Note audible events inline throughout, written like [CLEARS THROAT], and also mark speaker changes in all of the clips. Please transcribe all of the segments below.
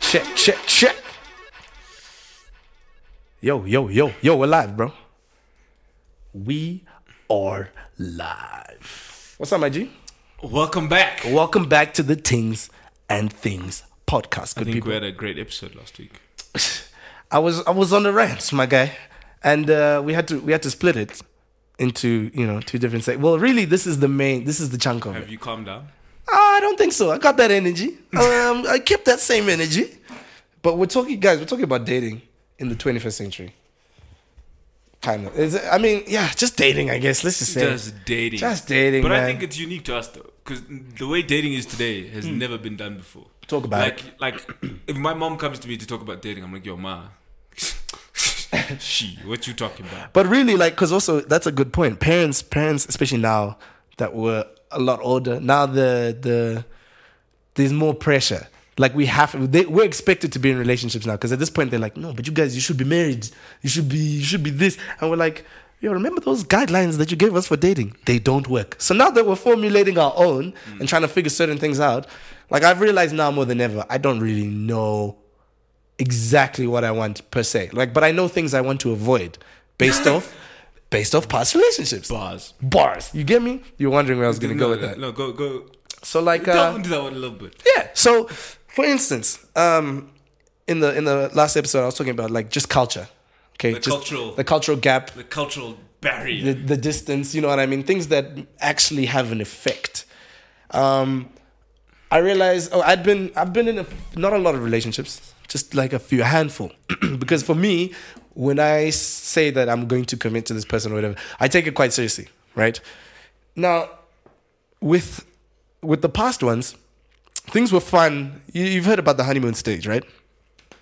Speaker 1: check, check. Yo, yo, yo, yo, we're live, bro. We are live. What's up, my G?
Speaker 2: Welcome back. I
Speaker 1: Welcome back to the Things and Things podcast. Good
Speaker 2: think
Speaker 1: people.
Speaker 2: we had a great episode last week.
Speaker 1: [LAUGHS] I was I was on the rants, my guy, and uh, we had to we had to split it into you know two different segments. Well, really, this is the main. This is the chunk of it.
Speaker 2: Have you calmed down?
Speaker 1: Ah, I don't think so. I got that energy. [LAUGHS] Um, I kept that same energy. But we're talking, guys. We're talking about dating in the 21st century. Kind of. Is it, I mean, yeah, just dating. I guess. Let's just say.
Speaker 2: Just dating.
Speaker 1: Just dating,
Speaker 2: But
Speaker 1: man.
Speaker 2: I think it's unique to us though, because the way dating is today has never been done before.
Speaker 1: Hmm. Talk about
Speaker 2: like, [CLEARS THROAT] it. Like, if my mom comes to me to talk about dating, I'm like, yo, ma, [LAUGHS] she, what you talking about?
Speaker 1: but really, like, because also that's a good point. Parents, parents, especially now that we're a lot older, now the the there's more pressure. Like we have, they, we're expected to be in relationships now. Because at this point, they're like, no, but you guys, you should be married. You should be, you should be this. And we're like, yo, remember those guidelines that you gave us for dating? They don't work. So now that we're formulating our own and trying to figure certain things out, like I've realized now more than ever, I don't really know exactly what I want per se. Like, but I know things I want to avoid based off, based off past relationships.
Speaker 2: Bars.
Speaker 1: Bars. You get me? You're wondering where I was gonna go with that.
Speaker 2: No, go, go.
Speaker 1: So like, uh,
Speaker 2: Delve into that one a little bit.
Speaker 1: yeah. So, for instance, um, in the in the last episode, I was talking about like just culture, okay,
Speaker 2: The
Speaker 1: just
Speaker 2: cultural-
Speaker 1: the cultural gap,
Speaker 2: The cultural
Speaker 1: the,
Speaker 2: barrier.
Speaker 1: the distance. You know what I mean? Things that actually have an effect. Um, I realized. Oh, I'd been I've been in a, not a lot of relationships, just like a few a handful, [CLEARS THROAT] because for me, when I say that I'm going to commit to this person or whatever, I take it quite seriously, right? Now, with with the past ones, things were fun. You, you've heard about the honeymoon stage, right?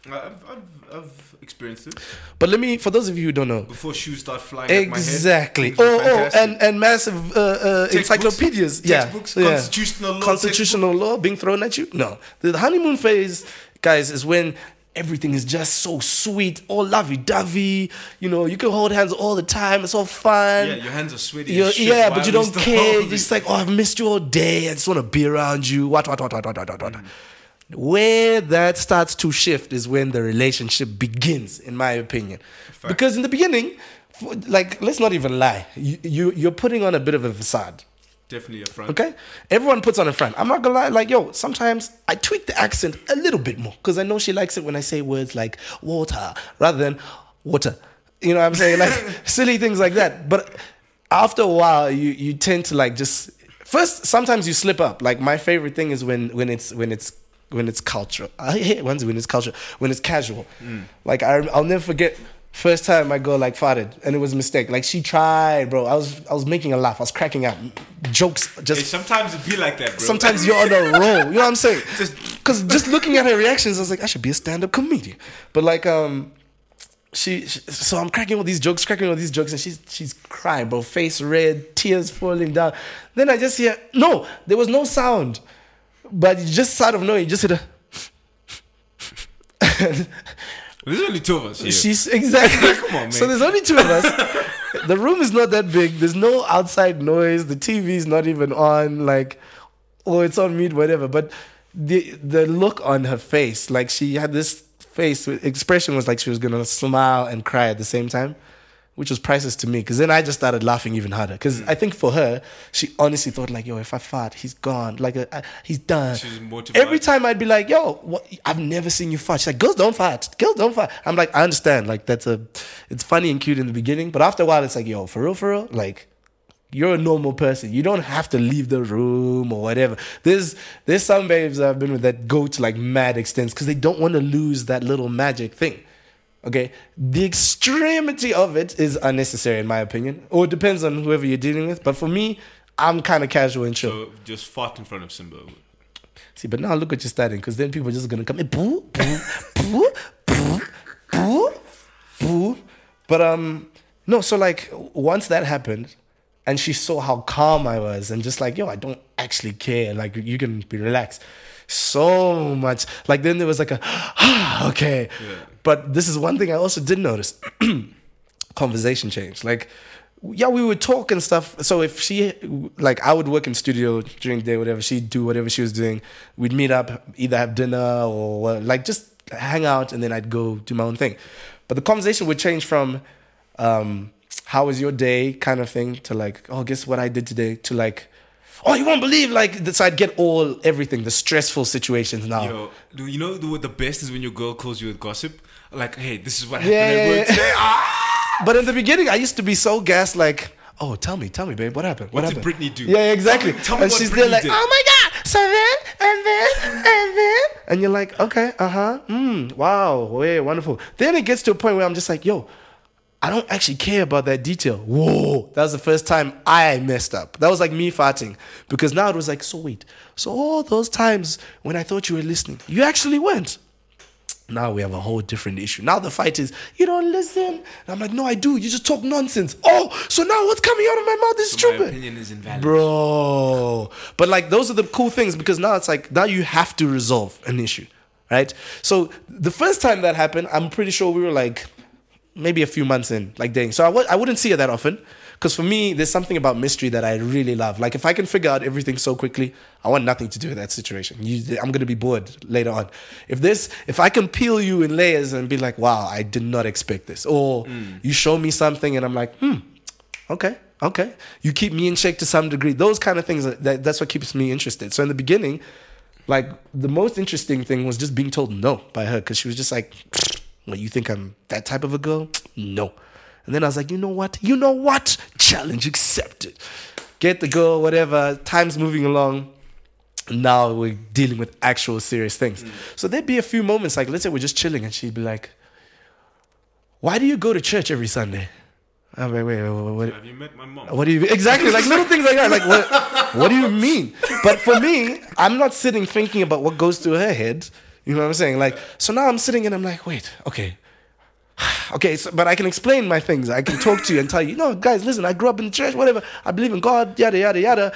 Speaker 2: I've, I've, I've experienced it.
Speaker 1: But let me, for those of you who don't know,
Speaker 2: Before shoes start flying
Speaker 1: exactly.
Speaker 2: at my head.
Speaker 1: Oh,
Speaker 2: Things are
Speaker 1: oh,
Speaker 2: fantastic.
Speaker 1: and and massive uh, uh, encyclopedias. Yeah,
Speaker 2: textbooks,
Speaker 1: yeah.
Speaker 2: constitutional law
Speaker 1: Constitutional law being thrown at you. No, the honeymoon phase, guys, is when everything is just so sweet, all lovey-dovey. You know, you can hold hands all the time. It's all fun.
Speaker 2: Yeah, your hands are sweaty.
Speaker 1: You're-
Speaker 2: as shit.
Speaker 1: yeah,
Speaker 2: Why
Speaker 1: but you
Speaker 2: are we
Speaker 1: don't
Speaker 2: still
Speaker 1: care. You're
Speaker 2: holding?
Speaker 1: just like, oh, I've missed you all day. I just want to be around you. What, what, what, what, what, what, what, what. Where that starts to shift is when the relationship begins, in my opinion. Because in the beginning, for- like, let's not even lie. You, you, you're putting on a bit of a facade.
Speaker 2: Definitely a front.
Speaker 1: Okay, everyone puts on a front. I'm not gonna lie, like yo, sometimes I tweak the accent a little bit more because I know she likes it when I say words like water rather than water. You know what I'm saying? Like silly things like that. But after a while, you you tend to like just first. Sometimes you slip up. Like my favorite thing is when when it's when it's when it's cultural. I hate ones when it's cultural when it's casual. Like I I'll never forget. First time my girl like farted and it was a mistake. Like she tried, bro. I was I was making a laugh. I was cracking up. Jokes just
Speaker 2: Hey, sometimes it be like that, bro.
Speaker 1: Sometimes you're on a roll. You know what I'm saying?
Speaker 2: Just-
Speaker 1: Because just, looking at her reactions, I was like, I should be a stand-up comedian. But like, um, she, she- so I'm cracking all these jokes, cracking all these jokes, and she's she's crying, bro, face red, tears falling down. Then I just hear no, there was no sound, but you just out of nowhere, you just hit a.
Speaker 2: There's only two of us here.
Speaker 1: She's exactly.
Speaker 2: [LAUGHS] Come on,
Speaker 1: So
Speaker 2: man.
Speaker 1: there's only two of us. the room is not that big. There's no outside noise. The TV's not even on. Like, oh, it's on mute, whatever. But the the look on her face, like she had this face with- expression was like she was gonna smile and cry at the same time, which was priceless to me. Because then I just started laughing even harder. Because I think for her, she honestly thought like, yo, if I fart, he's gone. Like, uh, uh, he's done.
Speaker 2: She's mortified.
Speaker 1: Every time I'd be like, yo, what? I've never seen you fart. She's like, girls don't fart. Girls don't fart. I'm like, I understand. Like, that's a, it's funny and cute in the beginning. But after a while, it's like, yo, for real, for real, like, you're a normal person. You don't have to leave the room or whatever. There's there's some babes I've been with that go to like mad extents because they don't want to lose that little magic thing. Okay, the extremity of it is unnecessary in my opinion, or it depends on whoever you're dealing with. But for me, I'm kind of casual and chill.
Speaker 2: So just fart in front of Simba.
Speaker 1: See, but now look what you're starting, because then people are just gonna come in boo, boo, boo, boo, boo, boo. But um, no. So like, once that happened, and she saw how calm I was, and just like, yo, I don't actually care. Like, you can be relaxed. So much. Like then there was like a, [GASPS] ah, okay. But this is one thing I also did notice. conversation changed. Like, yeah, we would talk and stuff. So if she, like, I would work in studio during the day, whatever. She'd do whatever she was doing. We'd meet up, either have dinner or like just hang out and then I'd go do my own thing. But the conversation would change from um, how was your day kind of thing to like, oh, guess what I did today to like, oh, you won't believe like this. I'd get all everything, the stressful situations now.
Speaker 2: Yo, do you know the, what the best is when your girl calls you with gossip? Like, hey, this is what happened
Speaker 1: Yeah,
Speaker 2: at
Speaker 1: yeah,
Speaker 2: work
Speaker 1: yeah.
Speaker 2: today. Ah!
Speaker 1: But in the beginning, I used to be so gassed, like, oh, tell me, tell me, babe, what happened? What,
Speaker 2: What did
Speaker 1: happened?
Speaker 2: Britney do?
Speaker 1: Yeah, yeah, exactly.
Speaker 2: Tell me
Speaker 1: and
Speaker 2: what
Speaker 1: she's there,
Speaker 2: Britney
Speaker 1: like,
Speaker 2: did.
Speaker 1: oh my god. So then, and then, and then, and you're like, okay, uh huh, mm, wow, way wonderful. Then it gets to a point where I'm just like, yo. I don't actually care about that detail. Whoa, that was the first time I messed up. That was like me farting because now it was like, so wait, so all those times when I thought you were listening, you actually weren't now we have a whole different issue. Now the fight is you don't listen. And I'm like, no, I do. You just talk nonsense. Oh, so now what's coming out of my mouth is
Speaker 2: My
Speaker 1: stupid,
Speaker 2: opinion is invalid.
Speaker 1: bro. But like those are the cool things because now it's like now you have to resolve an issue, right? So the first time that happened, I'm pretty sure we were like maybe a few months in, like dating. So I w- I wouldn't see her that often. Because for me, there's something about mystery that I really love. Like, if I can figure out everything so quickly, I want nothing to do with that situation. You, I'm going to be bored later on. If this, if I can peel you in layers and be like, wow, I did not expect this. Or you show me something and I'm like, hmm, okay, okay. You keep me in check to some degree. Those kind of things, that, that's what keeps me interested. So in the beginning, like, the most interesting thing was just being told no by her because she was just like, well, you think I'm that type of a girl? No. And then I was like, you know what? You know what? Challenge accepted. Get the girl, whatever. Time's moving along. Now we're dealing with actual serious things. So there'd be a few moments, like, let's say we're just chilling, and she'd be like, why do you go to church every Sunday? I'm like, wait, wait, wait, wait,
Speaker 2: Have you met my mom?
Speaker 1: what do you exactly like little things like that? Like what? What do you mean? But for me, I'm not sitting thinking about what goes through her head. You know what I'm saying? Like so now I'm sitting and I'm like, wait, okay, [SIGHS] okay. So, but I can explain my things. I can talk to you and tell you, no, guys, listen. I grew up in the church. Whatever. I believe in God. Yada yada yada.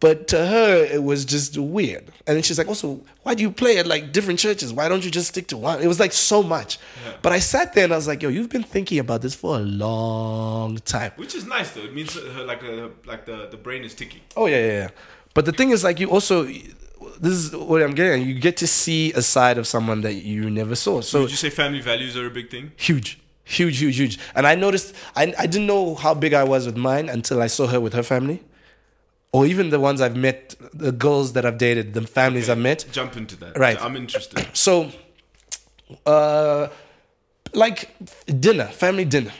Speaker 1: But to her, it was just weird. And then she's like, also, why do you play at like different churches? Why don't you just stick to one? It was like so much. But I sat there and I was like, yo, you've been thinking about this for a long time.
Speaker 2: Which is nice though. It means that her, like uh, like the, the brain is ticking.
Speaker 1: Oh yeah, yeah, yeah. But the thing is, like, you also this is what I'm getting. at. You get to see a side of someone that you never saw. So
Speaker 2: Would you say family values are a big thing?
Speaker 1: huge, huge, huge, huge. And I noticed I I didn't know how big I was with mine until I saw her with her family, or even the ones I've met, the girls that I've dated, the families I've met.
Speaker 2: Jump into that.
Speaker 1: Right.
Speaker 2: I'm interested.
Speaker 1: So, uh, like dinner, family dinner.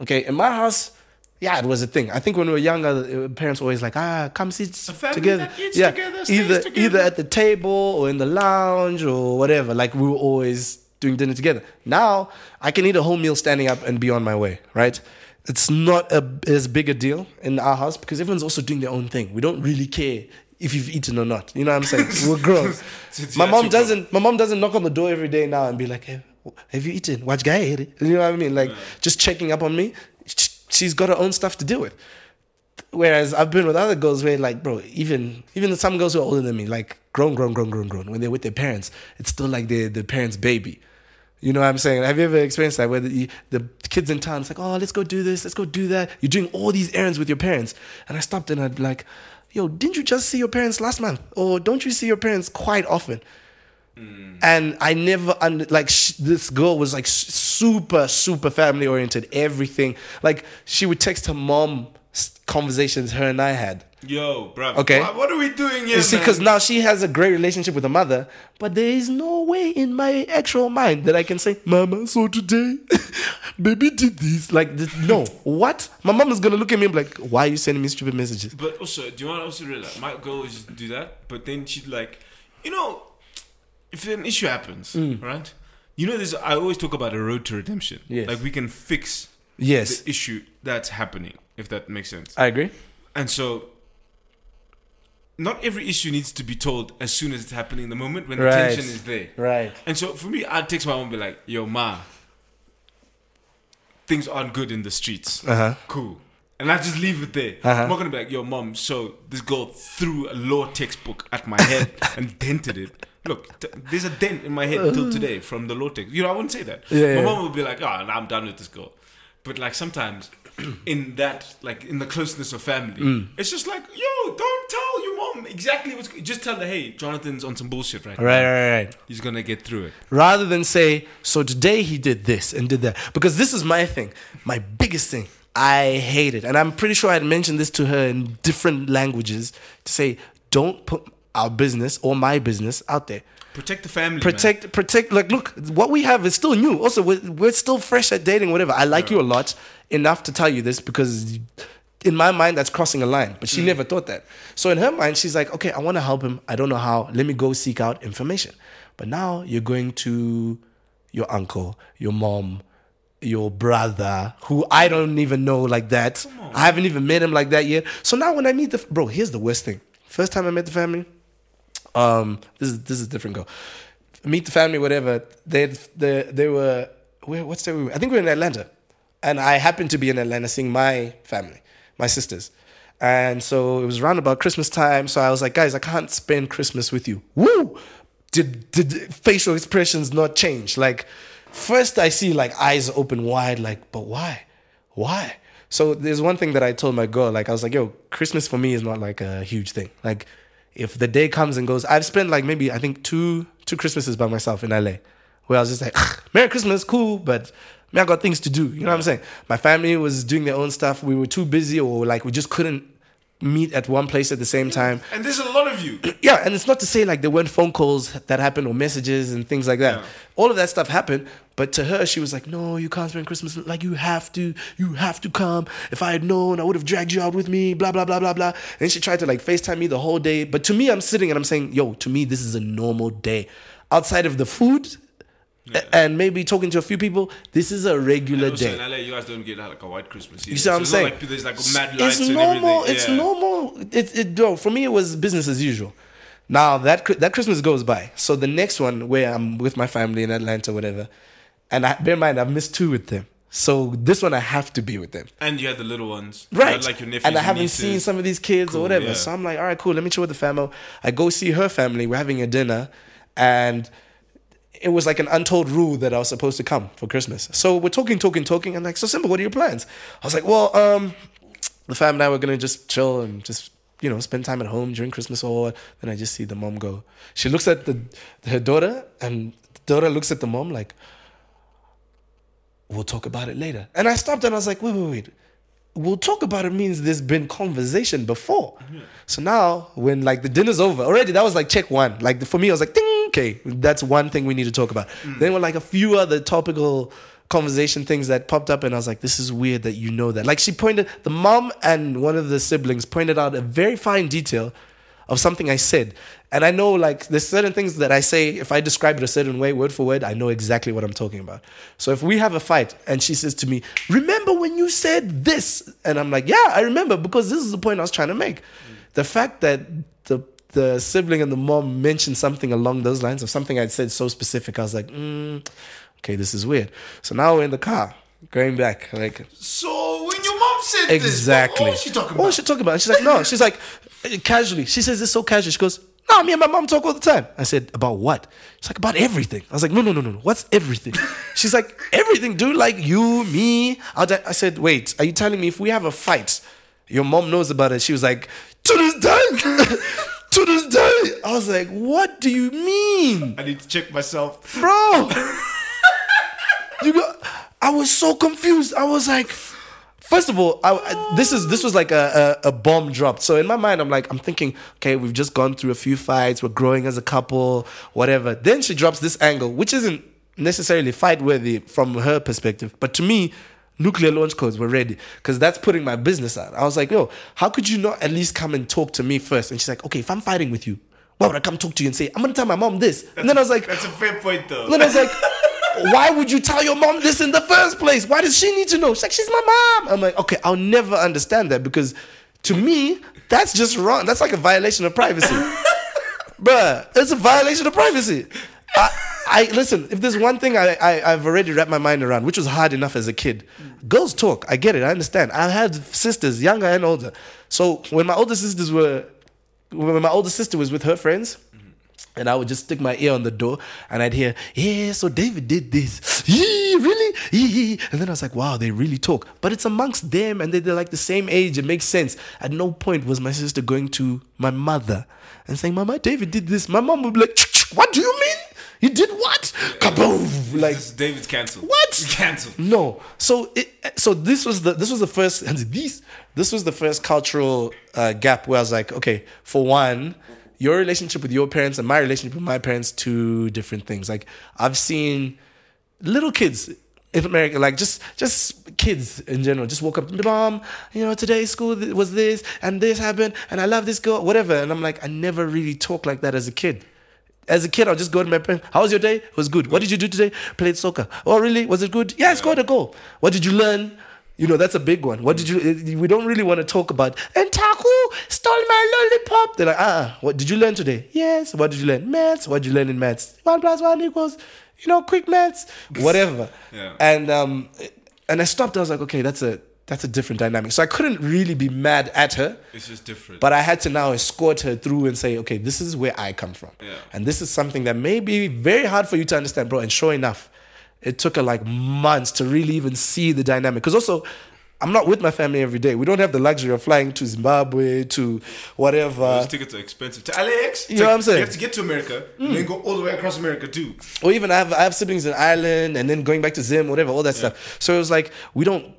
Speaker 1: Okay, in my house, yeah, it was a thing. I think when we were younger, uh, parents were always like, ah, come sit
Speaker 2: family
Speaker 1: together.
Speaker 2: that eats
Speaker 1: yeah,
Speaker 2: together stays
Speaker 1: either
Speaker 2: together.
Speaker 1: either at the table or in the lounge or whatever. Like we were always doing dinner together. Now I can eat a whole meal standing up and be on my way. Right. It's not a, as big a deal in our house because everyone's also doing their own thing. We don't really care if you've eaten or not. You know what I'm saying? We're grown.
Speaker 2: It's-
Speaker 1: my
Speaker 2: yeah,
Speaker 1: mom
Speaker 2: it's your
Speaker 1: doesn't doesn't- my mom doesn't knock on the door every day now and be like, hey, wh- have you eaten? Watch guy ate it. [LAUGHS] You know what I mean? Like just checking up on me. Sh- She's got her own stuff to deal with. Whereas I've been with other girls where like, bro, even even some girls who are older than me, like grown, grown, grown, grown, grown, when they're with their parents, it's still like their their parents' baby. You know what I'm saying? Have you ever experienced that where the, the kids in town, it's like, oh, let's go do this, let's go do that. You're doing all these errands with your parents. And I stopped and I'd be like, yo, didn't you just see your parents last month? Or don't you see your parents quite often? and I never un- like sh- this girl was like s- super super family oriented. Everything like she would text her mom s- conversations her and I had.
Speaker 2: Yo, bruv.
Speaker 1: Okay.
Speaker 2: What, what are we doing here?
Speaker 1: You see,
Speaker 2: man?
Speaker 1: because now she has a great relationship with her mother, but there is no way in my actual mind that I can say, "Mama, so today, [LAUGHS] baby did this." Like, this, no, what? My mom is gonna look at me and be like, "Why are you sending me stupid messages?"
Speaker 2: But also, do you want to also realize my girl would just do that, but then she'd like, you know, if an issue happens,
Speaker 1: Mm.
Speaker 2: right? You know, this I always talk about a road to redemption.
Speaker 1: Yes.
Speaker 2: Like we can fix
Speaker 1: Yes,
Speaker 2: the issue that's happening, if that makes sense.
Speaker 1: I agree.
Speaker 2: And so, not every issue needs to be told as soon as it's happening in the moment when the
Speaker 1: Right.
Speaker 2: tension is there.
Speaker 1: Right.
Speaker 2: And so for me, I'd text my mom and be like, yo, ma, things aren't good in the streets.
Speaker 1: Uh-huh.
Speaker 2: Cool. And I just leave it there.
Speaker 1: Uh-huh.
Speaker 2: I'm not gonna be like, yo, mom, so this girl threw a law textbook at my head
Speaker 1: [LAUGHS]
Speaker 2: and dented it. Look, t- there's a dent in my head till today from the law text. You know, I wouldn't say that.
Speaker 1: Uh-huh. Yeah,
Speaker 2: my
Speaker 1: yeah.
Speaker 2: mom would be like, oh, nah, I'm done with this girl. But like sometimes [CLEARS THROAT] in that like in the closeness of family.
Speaker 1: Mm.
Speaker 2: It's just like yo, don't tell your mom exactly what's. Just tell her, hey, Jonathan's on some bullshit right,
Speaker 1: Right,
Speaker 2: now.
Speaker 1: right, right.
Speaker 2: He's gonna get through it.
Speaker 1: Rather than say, so today he did this and did that. Because this is my thing, my biggest thing. I hate it. And I'm pretty sure I'd mentioned this to her in different languages to say, don't put our business or my business out there.
Speaker 2: Protect the family. man.
Speaker 1: protect protect like look what we have is still new also we're, we're still fresh at dating whatever i like you a lot enough to tell you this because in my mind that's crossing a line but she never thought that so in her mind she's like okay i want to help him i don't know how let me go seek out information but now you're going to your uncle your mom your brother who i don't even know like that i haven't even met him like that yet so now when i meet the bro here's the worst thing first time i met the family um this is this is a different girl meet the family whatever they they they were where what's that we were? i think we were in atlanta and i happened to be in atlanta seeing my family my sisters and so it was around about christmas time so i was like guys i can't spend christmas with you woo did did facial expressions not change like first i see like eyes open wide like but why why so there's one thing that I told my girl, like I was like, yo, Christmas for me is not like a huge thing. Like if the day comes and goes, I've spent like maybe I think two two Christmases by myself in LA, where I was just like, Merry Christmas, cool, but man, I got things to do. You know what I'm saying? My family was doing their own stuff. We were too busy, or like we just couldn't meet at one place at the same time
Speaker 2: And there's a lot of
Speaker 1: [COUGHS]
Speaker 2: you.
Speaker 1: [CLEARS THROAT] yeah, and it's not to say like there weren't phone calls that happened or messages and things like that.
Speaker 2: Yeah.
Speaker 1: All of that stuff happened, but to her, she was like, "No, you can't spend Christmas like you have to. You have to come. If I had known, I would have dragged you out with me." Blah blah blah blah blah. And she tried to like Facetime me the whole day, but to me, I'm sitting and I'm saying, "Yo, to me, this is a normal day, outside of the food." a- And maybe talking to a few people, this is a regular
Speaker 2: Also,
Speaker 1: day.
Speaker 2: in LA, you guys don't get like a white Christmas.
Speaker 1: You see what I'm saying?
Speaker 2: Like, there's like mad lights
Speaker 1: it's
Speaker 2: and
Speaker 1: normal.
Speaker 2: everything.
Speaker 1: It's
Speaker 2: Yeah.
Speaker 1: normal. It, it, no, for me, it was business as usual. Now that Chri- that Christmas goes by, so the next one where I'm with my family in Atlanta, whatever, and I, bear in mind I've missed two with them, so this one I have to be with them,
Speaker 2: And you had the little ones, You
Speaker 1: right?
Speaker 2: had, like your nephews,
Speaker 1: and I
Speaker 2: your
Speaker 1: haven't
Speaker 2: nieces.
Speaker 1: seen some of these kids or
Speaker 2: Cool,
Speaker 1: whatever,
Speaker 2: yeah.
Speaker 1: so I'm like, all right, cool. Let me chill with the family. I go see her family. We're having a dinner, and it was like an untold rule that I was supposed to come for Christmas. So we're talking, talking, talking. and like, so Simba, what are your plans? I was like, well, um, the fam and I were gonna just chill and just you know spend time at home during Christmas or. Then I just see the mom go. She looks at the her daughter, and the daughter looks at the mom like, we'll talk about it later. And I stopped and I was like, wait, wait, wait. We'll talk about it means there's been conversation before. So now, when like the dinner's over, already that was like check one. Like for me, I was like, ding, okay, that's one thing we need to talk about. Then were like a few other topical conversation things that popped up, and I was like, this is weird that you know that. Like she pointed, the mom and one of the siblings pointed out a very fine detail of something I said. And I know like there's certain things that I say, if I describe it a certain way, word for word, I know exactly what I'm talking about. So if we have a fight and she says to me, Remember when you said this? And I'm like, Yeah, I remember because this is the point I was trying to make. The fact that the the sibling and the mom mentioned something along those lines of something I'd said so specific, I was like, mm, okay, this is weird. So now we're in the car, going back, like
Speaker 2: So when your mom said
Speaker 1: Exactly.
Speaker 2: this, what was she talking
Speaker 1: What
Speaker 2: about?
Speaker 1: was she talking about? And she's like, no. She's like, uh, casually. She says this so casually. She goes, no, me and my mom talk all the time. I said, about what? She's like, about everything. I was like, no, no, no, no, no. What's
Speaker 2: [LAUGHS]
Speaker 1: everything? she's like, everything, dude. Like you, me. I'll die." I said, wait, are you telling me if we have a fight, your mom knows about it? She was like, to this day. [LAUGHS] To this day, I was like, "What do you mean,
Speaker 2: I need to check myself. [LAUGHS]
Speaker 1: bro?" you go. I was so confused. I was like, first of all, I, I- this is this was like a, a a bomb dropped. So in my mind, I'm like, I'm thinking, okay, we've just gone through a few fights. We're growing as a couple, whatever. Then she drops this angle, which isn't necessarily fight worthy from her perspective, but to me. Nuclear launch codes were ready because that's putting my business out. I was like, yo, how could you not at least come and talk to me first? And she's like, okay, if I'm fighting with you, why would I come talk to you and say, I'm gonna tell my mom this? and then I was like,
Speaker 2: That's a fair point,
Speaker 1: [LAUGHS]
Speaker 2: though.
Speaker 1: and then I was like, why would you tell your mom this in the first place? Why does she need to know? She's like, she's my mom. I'm like, okay, I'll never understand that because to me, that's just wrong. That's like a violation of privacy. Bruh, it's a violation of privacy. I, I listen, if there's one thing I, I, I've already wrapped my mind around, which was hard enough as a kid, girls talk. I get it, I understand. I had sisters, younger and older. So when my older sisters were when my older sister was with her friends, And I would just stick my ear on the door and I'd hear, yeah, so David did this. [LAUGHS] Yee, really? Yee, yee. And then I was like, wow, they really talk. But it's amongst them and they- they're like the same age. It makes sense. At no point was my sister going to my mother and saying, Mama, David did this. My mom would be like, "Ch- ch- what do you mean? He did what? Kaboom! Like,
Speaker 2: This- David's cancelled. [LAUGHS]
Speaker 1: What?
Speaker 2: Cancelled.
Speaker 1: no. So it, so this was the this was the first [LAUGHS] and these this was the first cultural uh, gap where I was like, okay, for one, your relationship with your parents and my relationship with my parents two different things. Like I've seen little kids in America, like just just kids in general, just walk up to me, mom, you know, today school th- was this and this happened and I love this girl, whatever. And I'm like, I never really talked like that as a kid. As a kid, I'll just go to my parents. How was your day? It was good. What did you do today? Played soccer. Oh, really? Was it good? Yeah, I scored a goal. What did you learn? You know, that's a big one. What did you? eh, We don't really want to talk about. And Taku stole my lollipop. They're like, ah, what did you learn today? Yes. What did you learn? Maths. What did you learn in maths? One plus one equals, you know, quick maths. Whatever.
Speaker 2: [LAUGHS] Yeah.
Speaker 1: And um, and I stopped. I was like, okay, that's a that's a different dynamic. So I couldn't really be mad at her.
Speaker 2: It's just different.
Speaker 1: But I had to now escort her through and say, okay, this is where I come from.
Speaker 2: Yeah.
Speaker 1: And this is something that may be very hard for you to understand, bro. And sure enough, it took her like months to really even see the dynamic. Because also, I'm not with my family every day. We don't have the luxury of flying to Zimbabwe, to whatever,
Speaker 2: Those tickets are expensive. To LAX,
Speaker 1: uh, You know what I'm saying?
Speaker 2: You have to get to America and then go all the way across America too.
Speaker 1: or even I have, I have siblings in Ireland and then going back to Zim, whatever, all that stuff. So it was like, we don't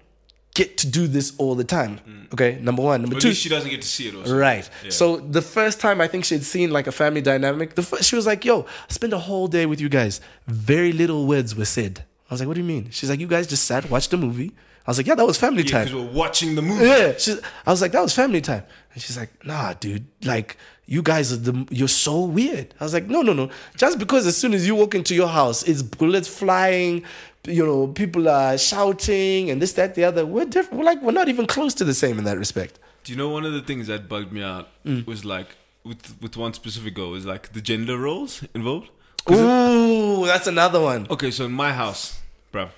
Speaker 1: get to do this all the time. Okay, number one. Number
Speaker 2: Mm. But at
Speaker 1: two.
Speaker 2: least she doesn't get to see it. Also.
Speaker 1: Right.
Speaker 2: Yeah.
Speaker 1: So the first time I think she'd seen like a family dynamic, the first, she was like, "Yo, I spent a whole day with you guys. Very little words were said." I was like, "What do you mean?" She's like, "You guys just sat, watched a movie." I was like, "Yeah, that was family time."
Speaker 2: because we're watching the movie.
Speaker 1: Yeah. She's, I was like, that was family time. And she's like, nah, dude, like, you guys are the, you're so weird. I was like, no, no, no. Just because as soon as you walk into your house, it's bullets flying, you know, people are shouting and this, that, the other. We're different. We're like, we're not even close to the same in that respect.
Speaker 2: Do you know one of the things that bugged me out
Speaker 1: Mm.
Speaker 2: was like with with one specific girl was like the gender roles involved.
Speaker 1: Ooh, that's another one.
Speaker 2: Okay, so in my house, bruv,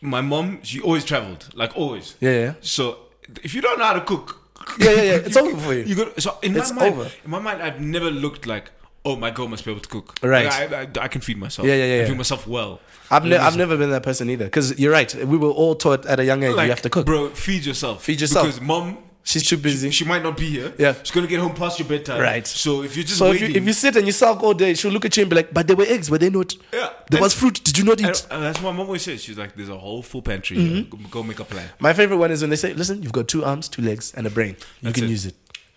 Speaker 2: my mom she always traveled, like always.
Speaker 1: Yeah, yeah.
Speaker 2: So if you don't know how to cook,
Speaker 1: Yeah, yeah, yeah. It's over for you.
Speaker 2: [LAUGHS] you got so in
Speaker 1: It's
Speaker 2: my mind.
Speaker 1: over.
Speaker 2: In my mind, I've never looked like. Oh, my girl must be able to cook.
Speaker 1: Right.
Speaker 2: Like, I, I, I can feed myself.
Speaker 1: Yeah, yeah, yeah,
Speaker 2: I
Speaker 1: yeah.
Speaker 2: feed myself well.
Speaker 1: I've, ne- I've never been that person either. Because you're right. We were all taught at a young age
Speaker 2: Like,
Speaker 1: you have to cook.
Speaker 2: Bro, feed yourself.
Speaker 1: Feed yourself.
Speaker 2: Because mom
Speaker 1: She's too busy.
Speaker 2: She might not be here.
Speaker 1: Yeah.
Speaker 2: She's gonna get home past your bedtime.
Speaker 1: Right.
Speaker 2: So if you're just
Speaker 1: so if
Speaker 2: waiting,
Speaker 1: you, if you sit and you sulk all day, she'll look at you and be like, but there were eggs, were they not?
Speaker 2: Yeah.
Speaker 1: There
Speaker 2: And-
Speaker 1: was fruit. Did you not
Speaker 2: I
Speaker 1: eat? Mm-hmm.
Speaker 2: don't- uh, that's what my mom always says. She's like, "There's a whole full pantry. here. Go, go make a plan."
Speaker 1: My favorite one is when they say, "Listen, you've got two arms, two legs, and a brain. You
Speaker 2: That's
Speaker 1: can
Speaker 2: it.
Speaker 1: use it."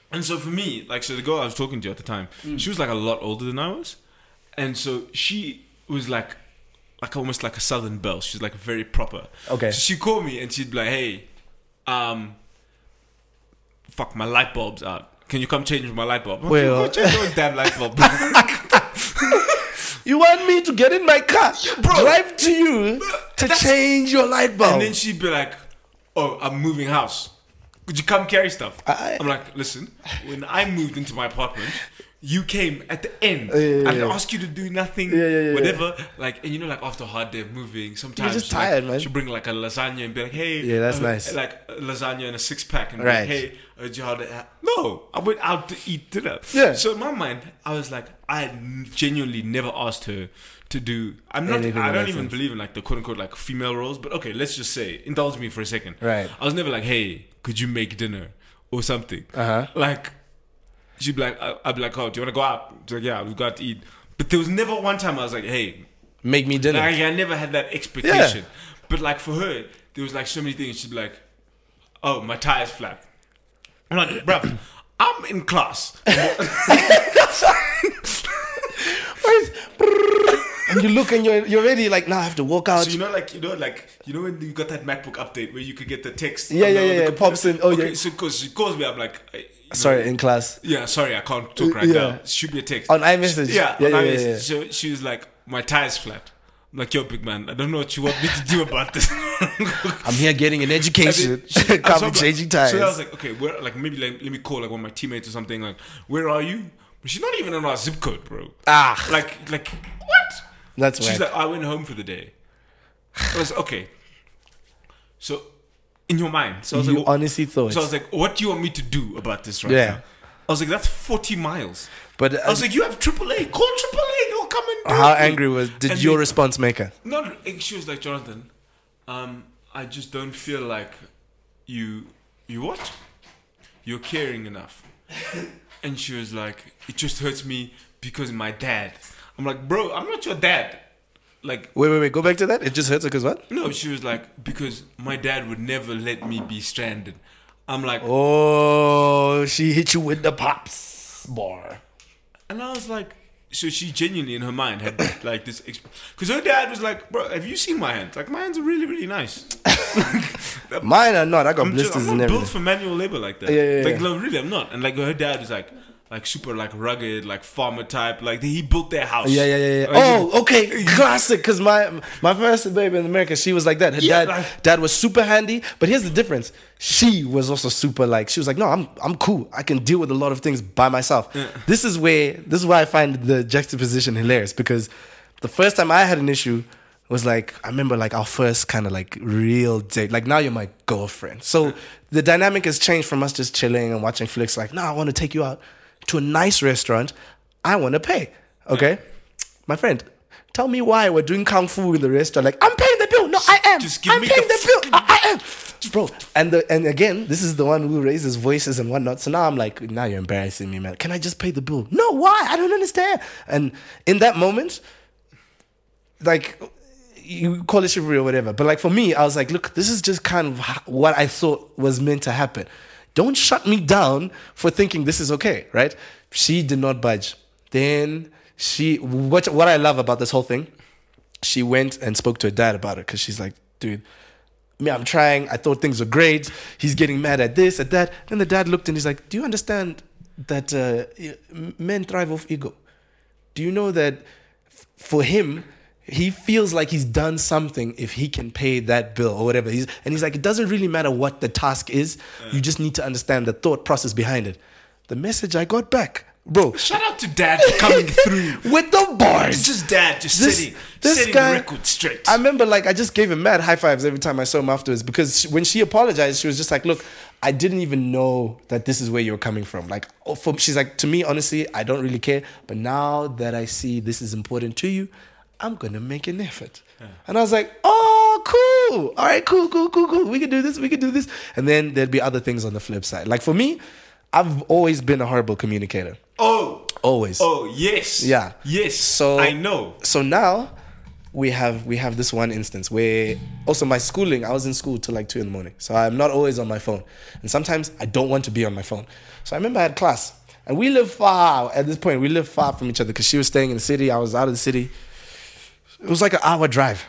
Speaker 2: And so for me, like, so the girl I was talking to at the time,
Speaker 1: Mm.
Speaker 2: she was like a lot older than I was, and so she was like, like almost like a Southern belle. She's like very proper.
Speaker 1: Okay.
Speaker 2: So she called me and she'd be like, "Hey, um, fuck, my light bulb's out. Can you come change my light bulb?" I'm
Speaker 1: Wait,
Speaker 2: like,
Speaker 1: uh,
Speaker 2: "Go change your damn light bulb.
Speaker 1: [LAUGHS]
Speaker 2: [LAUGHS]
Speaker 1: You want me to get in my car,
Speaker 2: bro.
Speaker 1: drive to
Speaker 2: [LAUGHS]
Speaker 1: you to
Speaker 2: That's-
Speaker 1: change your light bulb?
Speaker 2: And then she'd be like, "Oh, I'm moving house. Could you come carry stuff?"
Speaker 1: I-
Speaker 2: am like, "Listen, when I moved into my apartment, you came at the end.
Speaker 1: yeah,
Speaker 2: I
Speaker 1: yeah.
Speaker 2: asked you to do nothing,
Speaker 1: Yeah, yeah, yeah,
Speaker 2: whatever. Like, and you know, like after a hard day of moving, sometimes
Speaker 1: just
Speaker 2: she, like,
Speaker 1: tired, man.
Speaker 2: She bring like a lasagna and be like, "Hey,
Speaker 1: Yeah, that's
Speaker 2: uh,
Speaker 1: nice.
Speaker 2: Like uh, lasagna and a six pack, and be like,
Speaker 1: Right.
Speaker 2: hey, uh, do you have that?" No, I went out to eat dinner.
Speaker 1: Yeah.
Speaker 2: So in my mind, I was like, I n- genuinely never asked her to do. I'm not.
Speaker 1: Anything
Speaker 2: I
Speaker 1: in
Speaker 2: don't
Speaker 1: that
Speaker 2: even
Speaker 1: sense.
Speaker 2: believe in like the quote unquote like female roles, but okay, let's just say indulge me for a second.
Speaker 1: Right.
Speaker 2: I was never like, hey, could you make dinner or something?
Speaker 1: Uh-huh.
Speaker 2: Like, she'd be like, I- I'd be like, oh, do you want to go out? She's like, yeah, we got to eat. But there was never one time I was like, hey,
Speaker 1: Make me dinner.
Speaker 2: like, I never had that expectation. But like for her, there was like so many things. She'd be like, oh, my tire's flat. I'm like, bruv, I'm in class.
Speaker 1: [LAUGHS] and you look and you're you're ready. Like now, I have to walk out.
Speaker 2: So you know, like you know, like you know, when you got that MacBook update where you could get the text.
Speaker 1: Yeah, yeah,
Speaker 2: on the- on
Speaker 1: yeah,
Speaker 2: the
Speaker 1: yeah,
Speaker 2: computer?
Speaker 1: pops in. Oh,
Speaker 2: okay,
Speaker 1: yeah.
Speaker 2: So because she calls me, I'm like, I- you know,
Speaker 1: Sorry, in class
Speaker 2: yeah, sorry, I can't talk right
Speaker 1: Yeah.
Speaker 2: now. Shoot me a text
Speaker 1: on iMessage.
Speaker 2: Yeah,
Speaker 1: yeah,
Speaker 2: on
Speaker 1: yeah, yeah,
Speaker 2: iMessage.
Speaker 1: yeah.
Speaker 2: So she was like, my tire's flat. I'm like, yo, big man, I don't know what you want me to do
Speaker 1: [LAUGHS]
Speaker 2: about this.
Speaker 1: I'm here getting an education.
Speaker 2: And then she-
Speaker 1: [LAUGHS] Can't
Speaker 2: [LAUGHS] so
Speaker 1: be
Speaker 2: I'm like-
Speaker 1: changing tires.
Speaker 2: So I was like, okay, where? Like maybe like, let me call like one of my teammates or something. Like, where are you? But she's not even in our zip code, bro.
Speaker 1: ah,
Speaker 2: Like, like what?
Speaker 1: that's
Speaker 2: She's
Speaker 1: right.
Speaker 2: like, I went home for the day. I was okay. So, in your mind, so I was
Speaker 1: you
Speaker 2: like,
Speaker 1: honestly thought.
Speaker 2: so I was like, what do you want me to do about this right
Speaker 1: Yeah.
Speaker 2: now? I was like, that's 40 miles.
Speaker 1: But um,
Speaker 2: I was like, you have AAA. Call AAA. They'll come and do
Speaker 1: how
Speaker 2: it for you."
Speaker 1: angry was did
Speaker 2: And
Speaker 1: your
Speaker 2: they-
Speaker 1: response make her?
Speaker 2: No, she was like, Jonathan, um, I just don't feel like you, you what? You're
Speaker 1: [LAUGHS]
Speaker 2: caring enough. and she was like, it just hurts me because my dad. I'm like, bro, I'm not your dad. Like,
Speaker 1: Wait, wait, wait. Go back to that. It just hurts her because what?
Speaker 2: no, she was like, because my dad would never let me be stranded. I'm like,
Speaker 1: Oh, she hit you with the pops bar.
Speaker 2: And I was like, so she genuinely in her mind had [COUGHS] like this, because her dad was like, bro, have you seen my hands? Like my hands are really, really
Speaker 1: [LAUGHS]
Speaker 2: nice.
Speaker 1: Mine are not. I got
Speaker 2: I'm, just,
Speaker 1: blisters
Speaker 2: I'm
Speaker 1: and
Speaker 2: not built
Speaker 1: everything.
Speaker 2: for manual labor like that.
Speaker 1: Yeah, yeah, yeah.
Speaker 2: Like no, really, I'm not. And like her dad was like, like super like rugged, like farmer type. Like he built their house.
Speaker 1: Yeah, yeah, yeah, yeah.
Speaker 2: Like,
Speaker 1: Oh, okay, classic. Because my my first baby in America, she was like that. Her
Speaker 2: Yeah,
Speaker 1: dad
Speaker 2: like-
Speaker 1: dad was super handy. But here's the difference: she was also super like she was like, no, I'm I'm cool. I can deal with a lot of things by myself. This is where this is why I find the juxtaposition hilarious because the first time I had an issue was like I remember like our first kind of like real date. Like now you're my girlfriend. So the dynamic has changed from us just chilling and watching flicks. Like, no, I want to take you out to a nice restaurant. I want to pay. Okay, my friend. Tell me why we're doing kung fu in the restaurant. Like, I'm paying the bill. No, I am.
Speaker 2: just give
Speaker 1: I'm
Speaker 2: me
Speaker 1: paying
Speaker 2: the
Speaker 1: the bill. I, I am. Bro, and the, and again, this is the one who raises voices and whatnot. So now I'm like, now you're embarrassing me, man. Can I just pay the bill? No, why? I don't understand. And in that moment, like you call it chivalry or whatever, but like for me, I was like, look, this is just kind of ho- what I thought was meant to happen. Don't shut me down for thinking this is okay, right? She did not budge. Then she, what what I love about this whole thing, she went and spoke to her dad about it because she's like, dude. Me, I'm trying. I thought things were great. He's getting mad at this, at that. Then the dad looked and he's like, "Do you understand that uh, men thrive off ego? Do you know that f- for him, he feels like he's done something if he can pay that bill or whatever. He's, and he's like, it doesn't really matter what the task is. You just need to understand the thought process behind it. The message I got back, bro,
Speaker 2: shout out to dad for coming through.
Speaker 1: [LAUGHS] with the
Speaker 2: It's
Speaker 1: bars.
Speaker 2: just dad just
Speaker 1: This-
Speaker 2: sitting,
Speaker 1: this
Speaker 2: setting
Speaker 1: guy-
Speaker 2: the record straight.
Speaker 1: I remember, like, I just gave him mad high fives every time I saw him afterwards because she- when she apologized, she was just like, "Look, I didn't even know that this is where you were coming from." Like, oh, for, she's like, "To me, honestly, I don't really care, but now that I see this is important to you, I'm gonna make an effort." And I was like, "Oh, cool! All right, cool, cool, cool, cool. We can do this. We can do this." And then there'd be other things on the flip side. Like for me, I've always been a horrible communicator.
Speaker 2: oh,
Speaker 1: Always.
Speaker 2: oh yes,
Speaker 1: Yeah.
Speaker 2: yes.
Speaker 1: So
Speaker 2: I know.
Speaker 1: So now we have we have this one instance where also my schooling, I was in school till like two in the morning. So I'm not always on my phone. And sometimes I don't want to be on my phone. So I remember I had class. And we live far at this point, we live far from each other because she was staying in the city, I was out of the city. It was like an hour drive.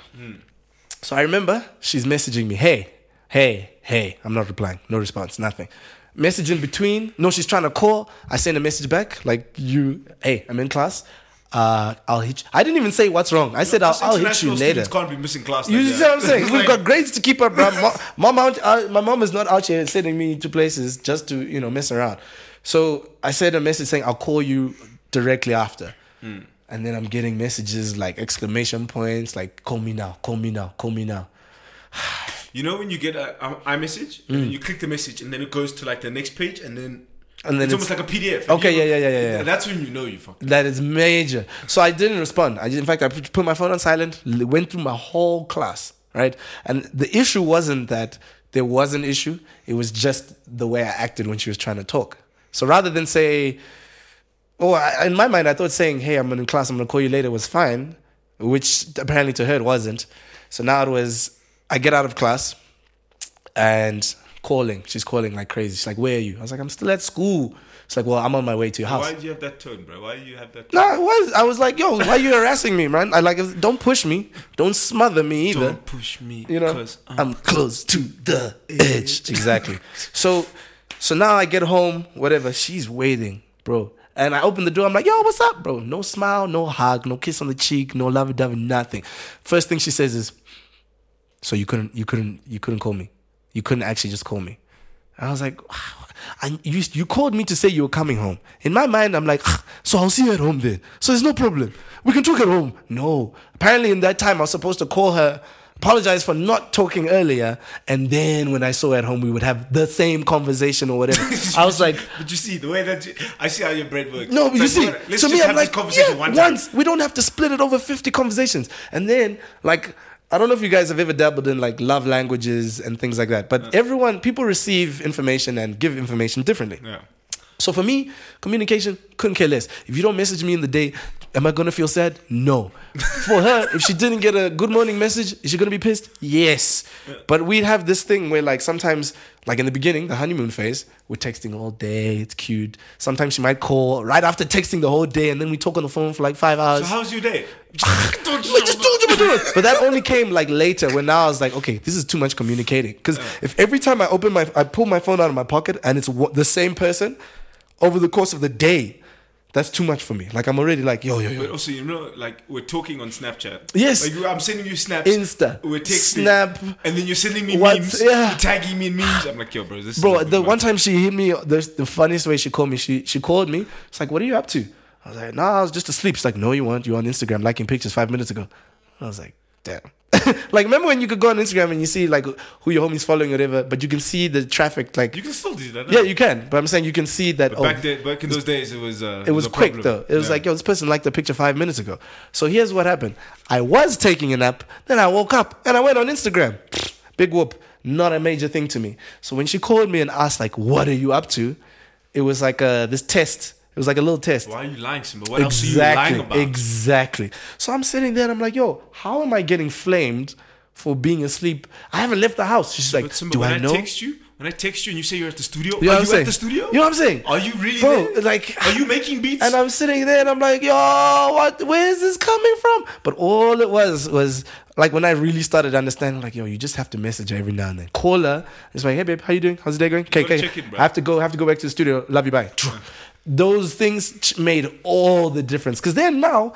Speaker 1: So I remember she's messaging me, hey, hey, hey. I'm not replying. No response, nothing. Message in between. No, she's trying to call. I send a message back, like, you, hey, I'm in class. Uh, I'll hit you. I didn't even say what's wrong. I said, I'll,
Speaker 2: Us
Speaker 1: I'll hit you
Speaker 2: international
Speaker 1: later.
Speaker 2: students Can't be missing class.
Speaker 1: You
Speaker 2: like
Speaker 1: see
Speaker 2: that.
Speaker 1: what I'm
Speaker 2: [LAUGHS]
Speaker 1: saying? We've
Speaker 2: Like-
Speaker 1: got grades to keep up, bro. Mo- Mom, out, uh, my mom is not out here sending me to places just to, you know, mess around. So I sent a message saying, I'll call you directly after.
Speaker 2: Hmm.
Speaker 1: And then I'm getting messages like exclamation points, like, call me now, call me now, call me now.
Speaker 2: You know when you get a a- iMessage and
Speaker 1: Mm.
Speaker 2: then you click the message and then it goes to like the next page and then
Speaker 1: And then
Speaker 2: it's,
Speaker 1: it's-
Speaker 2: almost like a PDF.
Speaker 1: Okay, yeah, yeah, yeah, yeah, yeah.
Speaker 2: That's when you know you fucked.
Speaker 1: That is major. So I didn't respond. I in fact, I put put my phone on silent, l- went through my whole class, right? And the issue wasn't that there was an issue, it was just the way I acted when she was trying to talk. So rather than say, oh, I, in my mind, I thought saying, hey, I'm in class, I'm going to call you later was fine, which apparently to her it wasn't. So now it was, I get out of class and calling. She's calling like crazy. She's like, where are you? I was like, I'm still at school. She's like, well, I'm on my way to your house.
Speaker 2: Why do you have that tone, bro? Why do you have that? Tone?
Speaker 1: No, I was. I was like, yo, why you harassing me, man? I like, don't push me. Don't smother me either.
Speaker 2: Don't push Uh-huh. me,
Speaker 1: you know,
Speaker 2: Cause [LAUGHS]
Speaker 1: I'm, close to the edge. exactly. So, so now I get home, whatever. She's waiting, bro. And I open the door. I'm like, yo, what's up, bro? No smile, no hug, no kiss on the cheek, no lovey dovey, nothing. First thing she says is, so you couldn't, you couldn't, you couldn't call me. You couldn't actually just call me. And I was like, wow. And you, you called me to say you were coming home. In my mind, I'm like, "Ah, so I'll see you at home then. So there's no problem. We can talk at home. No. Apparently, in that time, I was supposed to call her Apologize for not talking earlier, and then when I saw at home, we would have the same conversation or whatever. I was like,
Speaker 3: But you see the way that you, I see how your brain works.
Speaker 1: no, but you
Speaker 3: It's
Speaker 1: see,
Speaker 3: like,
Speaker 1: to
Speaker 3: let's
Speaker 1: me,
Speaker 3: just
Speaker 1: I'm
Speaker 3: have this
Speaker 1: like,
Speaker 3: conversation
Speaker 1: yeah,
Speaker 3: one time.
Speaker 1: once. We don't have to split it over 50 conversations. And then, like, I don't know if you guys have ever dabbled in like love languages and things like that, but
Speaker 3: Uh.
Speaker 1: everyone, people receive information and give information differently.
Speaker 2: Yeah.
Speaker 1: So for me, communication couldn't care less. If you don't message me in the day, am I gonna feel sad? No. For her, if she didn't get a good morning message, is she gonna be pissed? Yes. But we'd have this thing where like sometimes, like in the beginning, the honeymoon phase, we're texting all day, it's cute. Sometimes she might call right after texting the whole day and then we talk on the phone for like five hours.
Speaker 3: So how's your
Speaker 1: [LAUGHS]
Speaker 3: day?
Speaker 1: I just told you to do it. But that only came like later when now I was like, okay, this is too much communicating. Because if every time I open my, I pull my phone out of my pocket and it's wa- the same person over the course of the day, that's too much for me. Like I'm already like, yo, yo,
Speaker 2: But
Speaker 1: yo.
Speaker 2: also, Oh, you know, like we're talking on Snapchat.
Speaker 1: Yes.
Speaker 2: Like I'm sending you snaps.
Speaker 1: Insta,
Speaker 2: We're texting.
Speaker 1: Snap,
Speaker 2: And then you're sending me
Speaker 1: What-
Speaker 2: memes.
Speaker 1: yeah.
Speaker 2: You're tagging me in memes. I'm like, yo, bro, this.
Speaker 1: Bro,
Speaker 2: is
Speaker 1: the one time she hit me, the, the funniest way she called me, she, she called me. It's like, what are you up to? I was like, nah, I was just asleep. She's like, no, you weren't. You're on Instagram liking pictures five minutes ago. I was like, damn. [LAUGHS] like, remember when you could go on Instagram and you see like who your homie's following or whatever, but you can see the traffic like
Speaker 2: You can still do that.
Speaker 1: Yeah, you can. But I'm saying you can see that.
Speaker 2: But
Speaker 1: oh,
Speaker 2: back then, back in those days, it was. Uh,
Speaker 1: it was
Speaker 2: a
Speaker 1: quick
Speaker 2: problem.
Speaker 1: though. It was
Speaker 2: Yeah.
Speaker 1: like, yo, this person liked the picture five minutes ago. So here's what happened. I was taking a nap, then I woke up and I went on Instagram. [SNIFFS] Big whoop. Not a major thing to me. So when she called me and asked, like, what are you up to? It was like uh, this test. It was like a little test.
Speaker 2: Why are you lying, Simba? What else are you lying about?
Speaker 1: Exactly. So I'm sitting there and I'm like, yo, how am I getting flamed for being asleep? I haven't left the house. She's like,
Speaker 2: But Simba,
Speaker 1: do
Speaker 2: when
Speaker 1: I know?
Speaker 2: text you, when I text you and you say you're at the studio,
Speaker 1: You know
Speaker 2: are
Speaker 1: what I'm
Speaker 2: you
Speaker 1: saying?
Speaker 2: at the studio?
Speaker 1: You know what I'm saying?
Speaker 2: Are you really
Speaker 1: Bro,
Speaker 2: there?
Speaker 1: like-
Speaker 2: are you making beats?
Speaker 1: And I'm sitting there and I'm like, yo, what, where's this coming from? But all it was was like when I really started understanding, like, yo, you just have to message her every now and then. Call her. It's like, hey babe, how you doing? How's the day going? Okay,
Speaker 2: gotta
Speaker 1: okay.
Speaker 2: check in, bro.
Speaker 1: I have to go, I have to go back to the studio. Love you, bye. Those things ch- made all the difference. Cause then now,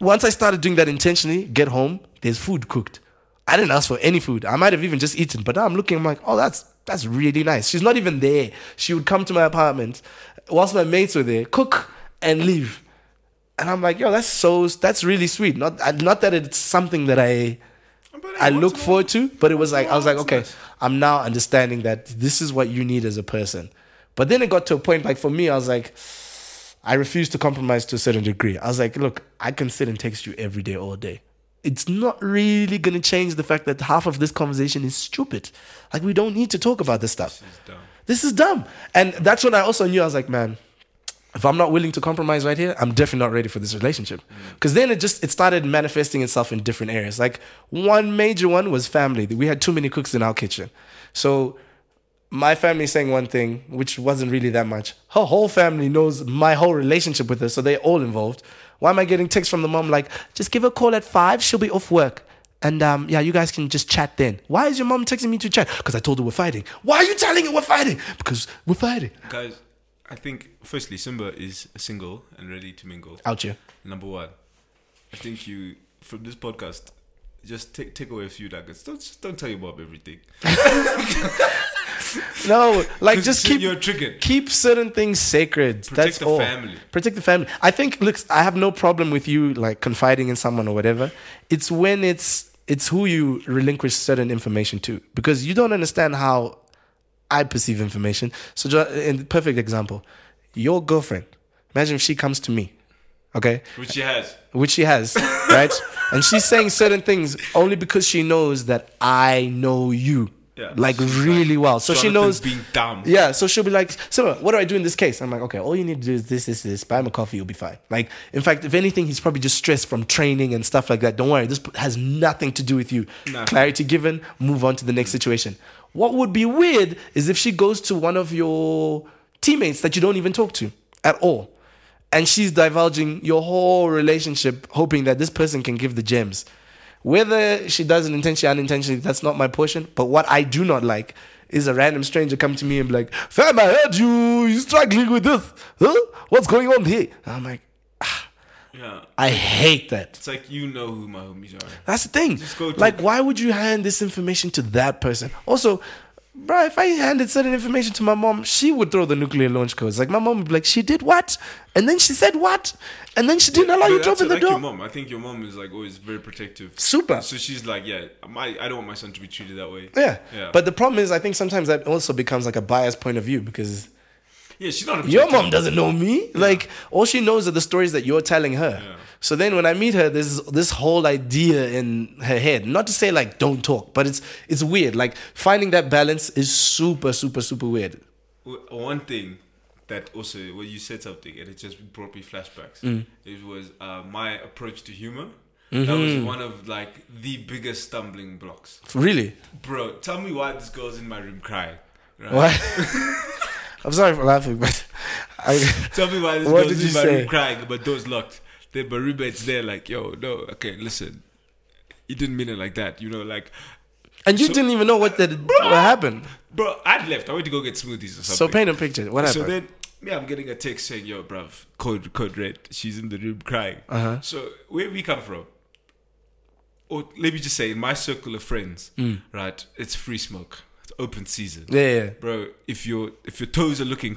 Speaker 1: once I started doing that intentionally, get home, there's food cooked. I didn't ask for any food. I might have even just eaten, but now I'm looking, I'm like, oh, that's that's really nice. She's not even there. She would come to my apartment whilst my mates were there, cook and leave. And I'm like, yo, that's so that's really sweet. Not I- not that it's something that I
Speaker 2: But
Speaker 1: I
Speaker 2: once
Speaker 1: look
Speaker 2: in a
Speaker 1: forward to, but it was like I was like,
Speaker 2: That's
Speaker 1: okay,
Speaker 2: nice.
Speaker 1: I'm now understanding that this is what you need as a person. But then it got to a point like for me, I was like, I refuse to compromise to a certain degree. I was like, look, I can sit and text you every day, all day. It's not really gonna change the fact that half of this conversation is stupid. Like we don't need to talk about this stuff.
Speaker 2: This is dumb.
Speaker 1: This is dumb. And that's when I also knew I was like, man, if I'm not willing to compromise right here, I'm definitely not ready for this relationship. Because then it just it started manifesting itself in different areas. Like one major one was family. We had too many cooks in our kitchen. So my family saying one thing, which wasn't really that much. Her whole family knows my whole relationship with her, so they're all involved. Why am I getting texts from the mom like, just give her a call at five, she'll be off work. And um, yeah, you guys can just chat then. Why is your mom texting me to chat? Because I told her we're fighting. Why are you telling her we're fighting? Because we're fighting.
Speaker 2: Guys, I think firstly, Simba is single and ready to mingle.
Speaker 1: Out here.
Speaker 2: Number one, I think you from this podcast just take take away a few nuggets. Don't just don't tell your mom everything.
Speaker 1: No,
Speaker 2: [LAUGHS]
Speaker 1: like just keep
Speaker 2: you're triggered.
Speaker 1: keep certain things sacred. That's
Speaker 2: the
Speaker 1: all.
Speaker 2: family.
Speaker 1: Protect the family. I think. Look, I have no problem with you like confiding in someone or whatever. It's when it's it's who you relinquish certain information to because you don't understand how I perceive information. So, jo- and perfect example, your girlfriend. Imagine if she comes to me, okay,
Speaker 2: Which she has.
Speaker 1: which she has, [LAUGHS] right? And she's saying certain things only because she knows that I know you.
Speaker 2: Yeah.
Speaker 1: Like
Speaker 2: She's
Speaker 1: really well. So she
Speaker 2: Jonathan's
Speaker 1: knows
Speaker 2: being dumb.
Speaker 1: yeah, so she'll be like, "So, what do I do in this case?" I'm like, "Okay, all you need to do is this, this, this. Buy him a coffee, you'll be fine." Like, in fact, if anything, he's probably just stressed from training and stuff like that. Don't worry, this has nothing to do with you.
Speaker 2: Nah.
Speaker 1: Clarity given, move on to the next situation. What would be weird is if she goes to one of your teammates that you don't even talk to at all, and she's divulging your whole relationship, hoping that this person can give the gems. Whether she does it intentionally or unintentionally, that's not my portion. But what I do not like is a random stranger come to me and be like, fam, I heard you, you struggling with this. Huh? What's going on here? And I'm like,
Speaker 2: Yeah.
Speaker 1: I hate that.
Speaker 2: It's like you know who my homies are.
Speaker 1: That's the thing.
Speaker 2: go to-
Speaker 1: Like, why would you hand this information to that person? Also, Bro, if I handed certain information to my mom, she would throw the nuclear launch codes. Like my mom would be like, she did what? And then she said what? And then she didn't allow
Speaker 2: But
Speaker 1: you to
Speaker 2: that's
Speaker 1: open the
Speaker 2: like
Speaker 1: door.
Speaker 2: Your mom. I think your mom is like always very protective.
Speaker 1: Super.
Speaker 2: So she's like, yeah, my I don't want my son to be treated that way.
Speaker 1: Yeah.
Speaker 2: Yeah.
Speaker 1: But the problem is, I think sometimes that also becomes like a biased point of view because
Speaker 2: Yeah, she's not.
Speaker 1: your
Speaker 2: objective.
Speaker 1: mom doesn't know me. Like all she knows are the stories that you're telling her.
Speaker 2: Yeah.
Speaker 1: So then when I meet her, there's this whole idea in her head. Not to say like don't talk, but it's it's weird. Like finding that balance is super super super weird.
Speaker 2: W- One thing that also well, you said something and it just brought me flashbacks.
Speaker 1: Mm.
Speaker 2: It was uh, my approach to humor. That was
Speaker 1: Mm-hmm.
Speaker 2: one of like the biggest stumbling blocks,
Speaker 1: Really?
Speaker 2: bro. Tell me why this girl's in my room crying. Right?
Speaker 1: What? [LAUGHS] I'm sorry for laughing,
Speaker 2: [LAUGHS]
Speaker 1: but I,
Speaker 2: Tell me why this
Speaker 1: [LAUGHS] What
Speaker 2: girl's
Speaker 1: did
Speaker 2: in
Speaker 1: you
Speaker 2: my
Speaker 1: say?
Speaker 2: room crying, but door's locked. Then my roommate's there, like, yo, no, okay, listen. He didn't mean it like that, you know, like,
Speaker 1: and you
Speaker 2: So-
Speaker 1: didn't even know what
Speaker 2: [LAUGHS]
Speaker 1: that what happened.
Speaker 2: bro, I'd left. I went to go get smoothies or something.
Speaker 1: So paint a picture. What
Speaker 2: So
Speaker 1: happened?
Speaker 2: then, yeah, I'm getting a text saying, "Yo, bruv, code code red. She's in the room crying."
Speaker 1: Uh-huh.
Speaker 2: So where we come from, or let me just say, in my circle of friends, right, it's free smoke. It's open season,
Speaker 1: Mm. yeah, yeah.
Speaker 2: bro. If your if your toes are looking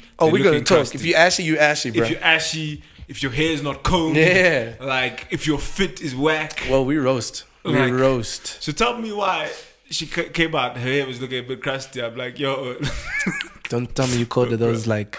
Speaker 1: Oh,
Speaker 2: they're
Speaker 1: we're gonna
Speaker 2: looking
Speaker 1: talk.
Speaker 2: crusty.
Speaker 1: If you ashy, you ashy, bro.
Speaker 2: if you're ashy, if your hair is not combed,
Speaker 1: Yeah.
Speaker 2: like if your fit is whack.
Speaker 1: well, we roast. We
Speaker 2: Like-
Speaker 1: roast.
Speaker 2: so tell me why she c- came out. Her hair was looking a bit crusty. I'm like, yo, [LAUGHS]
Speaker 1: Don't tell me you called her those like.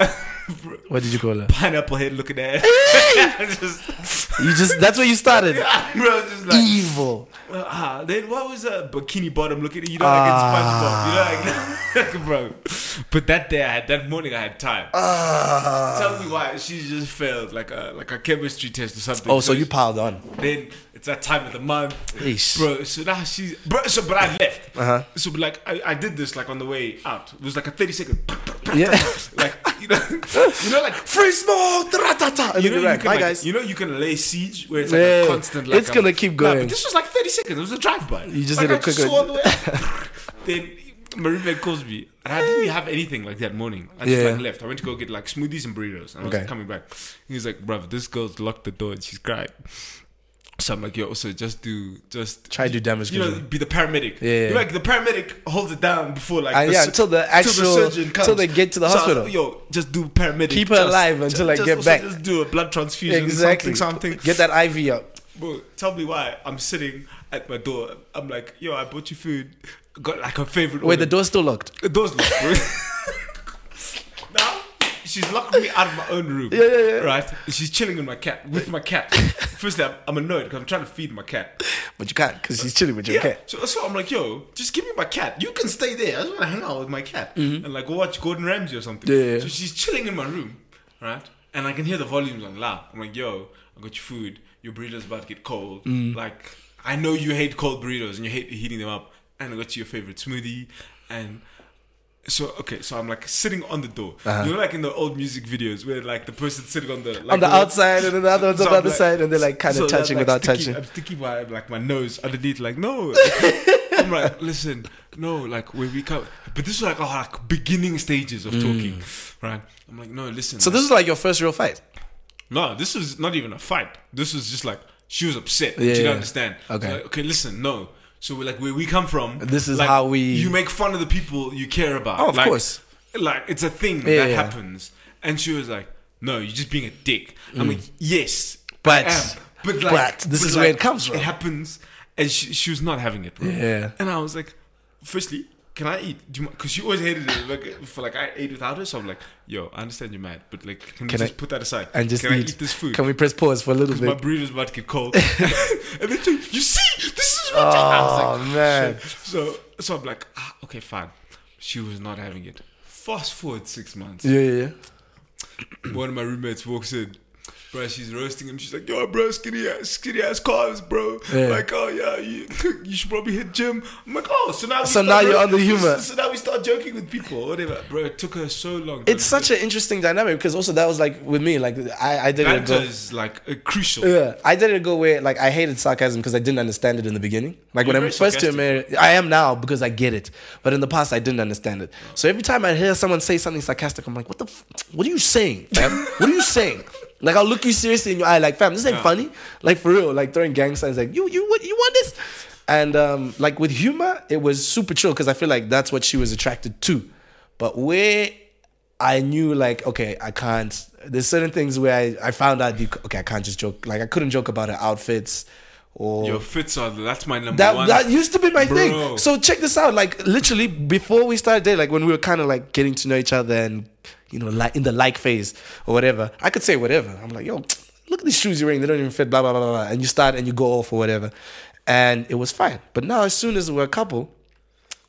Speaker 1: What did you call her?
Speaker 2: pineapple head looking at. [LAUGHS] just,
Speaker 1: You just that's where you
Speaker 2: [LAUGHS]
Speaker 1: started.
Speaker 2: bro, it's just like
Speaker 1: Evil.
Speaker 2: ah, then what was a bikini bottom looking at you know
Speaker 1: Ah.
Speaker 2: like it's SpongeBob, you know like, [LAUGHS] bro. But that day I had that morning I had time.
Speaker 1: Ah.
Speaker 2: Tell me why she just failed like a like a chemistry test or something.
Speaker 1: Oh, so you piled on.
Speaker 2: then it's that time of the month,
Speaker 1: Eesh.
Speaker 2: bro. So now she's bro. So but I left.
Speaker 1: Uh-huh.
Speaker 2: So but like I, I did this like on the way out. It was like a thirty second.
Speaker 1: Yeah.
Speaker 2: [LAUGHS] like you know, [LAUGHS] you know like.
Speaker 1: Free smoke. ta-ra-ta-ta, And
Speaker 2: You
Speaker 1: then you're
Speaker 2: know, you
Speaker 1: like,
Speaker 2: can,
Speaker 1: Hi
Speaker 2: like,
Speaker 1: guys.
Speaker 2: you know you can lay siege where it's like
Speaker 1: Yeah.
Speaker 2: a constant like
Speaker 1: It's
Speaker 2: a-
Speaker 1: gonna keep
Speaker 2: Nah,
Speaker 1: going.
Speaker 2: but this was like 30 seconds. It was a drive by.
Speaker 1: You just
Speaker 2: like,
Speaker 1: did a
Speaker 2: I [LAUGHS] just
Speaker 1: quick-
Speaker 2: saw the way.
Speaker 1: [LAUGHS]
Speaker 2: then my roommate calls me, and I didn't have anything like that morning. I just
Speaker 1: Yeah.
Speaker 2: like left. I went to go get like smoothies and burritos, and I was
Speaker 1: Okay.
Speaker 2: like, coming back. He was like, "Bruv, this girl's locked the door and she's crying." So I'm like, "Yo, also just do just
Speaker 1: Try to do damage
Speaker 2: You know,
Speaker 1: control.
Speaker 2: be the paramedic.
Speaker 1: Yeah.
Speaker 2: You're like the paramedic holds it down before like
Speaker 1: Uh, yeah,
Speaker 2: sur-
Speaker 1: till the actual- till they get to the
Speaker 2: So I was
Speaker 1: hospital.
Speaker 2: like, Yo, just do paramedic.
Speaker 1: Keep her
Speaker 2: just-
Speaker 1: alive until
Speaker 2: ju-
Speaker 1: I
Speaker 2: just
Speaker 1: get
Speaker 2: also
Speaker 1: back.
Speaker 2: Just do a blood transfusion.
Speaker 1: Exactly.
Speaker 2: Something. something.
Speaker 1: Get that IV up.
Speaker 2: Bro, tell me why I'm sitting at my door. I'm like, yo, I bought you food. Got like a favorite.
Speaker 1: Wait,
Speaker 2: order.
Speaker 1: the door's still locked.
Speaker 2: The door's locked, bro. [LAUGHS] now she's locked me out of my own room.
Speaker 1: Yeah, yeah, yeah.
Speaker 2: Right? She's chilling in my cat with my cat. Firstly, I'm, I'm annoyed because I'm trying to feed my cat.
Speaker 1: But you can't because she's chilling with your cat.
Speaker 2: So, so I'm like, yo, just give me my cat. You can stay there. I just want to hang out with my cat and like watch Gordon Ramsay or something.
Speaker 1: Yeah, Mm-hmm. yeah, yeah.
Speaker 2: So she's chilling in my room, right? And I can hear the volumes on loud. I'm like, yo, I got your food. Your burrito's about to get cold.
Speaker 1: Mm.
Speaker 2: Like, I know you hate cold burritos and you hate heating them up. And I got you your favorite smoothie. And so, okay, so I'm like sitting on the door. You know, like in the old music videos where like the person's sitting on the like,
Speaker 1: Uh-huh. on the
Speaker 2: little-
Speaker 1: outside, and then the other one's on the
Speaker 2: so I'm
Speaker 1: other
Speaker 2: like-
Speaker 1: side, and they're like kind of
Speaker 2: so that,
Speaker 1: touching
Speaker 2: like,
Speaker 1: without
Speaker 2: sticky-
Speaker 1: touching.
Speaker 2: I'm sticking my like my nose underneath,
Speaker 1: [LAUGHS]
Speaker 2: like no. I'm like, listen, no, like when we come, but this is like our like, beginning stages of talking, right? I'm like, no, listen.
Speaker 1: Mm. So this is like your first real fight.
Speaker 2: no, this is not even a fight. This was just like she was upset.
Speaker 1: Yeah,
Speaker 2: she didn't
Speaker 1: yeah.
Speaker 2: understand.
Speaker 1: Okay.
Speaker 2: So, like, okay, listen, no. So we're like where we come from.
Speaker 1: This is
Speaker 2: like,
Speaker 1: how we-
Speaker 2: You make fun of the people you care about.
Speaker 1: Oh, of
Speaker 2: Like-
Speaker 1: course.
Speaker 2: Like it's a thing
Speaker 1: Yeah,
Speaker 2: that
Speaker 1: yeah.
Speaker 2: happens. And she was like, "No, you're just being a dick." I'm like, "Yes,
Speaker 1: Mm. But-
Speaker 2: I am. but like,
Speaker 1: but this is where it comes from.
Speaker 2: It happens." And she, she was not having it, bro.
Speaker 1: Yeah.
Speaker 2: And I was like, firstly, can I eat? Do you Because she always hated it. Like, for like I ate without her, so I'm like, yo, I understand you're mad, but like, can, we
Speaker 1: Can I-
Speaker 2: just put that aside
Speaker 1: And just
Speaker 2: can
Speaker 1: eat.
Speaker 2: I eat this food?
Speaker 1: Can we press pause for a
Speaker 2: [LAUGHS]
Speaker 1: little
Speaker 2: my
Speaker 1: bit?
Speaker 2: burrito's about to
Speaker 1: [LAUGHS]
Speaker 2: get cold. and then she, you see, this is what I
Speaker 1: Oh,
Speaker 2: was like,
Speaker 1: man.
Speaker 2: shit. So, so I'm like, ah, okay, fine. She was not having it. Fast forward six months.
Speaker 1: Yeah, yeah, yeah.
Speaker 2: One of my roommates walks in. Bro, she's roasting him. She's like, "Yo, bro, skinny ass, skinny ass calves, bro.
Speaker 1: Yeah.
Speaker 2: Like, oh yeah, you, [LAUGHS] you should probably hit gym." I'm like, "Oh, so now we
Speaker 1: So
Speaker 2: start
Speaker 1: now you're
Speaker 2: ro-
Speaker 1: on the humor.
Speaker 2: [LAUGHS] So now we start joking with people, or whatever." Bro, it took her so long.
Speaker 1: It's such an interesting dynamic because also that was like with me, like I, I did it
Speaker 2: banter
Speaker 1: go.
Speaker 2: is like uh, crucial.
Speaker 1: Yeah, I did it go where like I hated sarcasm because I didn't understand it in the beginning. Like when
Speaker 2: You're
Speaker 1: I'm
Speaker 2: very
Speaker 1: first to
Speaker 2: sarcastic.
Speaker 1: America, I am now because I get it. But in the past, I didn't understand it. So every time I hear someone say something sarcastic, I'm like, what the, f- what are you saying, fam? what are you saying? [LAUGHS] Like I'll look you seriously in your eye, like fam, this ain't
Speaker 2: Yeah.
Speaker 1: funny. Like for real, like throwing gang signs, like you, you, what, you want this? And um, like with humor, it was super chill because I feel like that's what she was attracted to. But where I knew, like, okay, I can't. There's certain things where I, I found out, you, c- okay, I can't just joke. Like, I couldn't joke about her outfits or
Speaker 2: Your fits are that's my number
Speaker 1: that
Speaker 2: one.
Speaker 1: that used to be my
Speaker 2: Bro.
Speaker 1: thing. So check this out. Like literally before we started dating, like when we were kind of like getting to know each other and you know like in the like phase or whatever, I could say whatever. I'm like, yo, look at these shoes you're wearing. They don't even fit. Blah blah blah blah. blah. And you start and you go off or whatever, and it was fine. But now as soon as we're a couple,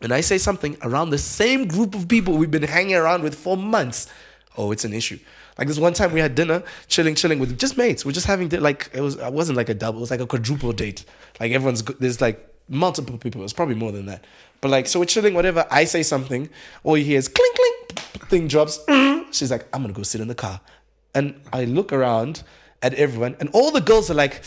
Speaker 1: and I say something around the same group of people we've been hanging around with for months, oh, it's an issue. Like this one time we had dinner, chilling, chilling with just mates. We're just having di- like it was. It wasn't like a double. It was like a quadruple date. Like everyone's go- there's like multiple people. It's probably more than that. But like so we're chilling. Whatever I say something, all you hear is clink clink. Thing drops. Mm-hmm. She's like, I'm gonna go sit in the car, and I look around at everyone, and all the girls are like,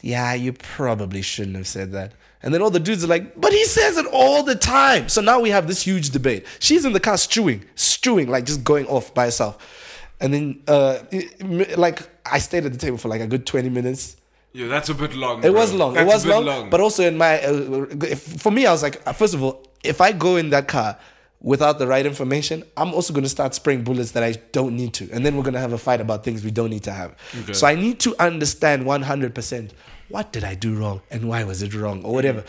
Speaker 1: "Yeah, you probably shouldn't have said that." And then all the dudes are like, "But he says it all the time." So now we have this huge debate. She's in the car stewing, stewing, like just going off by herself. And then, uh, it- m- like, I stayed at the table for like a good twenty minutes.
Speaker 2: yeah, that's a bit long.
Speaker 1: It
Speaker 2: bro.
Speaker 1: was long.
Speaker 2: That's
Speaker 1: it was
Speaker 2: a bit
Speaker 1: long, But also in my, uh, if, for me, I was like, uh, first of all, if I go in that car without the right information, I'm also going to start spraying bullets that I don't need to, and then we're going to have a fight about things we don't need to have. So I need to understand 100% what did I do wrong and why was it wrong or whatever.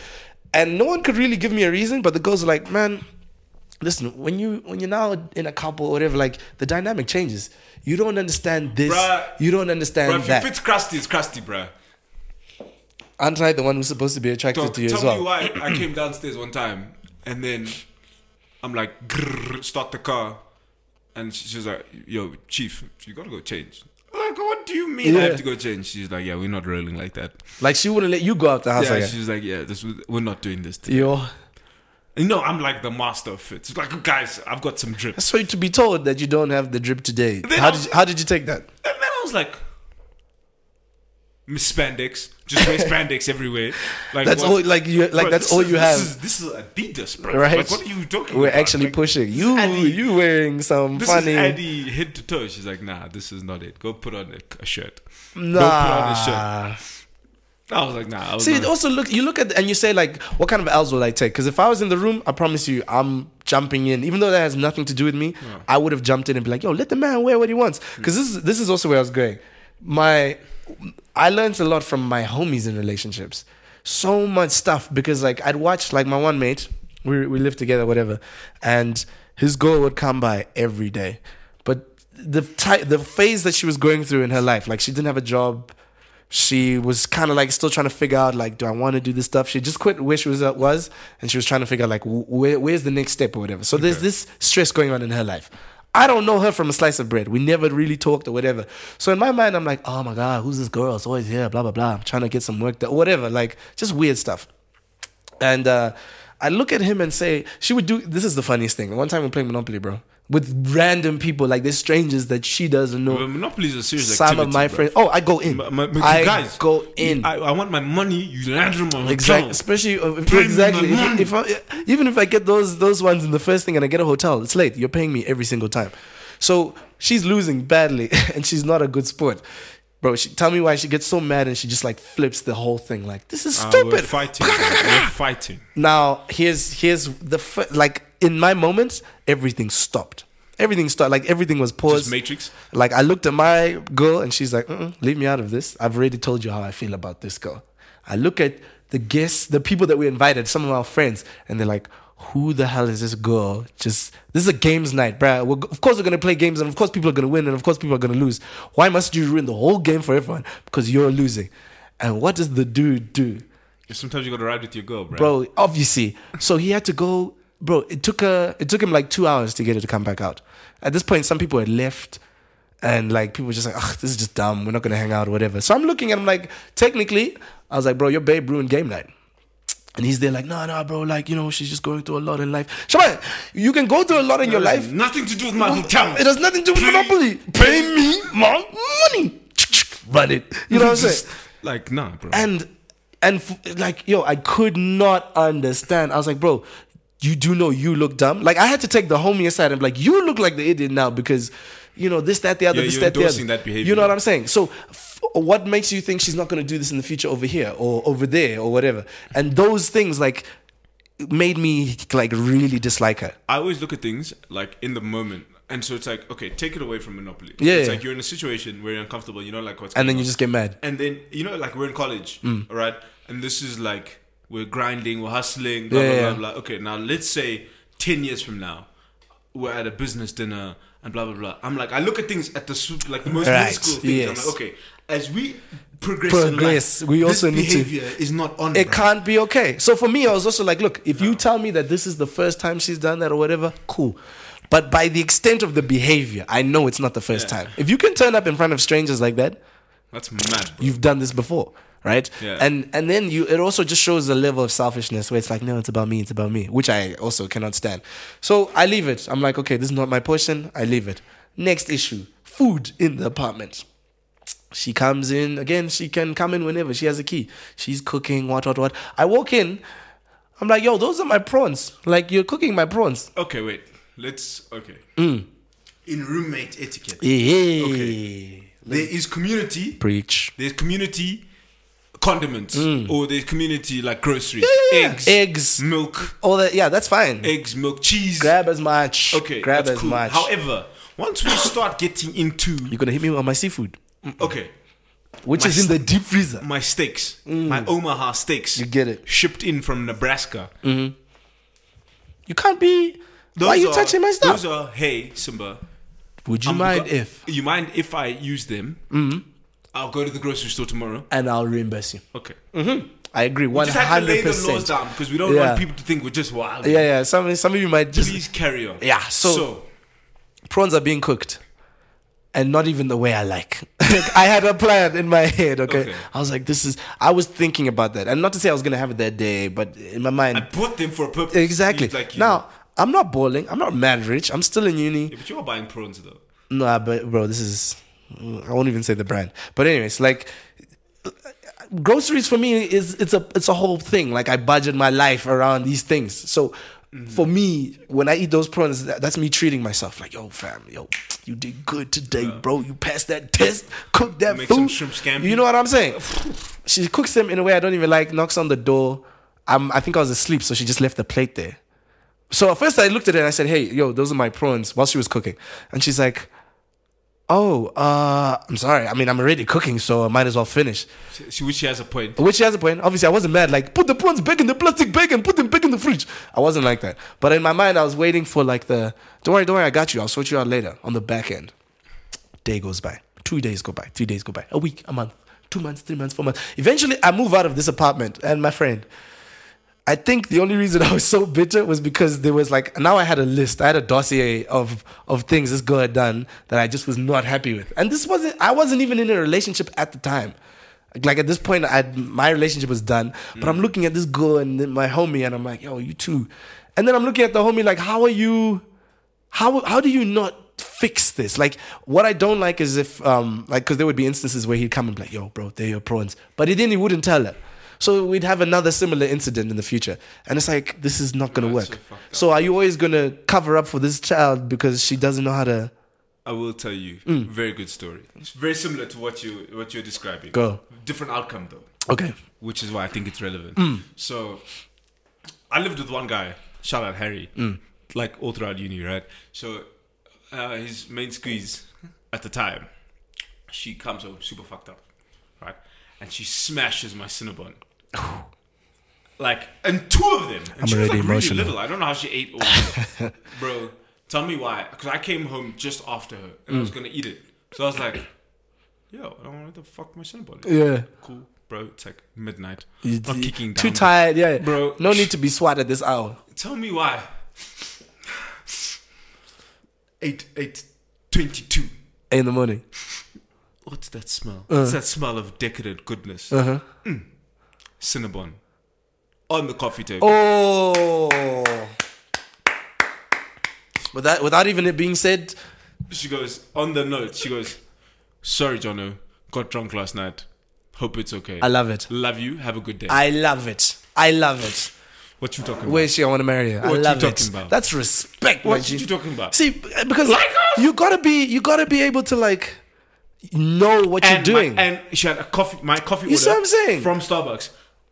Speaker 1: And no one could really give me a reason, but the girls are like, man, listen, when you when you're now in a couple or whatever, like the dynamic changes. You don't understand this.
Speaker 2: Bruh.
Speaker 1: you don't understand
Speaker 2: Bro, if
Speaker 1: that.
Speaker 2: your fits crusty, it's crusty, bro.
Speaker 1: Aren't I the one who's supposed to be attracted
Speaker 2: Dog,
Speaker 1: to you
Speaker 2: tell
Speaker 1: as well?
Speaker 2: me why I came downstairs one time and then I'm like, grrr, start the car. And she- she was like, yo, chief, you gotta go change. I'm like, what do you mean I
Speaker 1: Yeah.
Speaker 2: have to go change? She's like, yeah, we're not rolling like that.
Speaker 1: Like she wouldn't let you go out the house
Speaker 2: Yeah,
Speaker 1: like
Speaker 2: she was like, yeah, this was- we're not doing this.
Speaker 1: that. Yo.
Speaker 2: No, I'm like the master of fits. Like, guys, I've got some drip.
Speaker 1: So to be told that you don't have the drip today,
Speaker 2: They
Speaker 1: how
Speaker 2: don't-
Speaker 1: did you, how did you take that?
Speaker 2: And then I was like, Miss Spandex, just wear spandex everywhere. Like
Speaker 1: That's
Speaker 2: what-
Speaker 1: all like you like
Speaker 2: Bro,
Speaker 1: that's
Speaker 2: this
Speaker 1: all
Speaker 2: is-
Speaker 1: you
Speaker 2: this
Speaker 1: have.
Speaker 2: Is, this is Adidas, bro.
Speaker 1: Right.
Speaker 2: Like, what are you talking
Speaker 1: We're
Speaker 2: about?
Speaker 1: actually
Speaker 2: Like,
Speaker 1: pushing you.
Speaker 2: Adi.
Speaker 1: You wearing some
Speaker 2: This
Speaker 1: funny
Speaker 2: is Eddie head to toe. She's like, nah, this is not it. Go put on a, a shirt. Go put on a shirt.
Speaker 1: nah.
Speaker 2: I was like, nah. I was
Speaker 1: See,
Speaker 2: not-
Speaker 1: also look, you look at and you say like, what kind of L's will I take? Because if I was in the room, I promise you, I'm jumping in. Even though that has nothing to do with me, I would have jumped in and be like, yo, let the man wear what he wants. Because this is this is also where I was going. My, I learned a lot from my homies in relationships. So much stuff because like I'd watch like my one mate, we we lived together, whatever, and his girl would come by every day, but the ty- the phase that she was going through in her life, like she didn't have a job she was kind of like still trying to figure out like do i want to do this stuff she just quit where she was at was and she was trying to figure out like wh- where, where's the next step or whatever so there's this stress going on in her life i don't know her from a slice of bread we never really talked or whatever so in my mind i'm like oh my god who's this girl it's always here blah blah blah i'm trying to get some work done or whatever like just weird stuff and uh, I look at him and say, she would do this is the funniest thing. One time we're playing Monopoly, bro. With random people, like there's strangers that she doesn't know.
Speaker 2: But Monopoly is a serious
Speaker 1: Some of
Speaker 2: activity,
Speaker 1: my
Speaker 2: bro.
Speaker 1: friends. Oh, I go in.
Speaker 2: My- my- my-
Speaker 1: I
Speaker 2: guys,
Speaker 1: go in.
Speaker 2: I, I want my money. You land on my
Speaker 1: Exactly.
Speaker 2: hotel.
Speaker 1: Especially uh, if,
Speaker 2: Pay me
Speaker 1: exactly.
Speaker 2: my
Speaker 1: If, if I, even if I get those those ones in the first thing and I get a hotel, it's late. You're paying me every single time. So she's losing badly, [LAUGHS] and she's not a good sport. Bro, she, tell me why she gets so mad and she just like flips the whole thing. Like this is
Speaker 2: Ah,
Speaker 1: stupid.
Speaker 2: we're fighting. we're
Speaker 1: [LAUGHS]
Speaker 2: fighting.
Speaker 1: Now here's here's the fir- like in my moments everything stopped. Everything stopped. Like everything was paused.
Speaker 2: Just Matrix.
Speaker 1: Like I looked at my girl and she's like, Mm-mm, "Leave me out of this. I've already told you how I feel about this girl." I look at the guests, the people that we invited, some of our friends, and they're like, "Who the hell is this girl?" Just this is a games night, bruh. We're, of course we're gonna play games, and of course people are gonna win, and of course people are gonna lose. Why must you ruin the whole game for everyone? Because you're losing. And what does the dude do?
Speaker 2: Sometimes you gotta ride with your girl, bro.
Speaker 1: bro. Obviously, so he had to go, bro. It took a, it took him like two hours to get her to come back out. At this point, some people had left, and like people were just like, "Ugh, this is just dumb. We're not gonna hang out, or whatever." So I'm looking at him like, technically, I was like, "Bro, your babe ruined game night." And he's there like, no, no, bro, like, you know, she's just going through a lot in life. Shaman, you can go through a lot in your life.
Speaker 2: Nothing to do with my hotel.
Speaker 1: It has nothing to do with
Speaker 2: Pay-
Speaker 1: Monopoly. Pay me my money. Run it. You know what I'm saying?
Speaker 2: Like, nah, bro.
Speaker 1: and and f- like yo i could not understand i was like bro you do know you look dumb like i had to take the homie aside and be like you look like the idiot now because you know this that the other
Speaker 2: Yeah,
Speaker 1: this
Speaker 2: you're
Speaker 1: that the other
Speaker 2: endorsing that behavior.
Speaker 1: you know what i'm saying so f- f- what makes you think she's not going to do this in the future over here or over there or whatever? And those things like made me like really dislike her.
Speaker 2: I always look at things like in the moment. And so it's like, okay, take it away from Monopoly.
Speaker 1: Yeah,
Speaker 2: It's
Speaker 1: yeah.
Speaker 2: like you're in a situation where you're uncomfortable, you know, like what's
Speaker 1: And
Speaker 2: going
Speaker 1: then you
Speaker 2: on.
Speaker 1: just get mad.
Speaker 2: and then you know like we're in college
Speaker 1: Mm.
Speaker 2: all right and this is like we're grinding we're hustling blah
Speaker 1: Yeah,
Speaker 2: blah,
Speaker 1: yeah.
Speaker 2: blah blah okay now let's say 10 years from now we're at a business dinner and blah blah blah i'm like i look at things at the soup like the most
Speaker 1: Right,
Speaker 2: minuscule things
Speaker 1: yes.
Speaker 2: i'm like okay as we progress,
Speaker 1: Progress,
Speaker 2: in life,
Speaker 1: we
Speaker 2: this
Speaker 1: also need to-
Speaker 2: behavior is not on
Speaker 1: It
Speaker 2: bro.
Speaker 1: can't be okay. So for me, I was also like, look, if you tell me that this is the first time she's done that or whatever, cool. But by the extent of the behavior, I know it's not the first
Speaker 2: Yeah.
Speaker 1: time. If you can turn up in front of strangers like that,
Speaker 2: that's mad bro.
Speaker 1: you've done this before right
Speaker 2: Yeah.
Speaker 1: and and then you it also just shows a level of selfishness where it's like no it's about me it's about me which i also cannot stand so i leave it i'm like okay this is not my portion i leave it next issue food in the apartment she comes in again she can come in whenever she has a key she's cooking what what what i walk in i'm like yo those are my prawns like you're cooking my prawns
Speaker 2: okay wait let's okay
Speaker 1: Mm.
Speaker 3: In roommate etiquette,
Speaker 1: yeah
Speaker 2: there is community
Speaker 1: preach
Speaker 2: there's community condiments or there's community like groceries
Speaker 1: Mm. Yeah.
Speaker 2: eggs
Speaker 1: eggs
Speaker 2: milk
Speaker 1: all that yeah that's fine
Speaker 2: eggs milk cheese
Speaker 1: grab as much
Speaker 2: Okay,
Speaker 1: grab
Speaker 2: that's
Speaker 1: as
Speaker 2: cool.
Speaker 1: much
Speaker 2: However, once we start getting
Speaker 1: [LAUGHS]
Speaker 2: into
Speaker 1: You're gonna hit me on my seafood,
Speaker 2: okay,
Speaker 1: which
Speaker 2: My
Speaker 1: is in the deep freezer.
Speaker 2: my steaks, my Omaha steaks,
Speaker 1: Mm. You get it.
Speaker 2: shipped in from Nebraska.
Speaker 1: You can't be. why are you touching my stuff?
Speaker 2: Those are hey Simba.
Speaker 1: Would you
Speaker 2: I'm
Speaker 1: mind
Speaker 2: go-
Speaker 1: if? Mm.
Speaker 2: you mind if I use them? I'll go to the grocery store tomorrow.
Speaker 1: And I'll reimburse you.
Speaker 2: Okay,
Speaker 1: I agree, one
Speaker 2: just have to lay
Speaker 1: Mm. hundred
Speaker 2: the laws
Speaker 1: percent.
Speaker 2: down because we don't
Speaker 1: Yeah.
Speaker 2: want people to think we're just wild.
Speaker 1: Yeah, yeah. Some some of you might just
Speaker 2: Please carry on.
Speaker 1: Yeah, so- prawns are being cooked, and not even the way I like. [LAUGHS] I had a plan in my head. Okay?
Speaker 2: Okay.
Speaker 1: I was like, this is. I was thinking about that, and not to say I was gonna have it that day, but in my mind,
Speaker 2: I bought them for a purpose.
Speaker 1: exactly.
Speaker 2: It's Like you
Speaker 1: now I'm not balling. I'm not mad rich. I'm still in uni.
Speaker 2: Yeah, but you are buying prawns though.
Speaker 1: Nah, ah, but bro, this is I won't even say the brand. But anyways, like groceries for me is it's a it's a whole thing. Like I budget my life around these things. So
Speaker 2: Mm-hmm.
Speaker 1: for me, when I eat those prawns, that, that's me treating myself. Like yo, fam, yo, you did good today, bro. You passed that test. Cook that
Speaker 2: Make
Speaker 1: food.
Speaker 2: some shrimp scampi.
Speaker 1: You know what I'm saying? she cooks them in a way I don't even like. Knocks on the door. I'm, I think I was asleep, so she just left the plate there. So at first I looked at it and I said, "Hey, yo, those are my prawns." While she was cooking, and she's like, "Oh, uh, I'm sorry. I mean, I'm already cooking, so I might as well finish."
Speaker 2: She, which she has a point.
Speaker 1: Which she has a point. Obviously, I wasn't mad. Like, put the prawns back in the plastic bag and put them back in the fridge. I wasn't like that. But in my mind, I was waiting for like the don't worry, don't worry, I got you. I'll sort you out later on the back end. Day goes by. Two days go by. Three days go by. A week, a month, two months, three months, four months. Eventually, I move out of this apartment and my friend. I think the only reason [LAUGHS] I was so bitter was because there was like now I had a list, I had a dossier of of things this girl had done that I just was not happy with, and this wasn't I wasn't even in a relationship at the time. Like at this point, I my relationship was done, but I'm looking at this girl and then my homie, and I'm like, yo, you too, and then I'm looking at the homie like, how are you? how how do you not fix this? Like what I don't like is if um like because there would be instances where he'd come and be like, "Yo, bro, they're your prawns," but he then he wouldn't tell her. So we'd have another similar incident in the future, and it's like this is not gonna
Speaker 2: That's
Speaker 1: work.
Speaker 2: so fucked up.
Speaker 1: So are you always gonna cover up for this child because she doesn't know how to
Speaker 2: I will tell you. Very good story. It's very similar to what you what you're describing.
Speaker 1: go?
Speaker 2: Different outcome though,
Speaker 1: Okay,
Speaker 2: which is why I think it's relevant.
Speaker 1: Mm.
Speaker 2: So, I lived with one guy. Shout out Harry.
Speaker 1: Mm.
Speaker 2: Like all throughout uni, right? So, uh, his main squeeze at the time, she comes home super fucked up, right? And she smashes my
Speaker 1: [SIGHS]
Speaker 2: Cinnabon. Like and two of them. And
Speaker 1: I'm
Speaker 2: she was
Speaker 1: already
Speaker 2: like
Speaker 1: emotional.
Speaker 2: really little. I don't know how she ate all of
Speaker 1: [LAUGHS]
Speaker 2: them. Bro, tell me why. Because I came home just after her and
Speaker 1: Mm.
Speaker 2: I was gonna eat it. So I was like, yo, I don't want to fuck my Cinnabon.
Speaker 1: yeah,
Speaker 2: Cool, bro. It's like midnight.
Speaker 1: You-
Speaker 2: Not kicking down.
Speaker 1: too tired, yeah,
Speaker 2: Bro.
Speaker 1: No need to be swat at this hour.
Speaker 2: Tell me why. Eight eight twenty two.
Speaker 1: In the morning,
Speaker 2: What's that smell? It's that smell of decadent goodness.
Speaker 1: Uh.
Speaker 2: Mm.
Speaker 1: uh-huh.
Speaker 2: Cinnabon. On the coffee table.
Speaker 1: oh, without without even it being said,
Speaker 2: She goes, on the note, she goes, Sorry, Jono. Got drunk last night. Hope it's okay.
Speaker 1: I love it.
Speaker 2: Love you. Have a good day.
Speaker 1: I love it. I love it.
Speaker 2: what you talking
Speaker 1: Where is she? I want to marry her.
Speaker 2: What
Speaker 1: I
Speaker 2: you
Speaker 1: love
Speaker 2: talking
Speaker 1: it.
Speaker 2: about?
Speaker 1: That's respect,
Speaker 2: about?
Speaker 1: my
Speaker 2: What
Speaker 1: G.
Speaker 2: you talking about?
Speaker 1: See, because you gotta be, you gotta be able to like know what
Speaker 2: and
Speaker 1: you're doing.
Speaker 2: My, and she had a coffee, my coffee
Speaker 1: You
Speaker 2: order
Speaker 1: see what I'm saying?
Speaker 2: from Starbucks,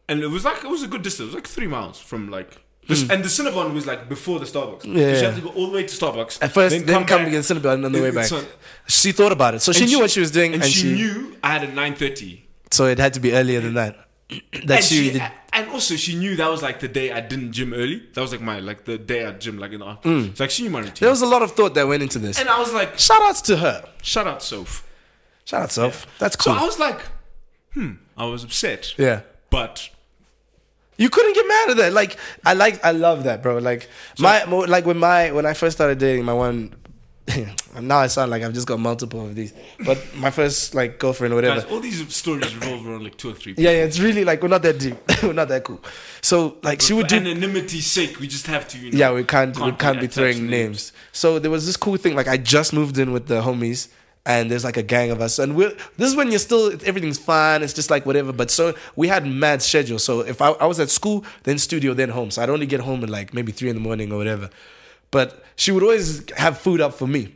Speaker 2: and it was like it was a good distance. It was like three miles from like. This, And the Cinnabon was like before the Starbucks. So
Speaker 1: Mm. Yeah.
Speaker 2: she had to go all the way to Starbucks.
Speaker 1: At first, then, come,
Speaker 2: back.
Speaker 1: again, Cinnabon on the
Speaker 2: It-
Speaker 1: way back.
Speaker 2: it's on-
Speaker 1: she thought about it, so she
Speaker 2: And
Speaker 1: knew what she was doing,
Speaker 2: and, she,
Speaker 1: she,
Speaker 2: knew I had a 9:30.
Speaker 1: so it had to be earlier than that. that
Speaker 2: And
Speaker 1: she,
Speaker 2: she,
Speaker 1: did,
Speaker 2: and also she knew that was like the day I didn't gym early. That was like my like the day I gym like in the afternoon. So like she knew my routine.
Speaker 1: there was a lot of thought Mm. that went into this.
Speaker 2: and I was like,
Speaker 1: Shout outs to her.
Speaker 2: shut out, Soph.
Speaker 1: Shout out, Soph. That's
Speaker 2: So
Speaker 1: cool.
Speaker 2: I was like, hmm, I was upset.
Speaker 1: yeah.
Speaker 2: But
Speaker 1: You couldn't get mad at that. Like I like I love that, bro. Like my mo- like when my when I first started dating my one [LAUGHS] now I sound like I've just got multiple of these. But my first like girlfriend or whatever.
Speaker 2: guys, all these stories revolve around like two or three people.
Speaker 1: Yeah, yeah, it's really like we're not that deep. [LAUGHS] we're not that cool. So like she
Speaker 2: For
Speaker 1: would do
Speaker 2: anonymity's sake, we just have to, you know.
Speaker 1: Yeah, we can't, we can't be
Speaker 2: attach
Speaker 1: throwing
Speaker 2: names.
Speaker 1: names. So there was this cool thing. Like I just moved in with the homies, and there's like a gang of us, and we're this is when you're still everything's fine. It's just like whatever. But so we had mad schedule. So if I, I was at school, then studio, then home. So I'd only get home at like maybe three in the morning or whatever. But she would always have food up for me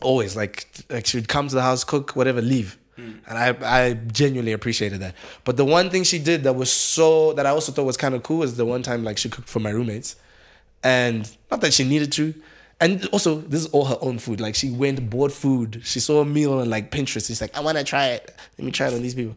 Speaker 1: always like like she would come to the house cook whatever leave and I, I genuinely appreciated that but the one thing she did that was so that i also thought was kind of cool is the one time like she cooked for my roommates and not that she needed to and also this is all her own food like she went bought food she saw a meal on like pinterest she's like i want to try it let me try it on these people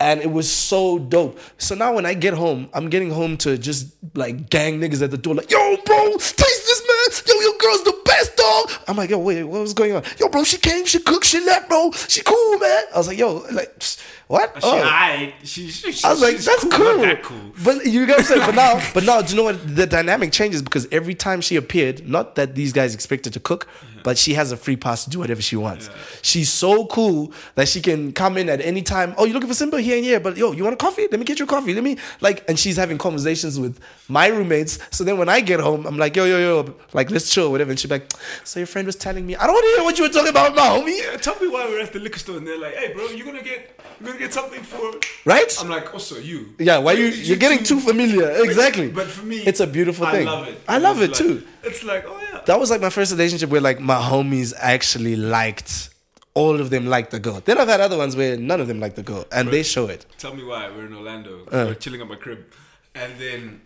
Speaker 1: and it was so dope. So now when I get home, I'm getting home to just like gang niggas at the door, like, yo, bro, taste this man. Yo, your girl's the best dog. I'm like, yo, wait, what was going on? Yo, bro, she came, she cooked, she left, bro. She cool, man. I was like, yo, like, psst, what?
Speaker 2: She,
Speaker 1: Oh.
Speaker 2: I, she, she,
Speaker 1: I was like,
Speaker 2: she's
Speaker 1: that's
Speaker 2: cool,
Speaker 1: cool.
Speaker 2: not that cool.
Speaker 1: But you get what I'm saying? But now,
Speaker 2: [LAUGHS]
Speaker 1: but now, do you know what? The dynamic changes because every time she appeared, not that these guys expected to cook, but she has a free pass to do whatever she wants. She's so cool that she can come in at any time. Oh, you're looking for Simba here and here, but yo, you want a coffee? Let me get you a coffee. Let me, like, and she's having conversations with my roommates. So then when I get home, I'm like, yo, yo, yo, like, let's chill, whatever. And she's like, so your friend was telling me, I don't want to hear what you were talking about, my homie.
Speaker 2: Yeah, tell me why we're at the liquor store and they're like, hey, bro, you're gonna get, you're gonna get something for.
Speaker 1: Right?
Speaker 2: I'm like, also you.
Speaker 1: Yeah, why you
Speaker 2: You
Speaker 1: you're getting too familiar? Exactly.
Speaker 2: [LAUGHS] But for me,
Speaker 1: it's a beautiful
Speaker 2: I
Speaker 1: thing.
Speaker 2: love it.
Speaker 1: I love it
Speaker 2: It's like-
Speaker 1: too.
Speaker 2: It's like, oh yeah.
Speaker 1: That was like my first relationship where like my homies actually liked all of them liked the girl. Then I've had other ones where none of them liked the girl, and they show it.
Speaker 2: Tell me why we're in Orlando.
Speaker 1: Uh.
Speaker 2: We're chilling at my crib, and then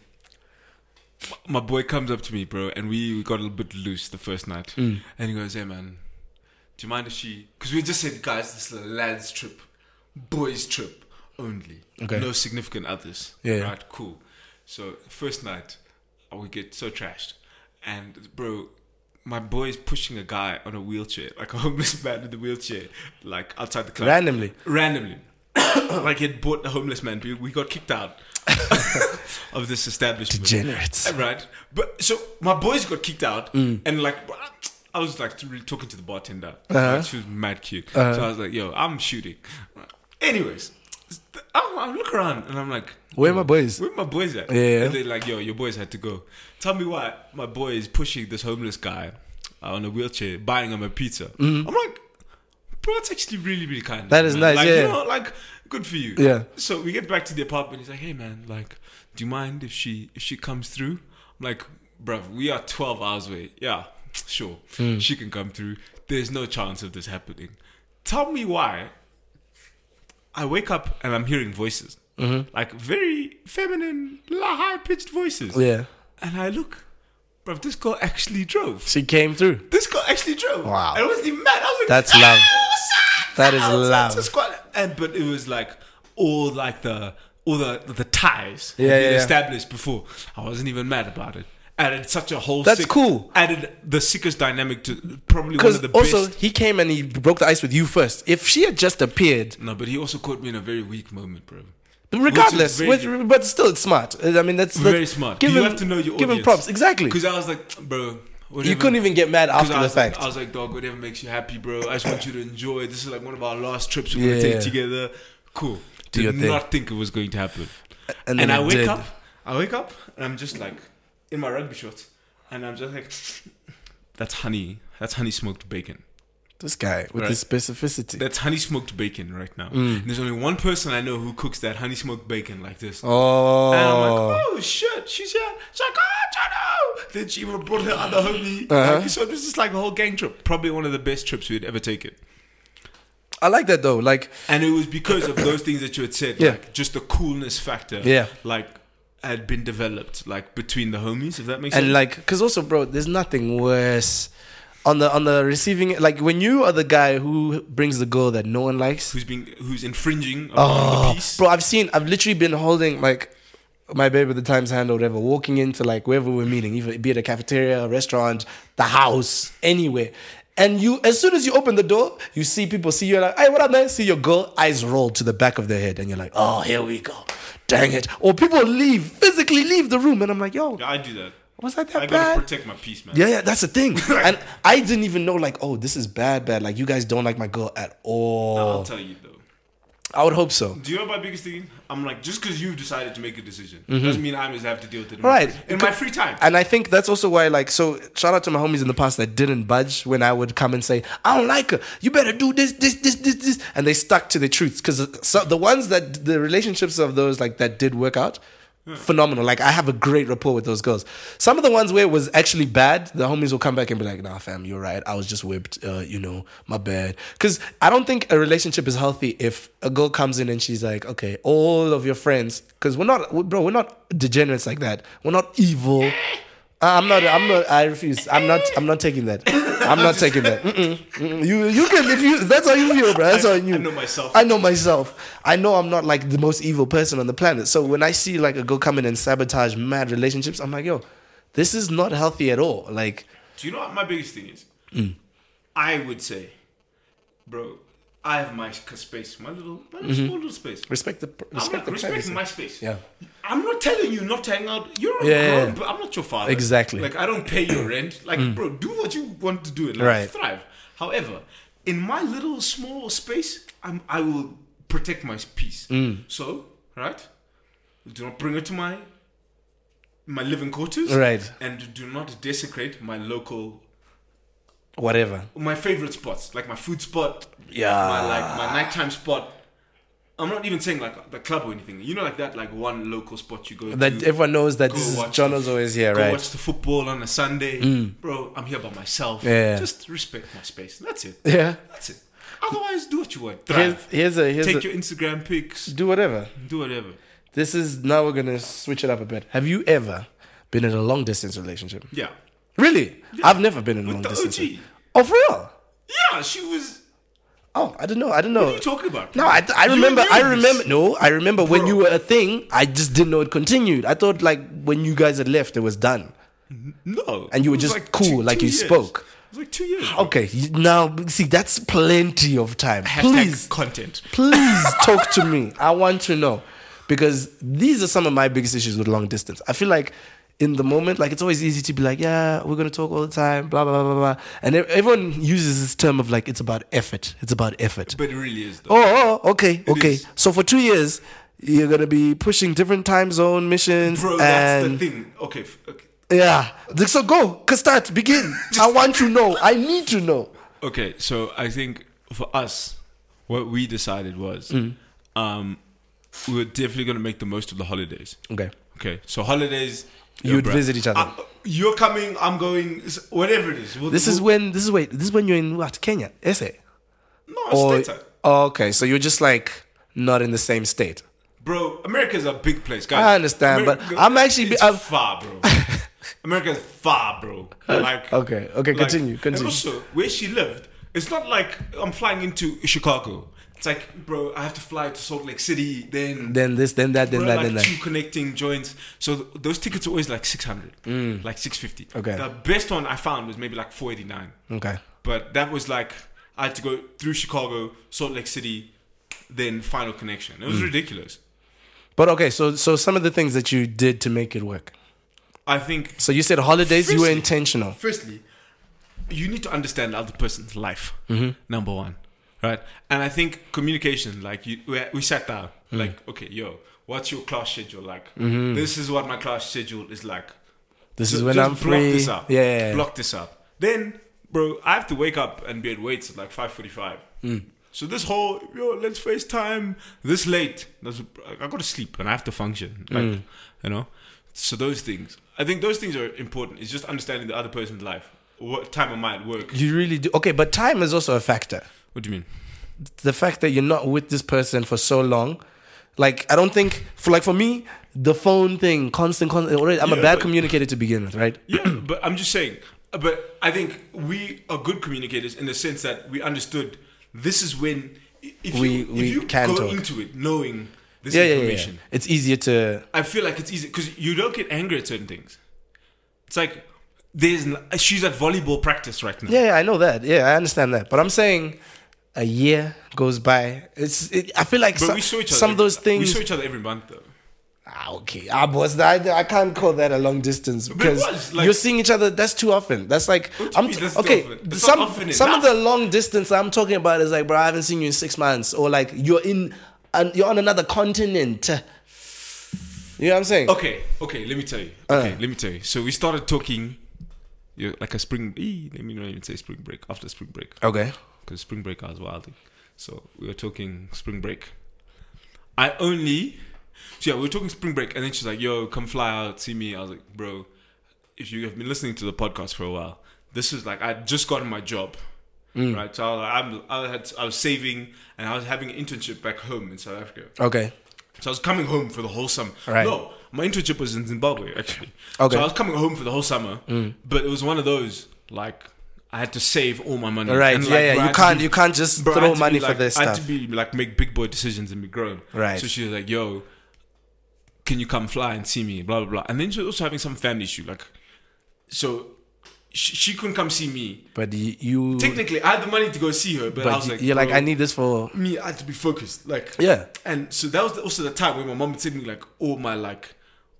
Speaker 2: my boy comes up to me, bro, and we got a little bit loose the first night.
Speaker 1: Mm.
Speaker 2: And he goes, "Hey, man, do you mind if she?" Because we just said, "Guys, this is a lads' trip, boys' trip only.
Speaker 1: Okay.
Speaker 2: No significant others.
Speaker 1: Yeah.
Speaker 2: right, cool." So first night, uh, we get so trashed, and bro. My boy is pushing a guy on a wheelchair, like a homeless [LAUGHS] man in the wheelchair, like outside the club.
Speaker 1: Randomly.
Speaker 2: Randomly. [COUGHS] like he had bought a homeless man. We- We got kicked out of this establishment.
Speaker 1: Degenerates.
Speaker 2: Right. But so my boys got kicked out and like I was like really talking to the bartender. Like, she was mad cute. So I was like, yo, I'm shooting. Anyways, I, I look around and I'm like,
Speaker 1: Where are my boys?
Speaker 2: where my boys at?
Speaker 1: Yeah.
Speaker 2: And they're like, yo, your boys had to go. Tell me why my boy is pushing this homeless guy uh, on a wheelchair, buying him a pizza. I'm like, bro, that's actually really, really kind. of
Speaker 1: Mm-hmm. That
Speaker 2: you,
Speaker 1: is
Speaker 2: man."
Speaker 1: nice,
Speaker 2: Like,
Speaker 1: yeah.
Speaker 2: You know, like, good for you.
Speaker 1: Yeah.
Speaker 2: So we get back to the apartment. He's like, hey, man, like, do you mind if she if she comes through? I'm like, bruv, we are 12 hours away. Yeah, sure.
Speaker 1: Hmm.
Speaker 2: She can come through. There's no chance of this happening. Tell me why I wake up and I'm hearing voices,
Speaker 1: Mm-hmm.
Speaker 2: like very feminine, high pitched voices.
Speaker 1: Yeah.
Speaker 2: And I look, bruv, this girl actually drove.
Speaker 1: She came through.
Speaker 2: This girl actually drove.
Speaker 1: Wow.
Speaker 2: And I wasn't even mad. I was like,
Speaker 1: That's
Speaker 2: "Ah,
Speaker 1: love.
Speaker 2: what's up?"
Speaker 1: That is
Speaker 2: I was like,
Speaker 1: love.
Speaker 2: "This quite-" And but it was like all like the all the the ties
Speaker 1: Yeah,
Speaker 2: had been
Speaker 1: yeah, yeah.
Speaker 2: established before. I wasn't even mad about it. Added such a whole.
Speaker 1: That's cool.
Speaker 2: Added the sickest dynamic to probably one
Speaker 1: Because
Speaker 2: of the
Speaker 1: also
Speaker 2: best.
Speaker 1: he came and he broke the ice with you first. If she had just appeared,
Speaker 2: No, but he also caught me in a very weak moment, bro.
Speaker 1: regardless,
Speaker 2: very
Speaker 1: which- but still it's smart. I mean that's, that's
Speaker 2: very smart.
Speaker 1: Give
Speaker 2: you
Speaker 1: him,
Speaker 2: have to know your
Speaker 1: give him
Speaker 2: audience.
Speaker 1: props exactly.
Speaker 2: Because I was like, bro, whatever.
Speaker 1: You couldn't even get mad
Speaker 2: 'Cause
Speaker 1: after
Speaker 2: I
Speaker 1: the
Speaker 2: was like-
Speaker 1: fact.
Speaker 2: I was like, dog, whatever makes you happy, bro. I just want you to enjoy. This is like one of our last trips we're
Speaker 1: Yeah.
Speaker 2: gonna take together. Cool.
Speaker 1: Do your
Speaker 2: Did
Speaker 1: thing.
Speaker 2: not think it was going to happen.
Speaker 1: and
Speaker 2: And,
Speaker 1: then
Speaker 2: I
Speaker 1: it
Speaker 2: wake
Speaker 1: did.
Speaker 2: up. I wake up and I'm just like in my rugby shorts, and I'm just like, that's honey. That's honey smoked bacon.
Speaker 1: This guy with
Speaker 2: Right.
Speaker 1: his specificity.
Speaker 2: That's honey smoked bacon right now.
Speaker 1: Mm.
Speaker 2: And there's only one person I know who cooks that honey smoked bacon like this.
Speaker 1: oh.
Speaker 2: And I'm like, oh shit, she's here. She's like, oh, Jono. Then she even brought her other
Speaker 1: Uh-huh.
Speaker 2: homie. Like, so it was just like a whole gang trip. Probably one of the best trips we'd ever taken.
Speaker 1: I like that though. Like
Speaker 2: And it was because of those things that you had said,
Speaker 1: Yeah.
Speaker 2: like just the coolness factor,
Speaker 1: Yeah.
Speaker 2: like had been developed, like between the homies, if that makes
Speaker 1: and
Speaker 2: sense.
Speaker 1: like because also bro there's nothing worse on the on the receiving like when you are the guy who brings the girl that no one likes
Speaker 2: who's been who's infringing upon the
Speaker 1: oh
Speaker 2: piece?
Speaker 1: bro i've seen i've literally been holding like my babe at the times hand or whatever walking into like wherever we're meeting even be it a cafeteria a restaurant the house anywhere and you as soon as you open the door you see people see you like hey what up man see your girl eyes roll to the back of their head and you're like oh here we go dang it or people leave physically leave the room and i'm like yo
Speaker 2: Yeah, I do that.
Speaker 1: was that that
Speaker 2: I
Speaker 1: bad
Speaker 2: gotta protect my piece, man.
Speaker 1: yeah, yeah, that's the thing. and I didn't even know, like, oh, this is bad, bad. Like, you guys don't like my girl at
Speaker 2: I'll
Speaker 1: all.
Speaker 2: tell you though.
Speaker 1: I would hope so.
Speaker 2: Do you know my biggest thing? I'm like, just because you've decided to make a decision doesn't mean I just have to deal with it. in my-
Speaker 1: Mm-hmm. Right.
Speaker 2: In my free time.
Speaker 1: And I think that's also why, like, so shout out to my homies in the past that didn't budge when I would come and say, I don't like her. You better do this, this, this, this, this. And they stuck to the truths. Because so the ones that, the relationships of those, like, that did work out, phenomenal. Like, I have a great rapport with those girls. Some of the ones where it was actually bad, the homies will come back and be like, nah, fam, you're right. I was just whipped. Uh, you know, my bad. Because I don't think a relationship is healthy if a girl comes in and she's like, okay, all of your friends, because we're not, bro, we're not degenerates like that. We're not evil. Uh, I'm not. I'm not. I refuse. I'm not. I'm not taking that. I'm not taking that. Mm-mm, mm-mm. You. You can. If you. That's how you feel, bro. That's how
Speaker 2: I-
Speaker 1: you.
Speaker 2: I know myself.
Speaker 1: I know myself. I know I'm not like the most evil person on the planet. So when I see like a girl come in and sabotage mad relationships, I'm like, yo, this is not healthy at all. Like,
Speaker 2: Do you know what my biggest thing is?
Speaker 1: Mm.
Speaker 2: I would say, bro, I have my c- space, my little, my little small little space.
Speaker 1: respect the.
Speaker 2: I'm
Speaker 1: Mm-hmm. Respect
Speaker 2: like,
Speaker 1: the
Speaker 2: respect
Speaker 1: privacy.
Speaker 2: my space.
Speaker 1: Yeah.
Speaker 2: I'm not telling you not to hang out. You're a
Speaker 1: Yeah,
Speaker 2: grown,
Speaker 1: yeah.
Speaker 2: but I'm not your father.
Speaker 1: Exactly. Mm.
Speaker 2: Like I don't
Speaker 1: [CLEARS THROAT]
Speaker 2: pay your rent. Like, bro, do what you want to do and like,
Speaker 1: Right.
Speaker 2: thrive. However, in my little small space, I'm I will protect my peace.
Speaker 1: Mm.
Speaker 2: So, right? Do not bring it to my my living quarters.
Speaker 1: Right.
Speaker 2: And do not desecrate my local
Speaker 1: Whatever.
Speaker 2: my favorite spots, like my food spot,
Speaker 1: Yeah.
Speaker 2: my like
Speaker 1: Ah.
Speaker 2: my nighttime spot. I'm not even saying like uh, the club or anything. You know, like that, like one local spot you go
Speaker 1: That
Speaker 2: to.
Speaker 1: everyone knows that
Speaker 2: Go
Speaker 1: this is
Speaker 2: watch
Speaker 1: Jono's
Speaker 2: the-
Speaker 1: always here,
Speaker 2: go
Speaker 1: right? Mm.
Speaker 2: watch the football on a Sunday, bro. I'm here by myself.
Speaker 1: Yeah.
Speaker 2: just respect my space. That's it.
Speaker 1: [LAUGHS] Yeah.
Speaker 2: That's it. Otherwise, do what you want.
Speaker 1: Here's,
Speaker 2: Thrive.
Speaker 1: here's a. Here's
Speaker 2: Take
Speaker 1: a,
Speaker 2: your Instagram pics.
Speaker 1: do whatever.
Speaker 2: Do whatever.
Speaker 1: This is now we're gonna switch it up a bit. Have you ever been in a long distance relationship?
Speaker 2: Yeah.
Speaker 1: Really? I've never been in a long
Speaker 2: With the
Speaker 1: distance.
Speaker 2: OG.
Speaker 1: Oh, for real?
Speaker 2: Yeah, she was.
Speaker 1: Oh, I don't know. I don't know.
Speaker 2: What are you talking about?
Speaker 1: no, I, th- I
Speaker 2: You
Speaker 1: remember.
Speaker 2: knew
Speaker 1: I
Speaker 2: this.
Speaker 1: remember. No, I remember when
Speaker 2: Bro.
Speaker 1: you were a thing. I just didn't know it continued. I thought like when you guys had left, it was done.
Speaker 2: No.
Speaker 1: And you were
Speaker 2: It was
Speaker 1: just cool, like you
Speaker 2: years.
Speaker 1: spoke.
Speaker 2: It was like two years. bro.
Speaker 1: Okay, you- now see that's plenty of time.
Speaker 2: Hashtag
Speaker 1: Please,
Speaker 2: content.
Speaker 1: please talk to me. I want to know because these are some of my biggest issues with long distance. I feel like in the moment, like it's always easy to be like, yeah, we're gonna talk all the time, blah blah blah blah blah, and ev- everyone uses this term of like it's about effort. It's about effort.
Speaker 2: But it really is. Though.
Speaker 1: Oh, oh, okay, okay.
Speaker 2: is.
Speaker 1: So for two years, you're gonna be pushing different time zone missions,
Speaker 2: Bro, that's the
Speaker 1: and
Speaker 2: thing. Okay, f- okay.
Speaker 1: yeah. So go, c- start,
Speaker 2: [LAUGHS]
Speaker 1: begin. I want to know. I need to know.
Speaker 2: Okay, so I think for us, what we decided was
Speaker 1: Mm.
Speaker 2: um, we were definitely going to make the most of the holidays.
Speaker 1: Okay.
Speaker 2: Okay, so holidays.
Speaker 1: You would visit each other.
Speaker 2: I- you're coming, I'm going, s- whatever it is. We'll-
Speaker 1: This is
Speaker 2: we'll-
Speaker 1: when this is wait this is when you're in what Kenya, is it?
Speaker 2: No,
Speaker 1: Or
Speaker 2: it's later.
Speaker 1: oh, okay, so you're just like not in the same state.
Speaker 2: Bro, America's a big place, guys.
Speaker 1: I understand, but I'm actually-
Speaker 2: It's
Speaker 1: I've-
Speaker 2: far,
Speaker 1: [LAUGHS]
Speaker 2: bro. America's far, bro. Like
Speaker 1: Okay, okay, continue,
Speaker 2: and
Speaker 1: continue.
Speaker 2: also, where she lived, it's not like I'm flying into Chicago. It's like, bro, I have to fly to Salt Lake City, then
Speaker 1: Then this, then that, then
Speaker 2: bro,
Speaker 1: that,
Speaker 2: like
Speaker 1: then that.
Speaker 2: two connecting joints. So th- those tickets are always like 600, like 650.
Speaker 1: Okay.
Speaker 2: The best one I found was maybe like 489.
Speaker 1: Okay.
Speaker 2: But that was like I had to go through Chicago, Salt Lake City, then final connection. It was ridiculous.
Speaker 1: But okay, so so some of the things that you did to make it work.
Speaker 2: I think
Speaker 1: So you said holidays, you were
Speaker 2: Firstly-
Speaker 1: intentional.
Speaker 2: firstly, you need to understand the other person's life. Number one, right? And I think communication, like you, we, we sat down, like, okay, yo, what's your class schedule like? This is what my class schedule is like.
Speaker 1: This is
Speaker 2: Ju-
Speaker 1: when
Speaker 2: just
Speaker 1: I'm
Speaker 2: block
Speaker 1: free.
Speaker 2: This up.
Speaker 1: Yeah, yeah, yeah.
Speaker 2: block this up. Then, bro, I have to wake up and be at weights at like five forty-five.
Speaker 1: Hmm.
Speaker 2: So this whole yo, let's FaceTime this late. That's, I got to sleep and I have to function. Like,
Speaker 1: Hmm.
Speaker 2: you know. So those things, I think those things are important. It's just understanding the other person's life, what time am I at work?
Speaker 1: You really do. Okay, but time is also a factor.
Speaker 2: What do you mean?
Speaker 1: the fact that you're not with this person for so long, like I don't think for like for me, the phone thing, constant, constant. Already, I'm a
Speaker 2: Yeah,
Speaker 1: bad
Speaker 2: but-
Speaker 1: communicator to begin with, right?
Speaker 2: Yeah, [COUGHS] but I'm just saying. But I think we are good communicators in the sense that we understood this is when if
Speaker 1: We-
Speaker 2: you,
Speaker 1: we
Speaker 2: if you
Speaker 1: can
Speaker 2: go
Speaker 1: talk.
Speaker 2: into it knowing this
Speaker 1: Yeah, yeah, yeah, yeah.
Speaker 2: information,
Speaker 1: It's easier to
Speaker 2: I feel like it's easy because you don't get angry at certain things. It's like there's n- she's at volleyball practice right now.
Speaker 1: Yeah, yeah, I know that. Yeah, I understand that. But I'm saying a year goes by. It's. It, I feel like
Speaker 2: But
Speaker 1: some,
Speaker 2: we saw each other.
Speaker 1: some of
Speaker 2: every-
Speaker 1: those things.
Speaker 2: We saw each other every month, though.
Speaker 1: ah, okay, ah, boss, I, I can't call that a long distance because
Speaker 2: was, like-
Speaker 1: you're seeing each other. That's too often. That's like
Speaker 2: do you
Speaker 1: I'm
Speaker 2: mean that's too
Speaker 1: okay.
Speaker 2: often? That's
Speaker 1: some
Speaker 2: not often
Speaker 1: some of the
Speaker 2: enough.
Speaker 1: long distance I'm talking about is like, bro, I haven't seen you in six months, or like you're in, and you're on another continent. You know what I'm saying?
Speaker 2: Okay, okay, let me tell you.
Speaker 1: Uh.
Speaker 2: Okay, let me tell you. So we started talking, you know, like a spring. ee, Let me not even say spring break. After spring break,
Speaker 1: Okay.
Speaker 2: because spring break I was wilding. So we were talking spring break. I only, so yeah, we were talking spring break, and then she's like, "Yo, come fly out, see me." I was like, "Bro, if you have been listening to the podcast for a while, this is like I just got my job,
Speaker 1: Mm.
Speaker 2: right? So I, I'm, I had I was saving, and I was having an internship back home in South Africa.
Speaker 1: Okay.
Speaker 2: So I was coming home for the whole summer.
Speaker 1: Right.
Speaker 2: No, my internship was in Zimbabwe actually.
Speaker 1: [LAUGHS] Okay. Mm.
Speaker 2: So I was coming home for the whole summer, but it was one of those like I had to save all my money.
Speaker 1: All right.
Speaker 2: And,
Speaker 1: yeah,
Speaker 2: like, bro, I
Speaker 1: yeah. You
Speaker 2: had to
Speaker 1: can't.
Speaker 2: be-
Speaker 1: you can't just
Speaker 2: bro, I had
Speaker 1: throw
Speaker 2: to be,
Speaker 1: money for
Speaker 2: like-
Speaker 1: this
Speaker 2: I had
Speaker 1: stuff.
Speaker 2: to be like make big boy decisions and be grown.
Speaker 1: Right.
Speaker 2: So she was like, "Yo, can you come fly and see me?" Blah blah blah. And then she was also having some family issue, like so. She, she couldn't come see me.
Speaker 1: but y- you.
Speaker 2: Technically, I had the money to go see her, but, I
Speaker 1: But
Speaker 2: was
Speaker 1: y-
Speaker 2: like,
Speaker 1: you're like,
Speaker 2: bro,
Speaker 1: I need this for.
Speaker 2: me. I had to be focused. Like,
Speaker 1: Yeah.
Speaker 2: and so that was also the time when my mom would send me like all my like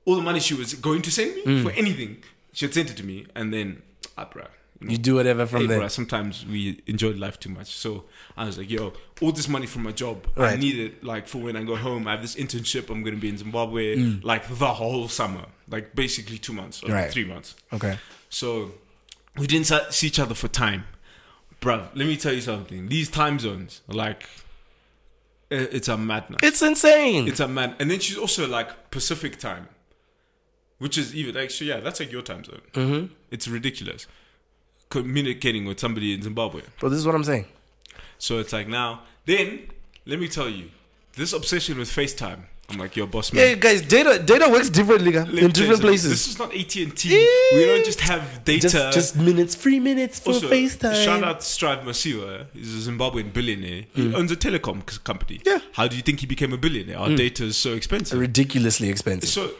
Speaker 2: all the money she was going to send me
Speaker 1: Mm.
Speaker 2: for anything. She had sent it to me, and then ah, bruh, you know,
Speaker 1: You do whatever from
Speaker 2: hey,
Speaker 1: there.
Speaker 2: bruh, sometimes we enjoyed life too much. So I was like, yo, all this money from my job, I
Speaker 1: Right.
Speaker 2: need it like for when I go home. I have this internship. I'm gonna be in Zimbabwe like the whole summer, like basically two months or
Speaker 1: Mm. Right.
Speaker 2: three months.
Speaker 1: Okay.
Speaker 2: So we didn't sa- see each other for time. Bruv, let me tell you something. These time zones, like, i- it's a madness.
Speaker 1: It's insane.
Speaker 2: It's a man. And then she's also like Pacific time, which is even actually, yeah, that's like your time zone. Mm-hmm. It's ridiculous. Communicating with somebody in Zimbabwe.
Speaker 1: But this is what I'm saying.
Speaker 2: So it's like now, then, let me tell you, this obsession with FaceTime. I'm like, yo, boss man.
Speaker 1: Yeah, guys, data data works differently guy,
Speaker 2: let me
Speaker 1: in
Speaker 2: tell you
Speaker 1: different
Speaker 2: something.
Speaker 1: places.
Speaker 2: This is not AT and T. We don't just have data.
Speaker 1: Just just minutes, three minutes for
Speaker 2: Also,
Speaker 1: FaceTime.
Speaker 2: Shout out to Strive Masiwa. He's a Zimbabwean billionaire. He owns a telecom c- company.
Speaker 1: Mm. Yeah. Mm.
Speaker 2: How do you think he became a billionaire? Our data is so expensive.
Speaker 1: Ridiculously expensive.
Speaker 2: so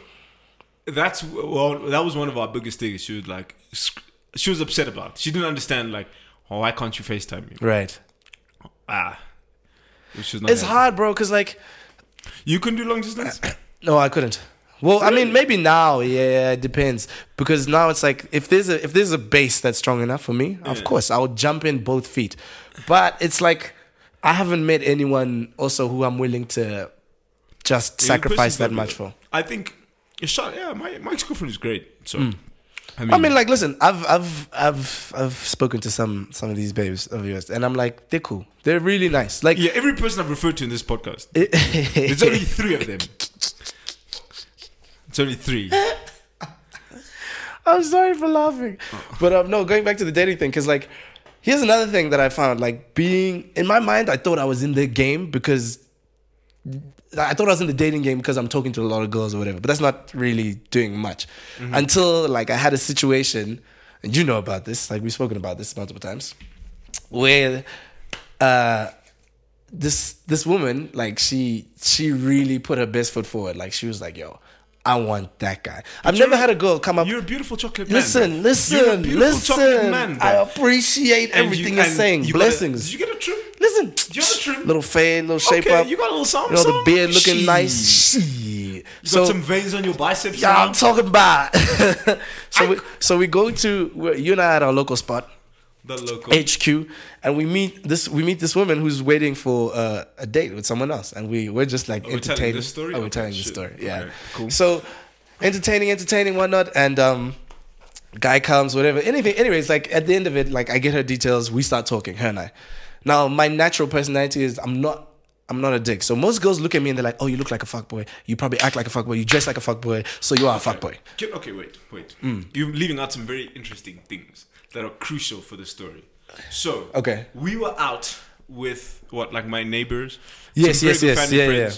Speaker 2: that's well, that was one of our biggest things. She was like, sc- she was upset about. She didn't understand like, oh, why can't you Facetime me?
Speaker 1: right.
Speaker 2: Ah, which is not
Speaker 1: It's
Speaker 2: happening.
Speaker 1: hard, bro, because like
Speaker 2: You can do long
Speaker 1: [CLEARS THROAT]
Speaker 2: distance.
Speaker 1: no, I couldn't. Well, I mean, maybe now, yeah, it depends. Because now it's like if there's a if there's a base that's strong enough for me, of course I would jump in both feet. But it's like I haven't met anyone also who I'm willing to just sacrifice that much for.
Speaker 2: I think. Shout, yeah, my my ex girlfriend is great. So,
Speaker 1: Hmm. I mean, like, listen, I've, I've, I've, I've spoken to some, some of these babes of yours, and I'm like, they're cool. They're really nice. Like, [LAUGHS]
Speaker 2: yeah, every person I've referred to in this podcast,
Speaker 1: it's [LAUGHS]
Speaker 2: There's only three of them. It's
Speaker 1: [LAUGHS]
Speaker 2: only three.
Speaker 1: I'm sorry for laughing, but um, no, going back to the dating thing, because like, here's another thing that I found, like, being in my mind, I thought I was in the game because I thought I was in the dating game because I'm talking to a lot of girls or whatever, but that's not really doing much. Until like I had a situation, and you know about this, like we've spoken about this multiple times, where uh this this woman, like she she really put her best foot forward. Like she was like, yo, I want that guy. I've never had a girl come up.
Speaker 2: You're a beautiful chocolate man.
Speaker 1: Listen,
Speaker 2: bro. You're a
Speaker 1: listen,
Speaker 2: beautiful
Speaker 1: listen.
Speaker 2: chocolate man. bro.
Speaker 1: I appreciate
Speaker 2: And you-
Speaker 1: everything you, are
Speaker 2: and
Speaker 1: saying.
Speaker 2: you got a-
Speaker 1: Blessings.
Speaker 2: did you get a trim?
Speaker 1: listen.
Speaker 2: you have a trim?
Speaker 1: Little fade, little shape
Speaker 2: okay,
Speaker 1: up.
Speaker 2: you got a little something.
Speaker 1: You know, the
Speaker 2: something?
Speaker 1: beard looking
Speaker 2: Shit.
Speaker 1: nice.
Speaker 2: You
Speaker 1: Shit.
Speaker 2: got
Speaker 1: So,
Speaker 2: some veins on your biceps.
Speaker 1: yeah, I'm
Speaker 2: now.
Speaker 1: talking about. [LAUGHS] so,
Speaker 2: I-
Speaker 1: we, so we go to, we're- you and I at our local spot,
Speaker 2: the local.
Speaker 1: HQ, and we meet this, we meet this woman who's waiting for uh, a date with someone else. And we, we're just like
Speaker 2: we telling
Speaker 1: entertaining.
Speaker 2: this story?
Speaker 1: Oh, we're
Speaker 2: Okay,
Speaker 1: telling the
Speaker 2: shit.
Speaker 1: story. Yeah.
Speaker 2: Okay, cool.
Speaker 1: So entertaining, entertaining, whatnot. And, um, guy comes, whatever. Anything, anyways, like at the end of it, like I get her details, we start talking, her and I. Now, my natural personality is I'm not I'm not a dick. So most girls look at me and they're like, oh, you look like a fuckboy. You probably act like a fuckboy. You dress like a fuckboy. So you are a fuckboy.
Speaker 2: Okay, okay, wait, wait.
Speaker 1: Mm.
Speaker 2: You're leaving out some very interesting things that are crucial for the story. So,
Speaker 1: Okay.
Speaker 2: we were out with what like my neighbors.
Speaker 1: Yes,
Speaker 2: some very
Speaker 1: yes,
Speaker 2: good
Speaker 1: yes.
Speaker 2: family
Speaker 1: Yeah, yeah.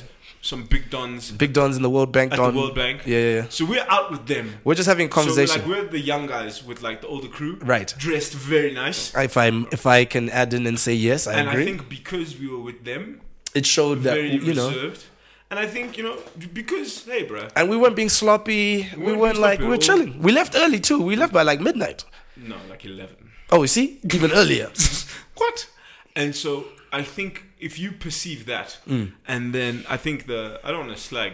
Speaker 2: Some big dons
Speaker 1: Big Don's in the World Bank.
Speaker 2: at
Speaker 1: Don.
Speaker 2: the World Bank.
Speaker 1: Yeah, yeah, yeah.
Speaker 2: So we're out with them.
Speaker 1: We're just having a conversation.
Speaker 2: So we're, like we're the young guys with like the older crew,
Speaker 1: Right.
Speaker 2: Dressed very nice.
Speaker 1: if I'm, if I can add in and say yes, I
Speaker 2: and
Speaker 1: agree.
Speaker 2: I think because we were with them,
Speaker 1: it showed that
Speaker 2: very
Speaker 1: you know,
Speaker 2: reserved. And I think you know because hey, bro,
Speaker 1: and we weren't being sloppy. We,
Speaker 2: weren't
Speaker 1: weren't
Speaker 2: being
Speaker 1: like
Speaker 2: sloppy
Speaker 1: we
Speaker 2: at
Speaker 1: were
Speaker 2: all.
Speaker 1: chilling. We left early too. We left by like midnight.
Speaker 2: no, like
Speaker 1: [LAUGHS]
Speaker 2: eleven.
Speaker 1: Oh, you see, even earlier.
Speaker 2: what? And so I think if you perceive that,
Speaker 1: Mm.
Speaker 2: and then I think the I don't want to slag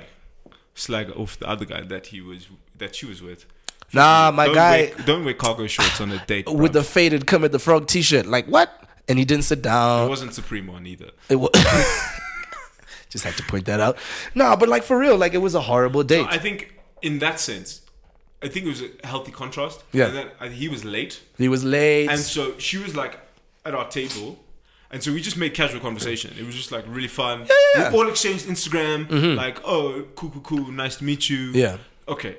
Speaker 2: slag off the other guy that he was that she was with.
Speaker 1: Nah, my
Speaker 2: don't
Speaker 1: guy
Speaker 2: wear, don't wear cargo shorts on a date
Speaker 1: [LAUGHS] with
Speaker 2: bruv.
Speaker 1: the faded come at the frog T-shirt, like what? And he didn't sit
Speaker 2: It
Speaker 1: down.
Speaker 2: wasn't Supreme on either.
Speaker 1: It was. [LAUGHS] Just had to point that out. No, but like for real, like it was a horrible date.
Speaker 2: I think in that sense, I think it was a healthy contrast.
Speaker 1: Yeah.
Speaker 2: And then uh, he was late,
Speaker 1: he was late.
Speaker 2: and so she was like at our table. And so we just made casual conversation. It was just like really fun.
Speaker 1: yeah. Mm-hmm.
Speaker 2: We all exchanged Instagram, like, oh, cool, cool, cool, nice to meet you.
Speaker 1: yeah,
Speaker 2: Okay.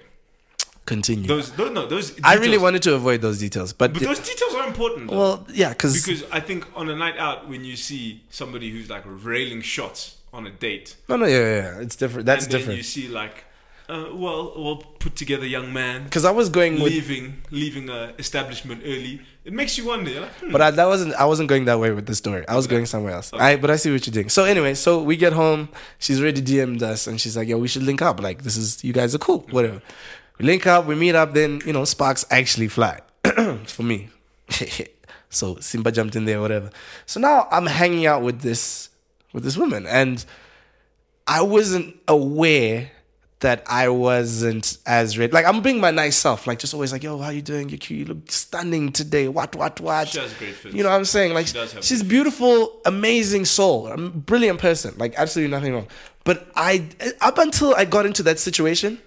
Speaker 1: continue.
Speaker 2: Those, those no, those.
Speaker 1: I
Speaker 2: details-
Speaker 1: really wanted to avoid those details, but,
Speaker 2: But those details are important. though.
Speaker 1: well, yeah, because
Speaker 2: because I think on a night out, when you see somebody who's like railing shots on a date,
Speaker 1: no, no, yeah, yeah, yeah, it's different. That's
Speaker 2: and then
Speaker 1: different.
Speaker 2: you see like, uh, well, well, put together young man
Speaker 1: Because I was going with
Speaker 2: leaving leaving a establishment early, it makes you wonder. You're like, hmm,
Speaker 1: But I, that wasn't. I wasn't going that way with the story. I was going somewhere else. I. But I see what you're doing. So anyway, so we get home. She's already DM'd us, and she's like, "Yo, we should link up. Like, this is you guys are cool. Whatever." We link up. We meet up. Then you know, sparks actually fly [CLEARS THROAT] for me. [LAUGHS] so Simba jumped in there. Whatever. So now I'm hanging out with this with this woman, and I wasn't aware that I wasn't as red. Like I'm being my nice self. Like just always like, yo, how you doing? You're cute. You look stunning today. What? What? What?
Speaker 2: she has great fits.
Speaker 1: You know what I'm saying? Like
Speaker 2: does have
Speaker 1: she's beautiful, amazing soul, a brilliant person. Like absolutely nothing wrong. But I, up until I got into that situation,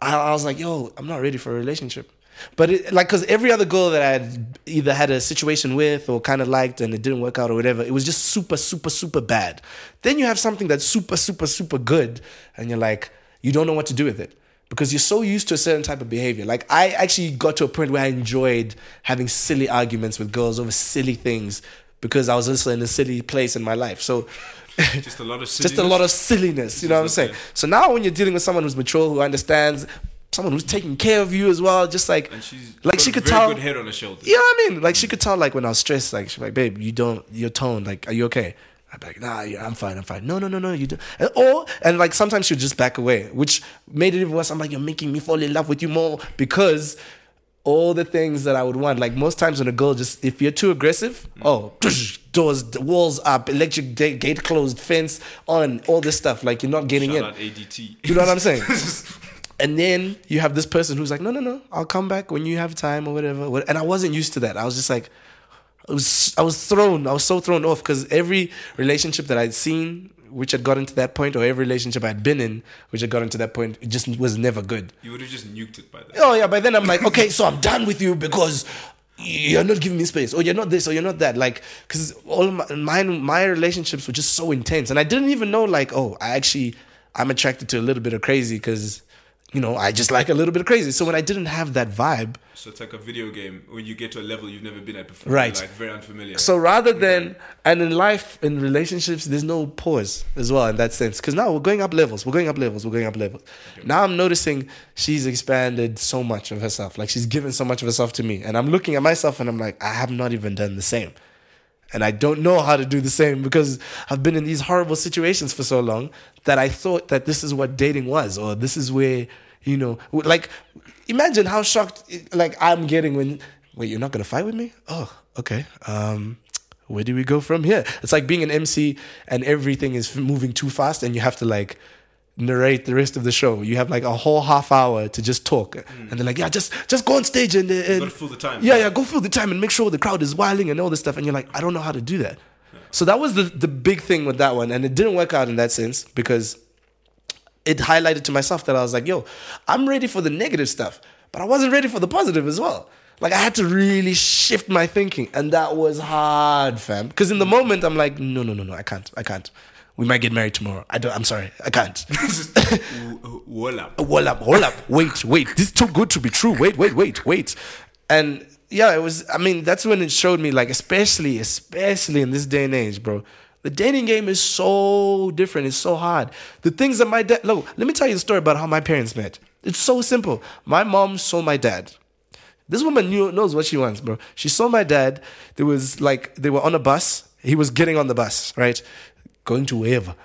Speaker 1: I, I was like, yo, I'm not ready for a relationship. But it, like, cause every other girl that I had either had a situation with or kind of liked and it didn't work out or whatever, it was just super, super, super bad. Then you have something that's super, super, super good, and you're like, you don't know what to do with it because you're so used to a certain type of behavior. Like, I actually got to a point where I enjoyed having silly arguments with girls over silly things because I was also in a silly place in my life. So. [LAUGHS]
Speaker 2: just a lot of
Speaker 1: just a lot of silliness. You know what I'm saying? So now when you're dealing with someone who's mature, who understands, someone who's taking care of you as well, just like
Speaker 2: and she's
Speaker 1: like
Speaker 2: got
Speaker 1: she
Speaker 2: a
Speaker 1: could
Speaker 2: very
Speaker 1: tell.
Speaker 2: good head on her shoulder.
Speaker 1: You know what I mean? Like she could tell, like when I was stressed, like she's like, "Babe, you don't, your tone, like, are you okay?" I'd be like, "Nah, yeah, I'm fine, I'm fine." No, no, no, no, you do. And, or and like sometimes she'd just back away, which made it even worse. I'm like, "You're making me fall in love with you more because." All the things that I would want, like most times when a girl just, if you're too aggressive,
Speaker 2: Mm.
Speaker 1: oh, doors, walls up, electric da- gate closed, fence on, all this stuff. Like you're not getting
Speaker 2: Shout
Speaker 1: in.
Speaker 2: out ADT.
Speaker 1: You know what I'm saying? and then you have this person who's like, no, no, no, I'll come back when you have time or whatever. What- And I wasn't used to that. I was just like, I was, I was thrown. I was so thrown off because every relationship that I'd seen, which had gotten to that point, or every relationship I'd been in, which had gotten to that point, it just was never good.
Speaker 2: [LAUGHS] you would have just nuked it by then.
Speaker 1: Oh yeah, by then I'm like, okay, so I'm done with you because you're not giving me space, or you're not this, or you're not that. Like, because all my, mine, my relationships were just so intense, and I didn't even know like, oh, I actually I'm attracted to a little bit of crazy because you know I just like a little bit of crazy. So when I didn't have that vibe,
Speaker 2: So it's like a video game when you get to a level you've never been at before.
Speaker 1: Right.
Speaker 2: You're, like very unfamiliar. [LAUGHS]
Speaker 1: so rather than and in life in relationships, there's no pause as well in that sense. Because now we're going up levels, we're going up levels, we're going up levels. Now I'm noticing she's expanded so much of herself, like she's given so much of herself to me, and I'm looking at myself and I'm like, I have not even done the same. And I don't know how to do the same because I've been in these horrible situations for so long that I thought that this is what dating was, or this is where, you know, w- like, imagine how shocked like I'm getting when, wait, you're not gonna fight with me? Oh, okay. Um, where do we go from here? It's like being an MC and everything is f- moving too fast, and you have to like narrate the rest of the show. You have like a whole half hour to just talk, and they're like, yeah, just just go on stage and, and
Speaker 2: Mm. gotta fill the time.
Speaker 1: Yeah, yeah, go fill the time and make sure the crowd is wilding and all this stuff. And you're like, I don't know how to do that. So that was the the big thing with that one, and it didn't work out in that sense because it highlighted to myself that I was like, yo, I'm ready for the negative stuff, but I wasn't ready for the positive as well. Like I had to really shift my thinking, and that was hard, fam. Because in the moment, I'm like, no, no, no, no, I can't, I can't. We might get married tomorrow. I don't. I'm sorry, I can't. [LAUGHS]
Speaker 2: W- w- Wall up.
Speaker 1: hold up, hold up, wait, wait. This is too good to be true. Wait, wait, wait, wait. And yeah, it was. I mean, that's when it showed me, like, especially, especially in this day and age, bro. The dating game is so different. It's so hard. The things that my dad. Look, let me tell you the story about how my parents met. It's so simple. My mom saw my dad. This woman knew, knows what she wants, bro. She saw my dad. There was like they were on a bus. He was getting on the bus, right, going to wherever,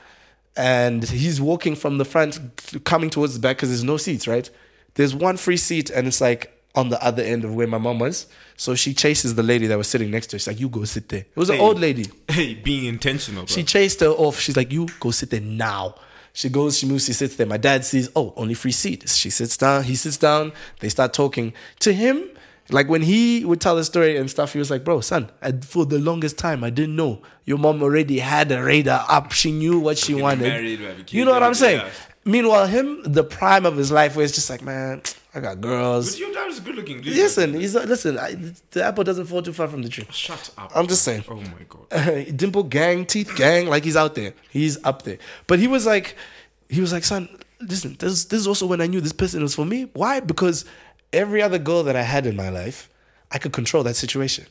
Speaker 1: and he's walking from the front, coming towards the back because there's no seats, right. There's one free seat, and it's like on the other end of where my mom was. So she chases the lady that was sitting next to her. She's like, "You go sit there." It was an
Speaker 2: Hey.
Speaker 1: old lady.
Speaker 2: Hey, being intentional, bro.
Speaker 1: She chased her off. She's like, "You go sit there now." She goes, she moves, she sits there. My dad sees, oh, only free seat. She sits down, he sits down. They start talking to him. Like when he would tell the story and stuff, he was like, "Bro, son, I, for the longest time, I didn't know your mom already had a radar up. She knew what she wanted.
Speaker 2: married, we have a kid,
Speaker 1: you know what
Speaker 2: we
Speaker 1: I'm
Speaker 2: do
Speaker 1: saying?
Speaker 2: that.
Speaker 1: Meanwhile, him, the prime of his life, where it's just like, man, I got girls.
Speaker 2: But your dad is good looking. dude.
Speaker 1: Listen, he's not, listen. I, the apple doesn't fall too far from the tree.
Speaker 2: Shut up.
Speaker 1: I'm just saying.
Speaker 2: Oh my
Speaker 1: [LAUGHS]
Speaker 2: god.
Speaker 1: Dimple gang, teeth gang, like he's out there. He's up there. But he was like, he was like, son, listen. This this is also when I knew this person was for me. Why? Because every other girl that I had in my life, I could control that situation.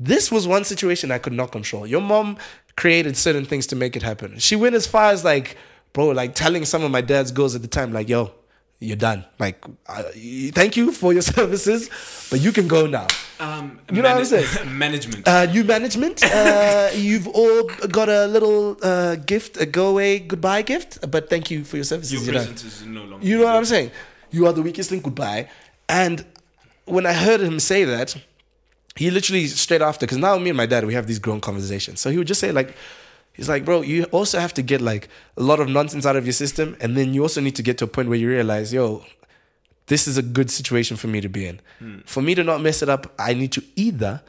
Speaker 1: This was one situation I could not control. Your mom created certain things to make it happen. She went as far as like, bro, like telling some of my dad's girls at the time, like, yo, you're done. Like, I, thank you for your [LAUGHS] services, but you can go now.
Speaker 2: Um,
Speaker 1: You know what I'm saying?
Speaker 2: [LAUGHS] management.
Speaker 1: Uh, new management. Uh, you've all got a little uh, gift, a go away goodbye gift, but thank you for your services.
Speaker 2: your
Speaker 1: you know.
Speaker 2: presence is no longer.
Speaker 1: You know what I'm saying? You are the weakest link. Goodbye. And when I heard him say that, he literally straight after, because now me and my dad we have these grown conversations. So he would just say like, he's like, bro, you also have to get like a lot of nonsense out of your system, and then you also need to get to a point where you realize, yo, this is a good situation for me to be in. For me to not mess it up, I need to either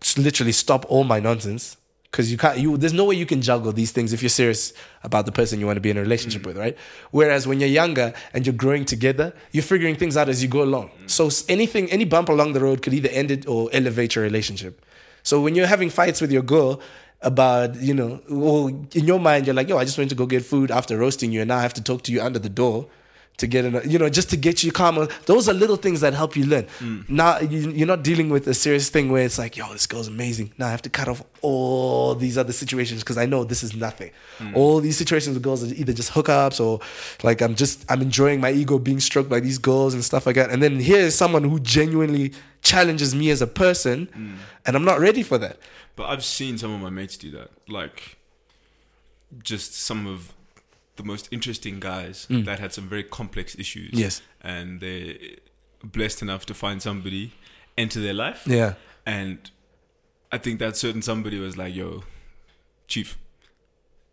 Speaker 1: s- literally stop all my nonsense because you can't you there's no way you can juggle these things if you're serious about the person you want to be in a relationship with right whereas when you're younger and you're growing together you're figuring things out as you go along So so anything any bump along the road could either end it or elevate your relationship so when you're having fights with your girl about you know well in your mind you're like yo i just went to go get food after roasting you and now i have to talk to you under the door to get in, a- you know, just to get you calmer. Those are little things that help you learn. Now you, you're not dealing with a serious thing where it's like, yo, this girl's amazing. Now I have to cut off all these other situations because I know this is nothing. All these situations with girls are either just hookups or like I'm just I'm enjoying my ego being stroked by these girls and stuff like that. And then here is someone who genuinely challenges me as a person, and I'm not ready for that.
Speaker 2: But I've seen some of my mates do that. Like, just some of the most interesting guys that had some very complex issues.
Speaker 1: Mm. Yes.
Speaker 2: And they blessed enough to find somebody, enter their life.
Speaker 1: Yeah.
Speaker 2: And I think that certain somebody was like, yo, chief,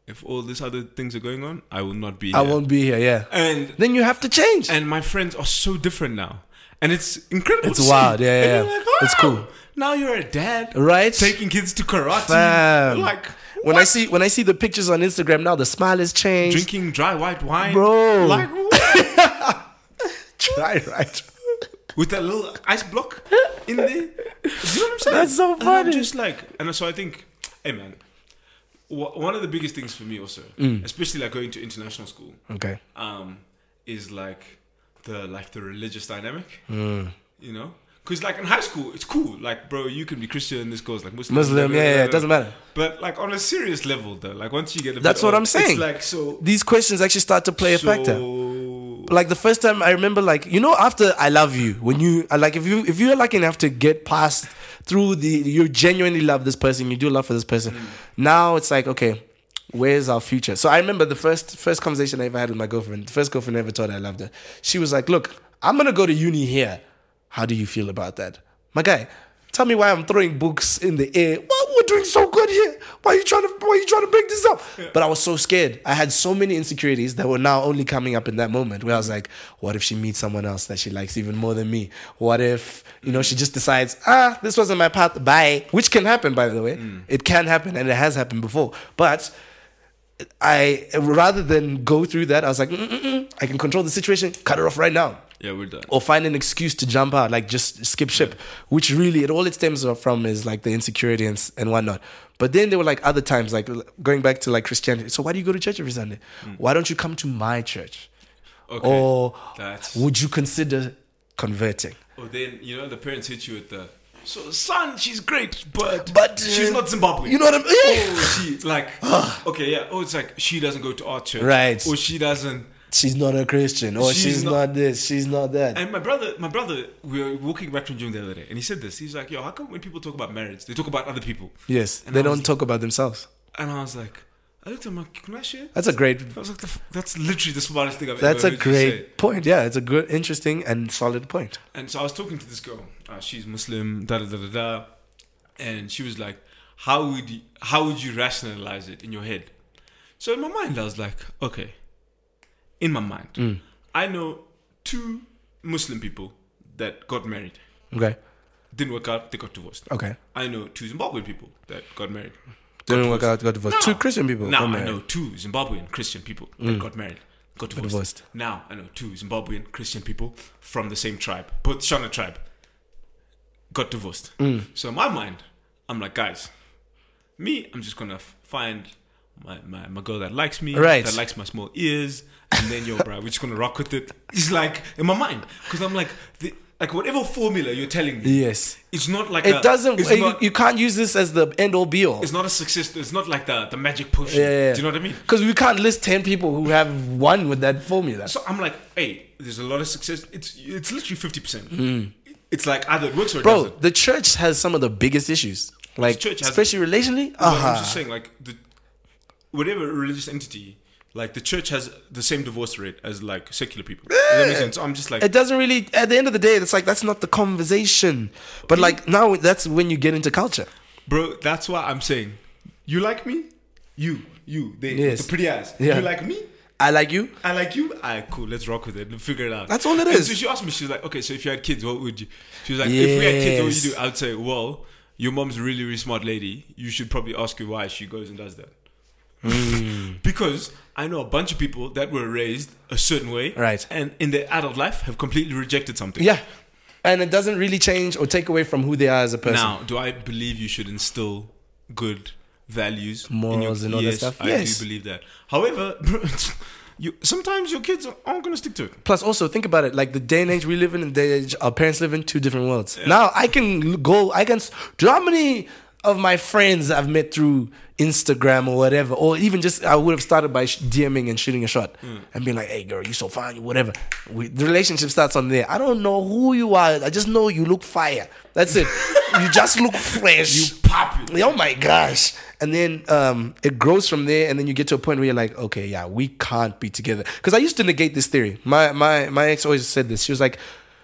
Speaker 2: if all these other things are going on, I will not be
Speaker 1: I
Speaker 2: here."
Speaker 1: won't be here. Yeah.
Speaker 2: And
Speaker 1: Then you have to change.
Speaker 2: and my friends are so different now. And it's incredible.
Speaker 1: It's
Speaker 2: to see.
Speaker 1: wild, yeah,
Speaker 2: And
Speaker 1: yeah,
Speaker 2: you're
Speaker 1: yeah.
Speaker 2: like, "Wow,
Speaker 1: It's cool."
Speaker 2: Now you're a dad,
Speaker 1: Right?
Speaker 2: Taking kids to karate,
Speaker 1: Fam.
Speaker 2: like
Speaker 1: when I
Speaker 2: what?
Speaker 1: see when I see the pictures on Instagram now, the smile has changed.
Speaker 2: [LAUGHS] drinking dry white wine,
Speaker 1: Bro.
Speaker 2: Like what?
Speaker 1: right, right.
Speaker 2: with that little ice block in there. Do you know what I'm saying?
Speaker 1: That's so
Speaker 2: And I'm
Speaker 1: funny.
Speaker 2: just like, and so I think, hey man, wha- one of the biggest things for me also,
Speaker 1: Mm.
Speaker 2: especially like going to international school,
Speaker 1: Okay.
Speaker 2: um, is like the like the religious dynamic.
Speaker 1: Hmm.
Speaker 2: You know, because like in high school, it's cool. Like, bro, you can be Christian. This girl's like Muslim.
Speaker 1: Muslim,
Speaker 2: blah, blah,
Speaker 1: yeah, yeah,
Speaker 2: blah,
Speaker 1: it doesn't
Speaker 2: blah.
Speaker 1: matter.
Speaker 2: But like on a serious level, though, like once you get a bit
Speaker 1: That's what
Speaker 2: older,
Speaker 1: I'm saying.
Speaker 2: It's like so.
Speaker 1: These questions actually start to play a factor.
Speaker 2: so
Speaker 1: Like the first time I remember, like you know, after I love you, when you I like if you if you're lucky enough to get past through the you genuinely love this person, you do love for this person. Now it's like okay. Where's our future? So I remember the first first conversation I ever had with my girlfriend. The first girlfriend I ever told her I loved her. She was like, "Look, I'm gonna go to uni here. How do you feel about that, my guy? Tell me why I'm throwing books in the air. Why we're doing so good here? Why are you trying to why are you trying to bring this up? But I was so scared. I had so many insecurities that were now only coming up in that moment where I was like, what if she meets someone else that she likes even more than me? What if, you know, she just decides, ah, this wasn't my path, bye. Which can happen, by the way. It can happen and it has happened before. But I rather than go through that, I was like, "Mm, mm mm, I can control the situation, cut her off right now
Speaker 2: yeah, we're done.
Speaker 1: or find an excuse to jump out, like just skip ship, which really it all it stems from is like the insecurity and, s- and whatnot. But then there were like other times, like l- going back to like Christianity. So why do you go to church every Sunday? Why don't you come to my church?
Speaker 2: Hmm. Okay.
Speaker 1: Or
Speaker 2: That's-
Speaker 1: would you consider converting?
Speaker 2: Or then you know the parents hit you with the so son, she's great, but
Speaker 1: But, uh,
Speaker 2: she's not Zimbabwe.
Speaker 1: You know what I'm? [LAUGHS] Ah.
Speaker 2: Oh, she like okay, yeah. Oh, it's like she doesn't go to art church,
Speaker 1: Right.
Speaker 2: Or she doesn't.
Speaker 1: she's not a Christian, or she's,
Speaker 2: She's
Speaker 1: not,
Speaker 2: not-
Speaker 1: this, she's not that.
Speaker 2: And my brother, my brother, we were walking back from gym the other day, and he said this. He's like, "Yo, how come when people talk about marriage, they talk about other people?"
Speaker 1: yes,
Speaker 2: and
Speaker 1: they
Speaker 2: I was-
Speaker 1: don't talk about themselves.
Speaker 2: And I was like, I looked at him like, "Can I share?"
Speaker 1: That's a great.
Speaker 2: I was like, the f- "That's literally the smartest thing I've
Speaker 1: That's
Speaker 2: ever
Speaker 1: a
Speaker 2: heard you say.
Speaker 1: great point. Yeah, it's a good, interesting, and solid point.
Speaker 2: And so I was talking to this girl. Uh, she's Muslim, da da da da da. And she was like, "How would you, how would you rationalize it in your head?" So in my mind, I was like, "Okay." In my mind,
Speaker 1: Mm.
Speaker 2: I know two Muslim people that got married,
Speaker 1: Okay.
Speaker 2: didn't work out, they got divorced.
Speaker 1: Okay.
Speaker 2: I know two Zimbabwean people that got married.
Speaker 1: Didn't work out. Got divorced.
Speaker 2: No.
Speaker 1: Two Christian people. Oh,
Speaker 2: Now
Speaker 1: got
Speaker 2: I
Speaker 1: married. Mm.
Speaker 2: know two Zimbabwean Christian people that got married, got divorced.
Speaker 1: divorced.
Speaker 2: Now I know two Zimbabwean Christian people from the same tribe, both Shona tribe, got divorced.
Speaker 1: Mm.
Speaker 2: So in my mind, I'm like, guys, me, I'm just gonna f- find my, my, my girl that likes me,
Speaker 1: Right.
Speaker 2: that likes my small ears, and then yo, bro, we're just gonna rock with it. It's like in my mind, because I'm like, the, like whatever formula you're telling me,
Speaker 1: Yes.
Speaker 2: it's not like
Speaker 1: It
Speaker 2: a-
Speaker 1: doesn't.
Speaker 2: It's
Speaker 1: you,
Speaker 2: not,
Speaker 1: you can't use this as the end all be all.
Speaker 2: it's not a success. It's not like the the magic potion.
Speaker 1: Yeah, yeah, yeah.
Speaker 2: Do you know what I mean?
Speaker 1: Because we can't list ten people who have won with that formula.
Speaker 2: So I'm like, hey, there's a lot of success. It's it's literally fifty percent. It's like either it works or it
Speaker 1: Hmm. Bro,
Speaker 2: doesn't.
Speaker 1: the church has some of the biggest issues. Like,
Speaker 2: church has-
Speaker 1: especially relationally.
Speaker 2: But
Speaker 1: Uh-huh.
Speaker 2: I'm just saying, like the whatever religious entity, like the church has the same divorce rate as like secular people. Does that make sense? So I'm just like,
Speaker 1: it doesn't really. At the end of the day, it's like that's not the conversation. But
Speaker 2: Mm-hmm.
Speaker 1: like now, that's when you get into culture.
Speaker 2: bro, that's why I'm saying, you like me, you, you, they,
Speaker 1: Yes.
Speaker 2: the pretty eyes.
Speaker 1: Yeah.
Speaker 2: You like me.
Speaker 1: I like you.
Speaker 2: I like you. Alright, cool. Let's rock with it. Let's figure it out.
Speaker 1: That's all it
Speaker 2: And
Speaker 1: is.
Speaker 2: so she asked me. She's like, okay. So if you had kids, what would you? She was like, if we had kids, what would you
Speaker 1: Yes.
Speaker 2: do? I would say, well, your mom's a really, really smart lady. You should probably ask her why she goes and does that.
Speaker 1: Hmm.
Speaker 2: [LAUGHS] because I know a bunch of people that were raised a certain way,
Speaker 1: Right.
Speaker 2: And in their adult life, have completely rejected something.
Speaker 1: Yeah. And it doesn't really change or take away from who they are as a person.
Speaker 2: Now, do I believe you should instill good values, in your-
Speaker 1: Morals and all that
Speaker 2: yes,
Speaker 1: stuff?
Speaker 2: I
Speaker 1: Yes.
Speaker 2: do believe that. However, [LAUGHS] you sometimes your kids aren't going to stick to it.
Speaker 1: Plus, also think about it. Like the day and age we live in, and the day and age our parents live in, two different worlds. Now I can l- go. I can. s- Do you know how many of my friends I've met through Instagram or whatever, or even just I would have started by sh- DMing and shooting a shot and being like, "Hey, girl, you so fine, you whatever." We, the relationship starts on there. I don't know who you are. I just know you look fire. That's it. you just look fresh.
Speaker 2: You pop it.
Speaker 1: Oh my gosh. And then um, it grows from there, and then you get to a point where you're like, okay, yeah, we can't be together. Because I used to negate this theory. My my my ex always said this. She was like,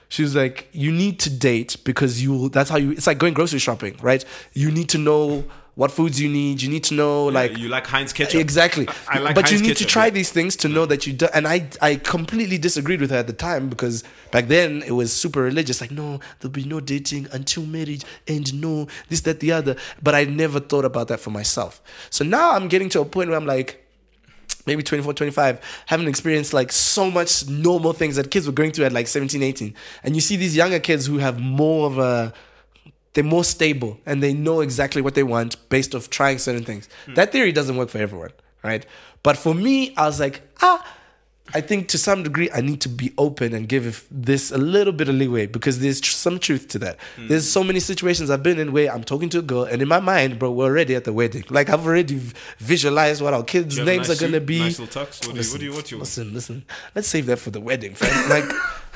Speaker 1: she was like, you need to date because you will that's how you it's like going grocery shopping, right? You need to know what foods you need, you need to know like
Speaker 2: you like Heinz ketchup.
Speaker 1: Exactly.
Speaker 2: [LAUGHS] I like
Speaker 1: but you
Speaker 2: Heinz
Speaker 1: need
Speaker 2: ketchup,
Speaker 1: to try
Speaker 2: yeah. Mm-hmm.
Speaker 1: these things to know that you do. And I, I completely disagreed with her at the time because back then it was super religious. Like, no, there'll be no dating until marriage and no, this, that, the other. But I never thought about that for myself. So now I'm getting to a point where I'm like, maybe 24 25 haven't experienced like so much normal things that kids were going through at like 17 18 and you see these younger kids who have more of a they're more stable and they know exactly what they want based off trying certain things
Speaker 2: Hmm.
Speaker 1: that theory doesn't work for everyone right but for me i was like ah i think to some degree i need to be open and give this a little bit of leeway because there's tr- some truth to that
Speaker 2: Hmm.
Speaker 1: there's so many situations i've been in where i'm talking to a girl and in my mind bro we're already at the wedding like i've already v- visualized what our kids
Speaker 2: You have a
Speaker 1: names are
Speaker 2: nice
Speaker 1: gonna
Speaker 2: suit,
Speaker 1: be.
Speaker 2: nice little tux. What do you, what do you what do you want?
Speaker 1: Listen, listen. Let's save that for the wedding, friend. Like,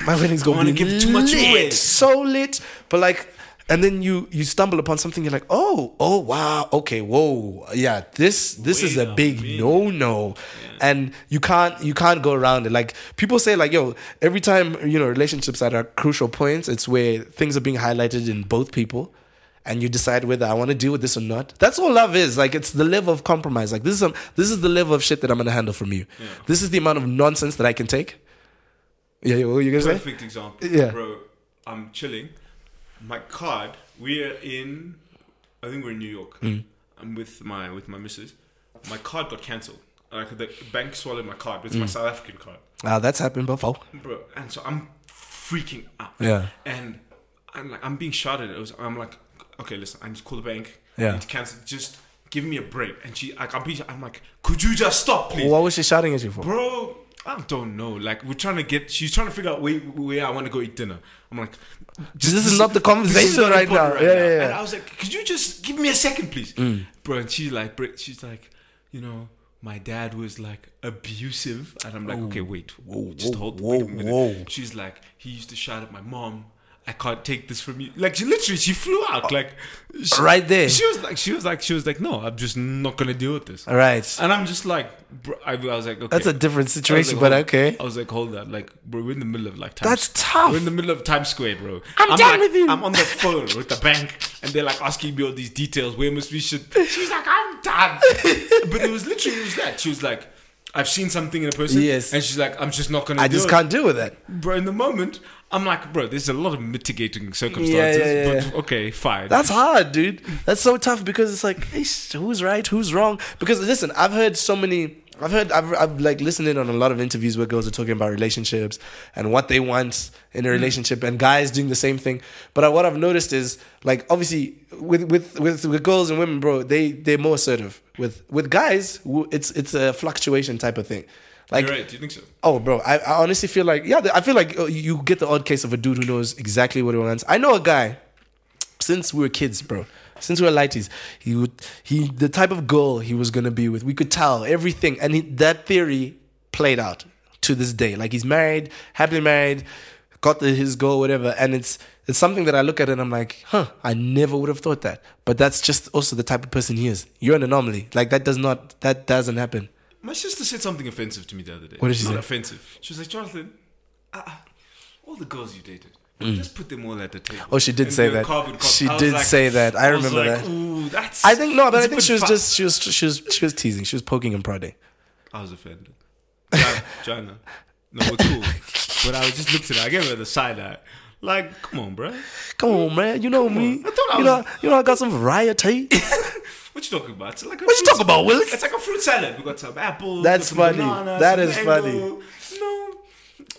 Speaker 1: my wedding's gonna
Speaker 2: wanna
Speaker 1: be
Speaker 2: give too much
Speaker 1: lit,
Speaker 2: away.
Speaker 1: so lit. But like, and then you you stumble upon something. You're like, oh, oh, wow, okay, whoa, yeah. This this is
Speaker 2: Wait
Speaker 1: a
Speaker 2: a
Speaker 1: big
Speaker 2: minute.
Speaker 1: no no, and you can't you can't go around it. Like people say, like, yo, every time you know relationships at a crucial points, it's where things are being highlighted in both people and you decide whether I want to deal with this or not. That's all love is. Like it's the level of compromise. Like this is some, this is the level of shit that I'm gonna handle from you. This is the amount of nonsense that I can take. Yeah, yeah, what were you gonna say?
Speaker 2: Perfect example,
Speaker 1: Yeah.
Speaker 2: bro. I'm chilling. My card. We're in. I think we're in New York.
Speaker 1: Mm.
Speaker 2: I'm with my with my missus. My card got cancelled. Like the bank swallowed my card.
Speaker 1: Mm.
Speaker 2: It's my South African card,
Speaker 1: Ah, that's happened before.
Speaker 2: bro. And so I'm freaking out.
Speaker 1: Yeah.
Speaker 2: And I'm like, I'm being shouted at. It was, I'm like, okay, listen. I need to call the bank.
Speaker 1: Yeah.
Speaker 2: I need to cancel. Just give me a break. And she, like, I'm, being, I'm like, could you just stop, please?
Speaker 1: What was she shouting at you for?
Speaker 2: bro I don't know. Like we're trying to get. She's trying to figure out where where I want to go eat dinner. I'm like,
Speaker 1: This, is not the
Speaker 2: this is
Speaker 1: conversation
Speaker 2: not
Speaker 1: right now.
Speaker 2: important
Speaker 1: yeah,
Speaker 2: now.
Speaker 1: yeah, Mm. yeah.
Speaker 2: And I was like, could you just give me a second, please, bro? And she's like, bro, she's like, you know, my dad was like abusive, and I'm like, okay, wait, whoa, just
Speaker 1: whoa,
Speaker 2: hold,
Speaker 1: whoa,
Speaker 2: wait a minute.
Speaker 1: whoa.
Speaker 2: She's like, he used to shout at my mom. I can't take this from you. Like she literally, she flew out. Like she-
Speaker 1: Uh, Right there.
Speaker 2: She was like, she was like, she was like, no, I'm just not gonna deal with this.
Speaker 1: All right.
Speaker 2: And I'm just like, bro, I, I was like, okay,
Speaker 1: That's a different
Speaker 2: I was
Speaker 1: situation,
Speaker 2: like,
Speaker 1: but
Speaker 2: hold-
Speaker 1: okay.
Speaker 2: I was like, hold that. Like, bro, we're in the middle of like
Speaker 1: That's
Speaker 2: Times-
Speaker 1: tough.
Speaker 2: We're in the middle of Times Square, bro.
Speaker 1: I'm done
Speaker 2: like,
Speaker 1: with you.
Speaker 2: I'm on the phone with the bank, and they're like asking me all these details. Where must we should? She's like, I'm
Speaker 1: [LAUGHS]
Speaker 2: done. but it was literally it was that. She was like, I've seen something in a person,
Speaker 1: Yes.
Speaker 2: and she's like, I'm just not gonna.
Speaker 1: I
Speaker 2: do
Speaker 1: just
Speaker 2: it.
Speaker 1: can't deal with that.
Speaker 2: bro. In the moment, I'm like, bro, there's a lot of mitigating circumstances.
Speaker 1: yeah, yeah.
Speaker 2: But okay, fine.
Speaker 1: That's hard, dude. That's so tough because it's like, "Eesh, who's right, who's wrong? Because listen, I've heard so many. I've heard, I've, I've like listened in on a lot of interviews where girls are talking about relationships and what they want in a relationship, and guys doing the same thing. But I, what I've noticed is, like, obviously, with with with, with girls and women, bro, they they're more assertive. With with guys, w- it's it's a fluctuation type of thing. Like,
Speaker 2: You're right. Do you think so?
Speaker 1: Oh, bro, I, I honestly feel like yeah, I feel like uh, you get the odd case of a dude who knows exactly what he wants. I know a guy since we were kids, bro. Since we were lighties, he would he the type of girl he was gonna be with. We could tell everything, and he, that theory played out to this day. Like he's married, happily married, got the, his goal, whatever. And it's it's something that I look at and I'm like, huh, I never would have thought that. But that's just also the type of person he is. You're an anomaly. Like that does not that doesn't happen.
Speaker 2: My sister said something offensive to me the other day.
Speaker 1: What did she
Speaker 2: Not
Speaker 1: say?
Speaker 2: offensive. She was like, Jonathan, uh, uh, all the girls you dated, just put them all at the table.
Speaker 1: Hmm. Oh, she did
Speaker 2: And
Speaker 1: say
Speaker 2: do a
Speaker 1: that.
Speaker 2: carbon copy."
Speaker 1: She
Speaker 2: I was
Speaker 1: did say that. I
Speaker 2: was
Speaker 1: remember
Speaker 2: like,
Speaker 1: that.
Speaker 2: Ooh, that's.
Speaker 1: I think no, but
Speaker 2: that's
Speaker 1: I
Speaker 2: a
Speaker 1: think
Speaker 2: bit
Speaker 1: she was
Speaker 2: fa-
Speaker 1: just she was she was she was teasing. She was poking and prodding.
Speaker 2: I was offended. [LAUGHS] China, China. no, we're cool. But I just looked at her. I gave her the side eye. Like, come on, bro.
Speaker 1: Come on, man. You know me.
Speaker 2: Mm. I thought I
Speaker 1: you
Speaker 2: was-
Speaker 1: know, you know, I got some
Speaker 2: [LAUGHS]
Speaker 1: variety.
Speaker 2: What you talking about? It's like a
Speaker 1: What you
Speaker 2: fruit
Speaker 1: talking about,
Speaker 2: salad.
Speaker 1: Willis?
Speaker 2: It's like a fruit salad. We got some apples.
Speaker 1: That's
Speaker 2: some
Speaker 1: funny.
Speaker 2: Bananas,
Speaker 1: That
Speaker 2: some
Speaker 1: is
Speaker 2: mango. No,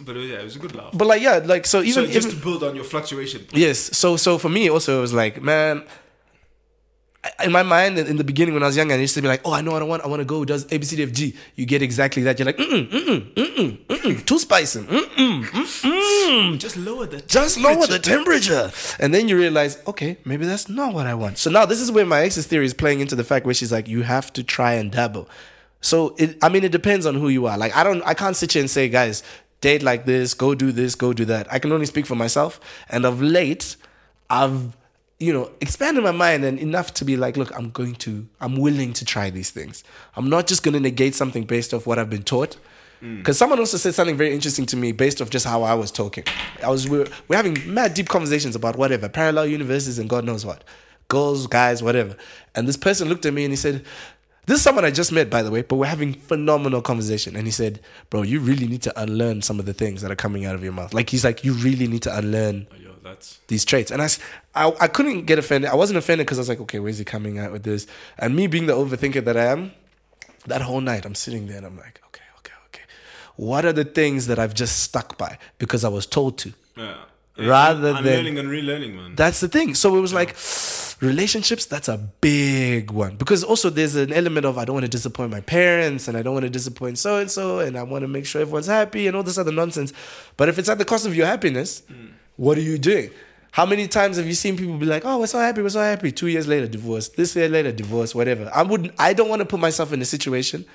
Speaker 2: but uh, yeah, it was a good laugh.
Speaker 1: but like, yeah, like so even
Speaker 2: so just
Speaker 1: even-
Speaker 2: to build on your fluctuation.
Speaker 1: yes. So so for me also it was like man. I- In my mind, in the beginning when I was younger, I used to be like, "Oh, I know what I want. I want to go." Does A B C D F G? You get exactly that. You're like, "Mm mm mm mm mm mm." Too spicy. Mm mm mm mm.
Speaker 2: Just lower the
Speaker 1: Just lower the temperature. And then you realize, okay, maybe that's not what I want. So now this is where my ex's theory is playing into the fact where she's like, you have to try and dabble. So it, I mean, it depends on who you are. Like I don't, I can't sit here and say, guys, date like this, go do this, go do that. I can only speak for myself. And of late, I've you know expanded my mind and enough to be like, look, I'm going to, I'm willing to try these things. I'm not just going to negate something based off what I've been taught. Because someone also said something very interesting to me based off just how I was talking. I was we were, we're having mad deep conversations about whatever parallel universes and God knows what, girls, guys, whatever. And this person looked at me and he said, "This is someone I just met, by the way, but we're having phenomenal conversation." And he said, "Bro, you really need to unlearn some of the things that are coming out of your mouth. Like he's like, you really need to unlearn
Speaker 2: Oh, yo, that's
Speaker 1: these traits. And I, s- I, I couldn't get offended. I wasn't offended because I was like, okay, where's he coming out with this? And me being the overthinker that I am, that whole night I'm sitting there and I'm like, okay, okay, okay. What are the things that I've just stuck by because I was told to?
Speaker 2: yeah.
Speaker 1: Rather
Speaker 2: I'm
Speaker 1: than-
Speaker 2: learning and relearning, man.
Speaker 1: That's the thing. So it was like relationships, that's a big one. Because also there's an element of I don't want to disappoint my parents and I don't want to disappoint so and so and I want to make sure everyone's happy and all this other nonsense. But if it's at the cost of your happiness, what are you doing? How many times have you seen people be like, "Oh, we're so happy, we're so happy." 2 years later divorce, this year later divorce, whatever. I wouldn't I don't want to put myself in a situation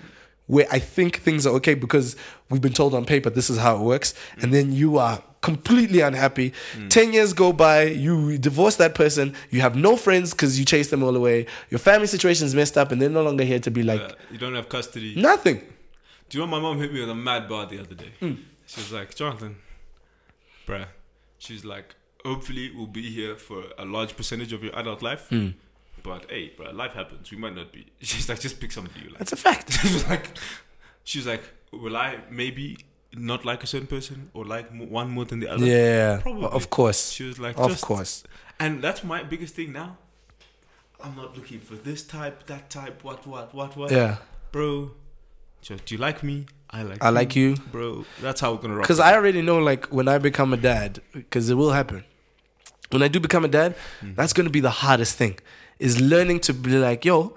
Speaker 1: where I think things are okay because we've been told on paper this is how it works, and then you are completely unhappy.
Speaker 2: Mm.
Speaker 1: 10 years go by, you divorce that person, you have no friends because you chase them all away, your family situation's messed up, and they're no longer here to be like,
Speaker 2: Uh, you don't have custody.
Speaker 1: nothing.
Speaker 2: Do you know my mom hit me with a mad bar the other day?
Speaker 1: Hmm.
Speaker 2: She was like, Jonathan, bruh. She's like, hopefully we'll be here for a large percentage of your adult life.
Speaker 1: Hmm.
Speaker 2: But hey, bruh, life happens. We might not be. [LAUGHS] She's like, just pick somebody you like.
Speaker 1: That's a fact.
Speaker 2: she was like, she was like, will I maybe not like a certain person or [LAUGHS] like mo- one more than the other?
Speaker 1: yeah,
Speaker 2: Probably.
Speaker 1: of course.
Speaker 2: She was like,
Speaker 1: Of
Speaker 2: just-
Speaker 1: course.
Speaker 2: And that's my biggest thing now. I'm not looking for this type, that type, what, what, what, what.
Speaker 1: Yeah,
Speaker 2: Bro, so do you like me? I like
Speaker 1: I like you.
Speaker 2: Bro, that's how we're going to rock.
Speaker 1: Because I already know, like, when I become a dad, because it will happen.
Speaker 2: Mm-hmm.
Speaker 1: When I do become a dad, that's going to be the hardest thing is learning to be like, yo,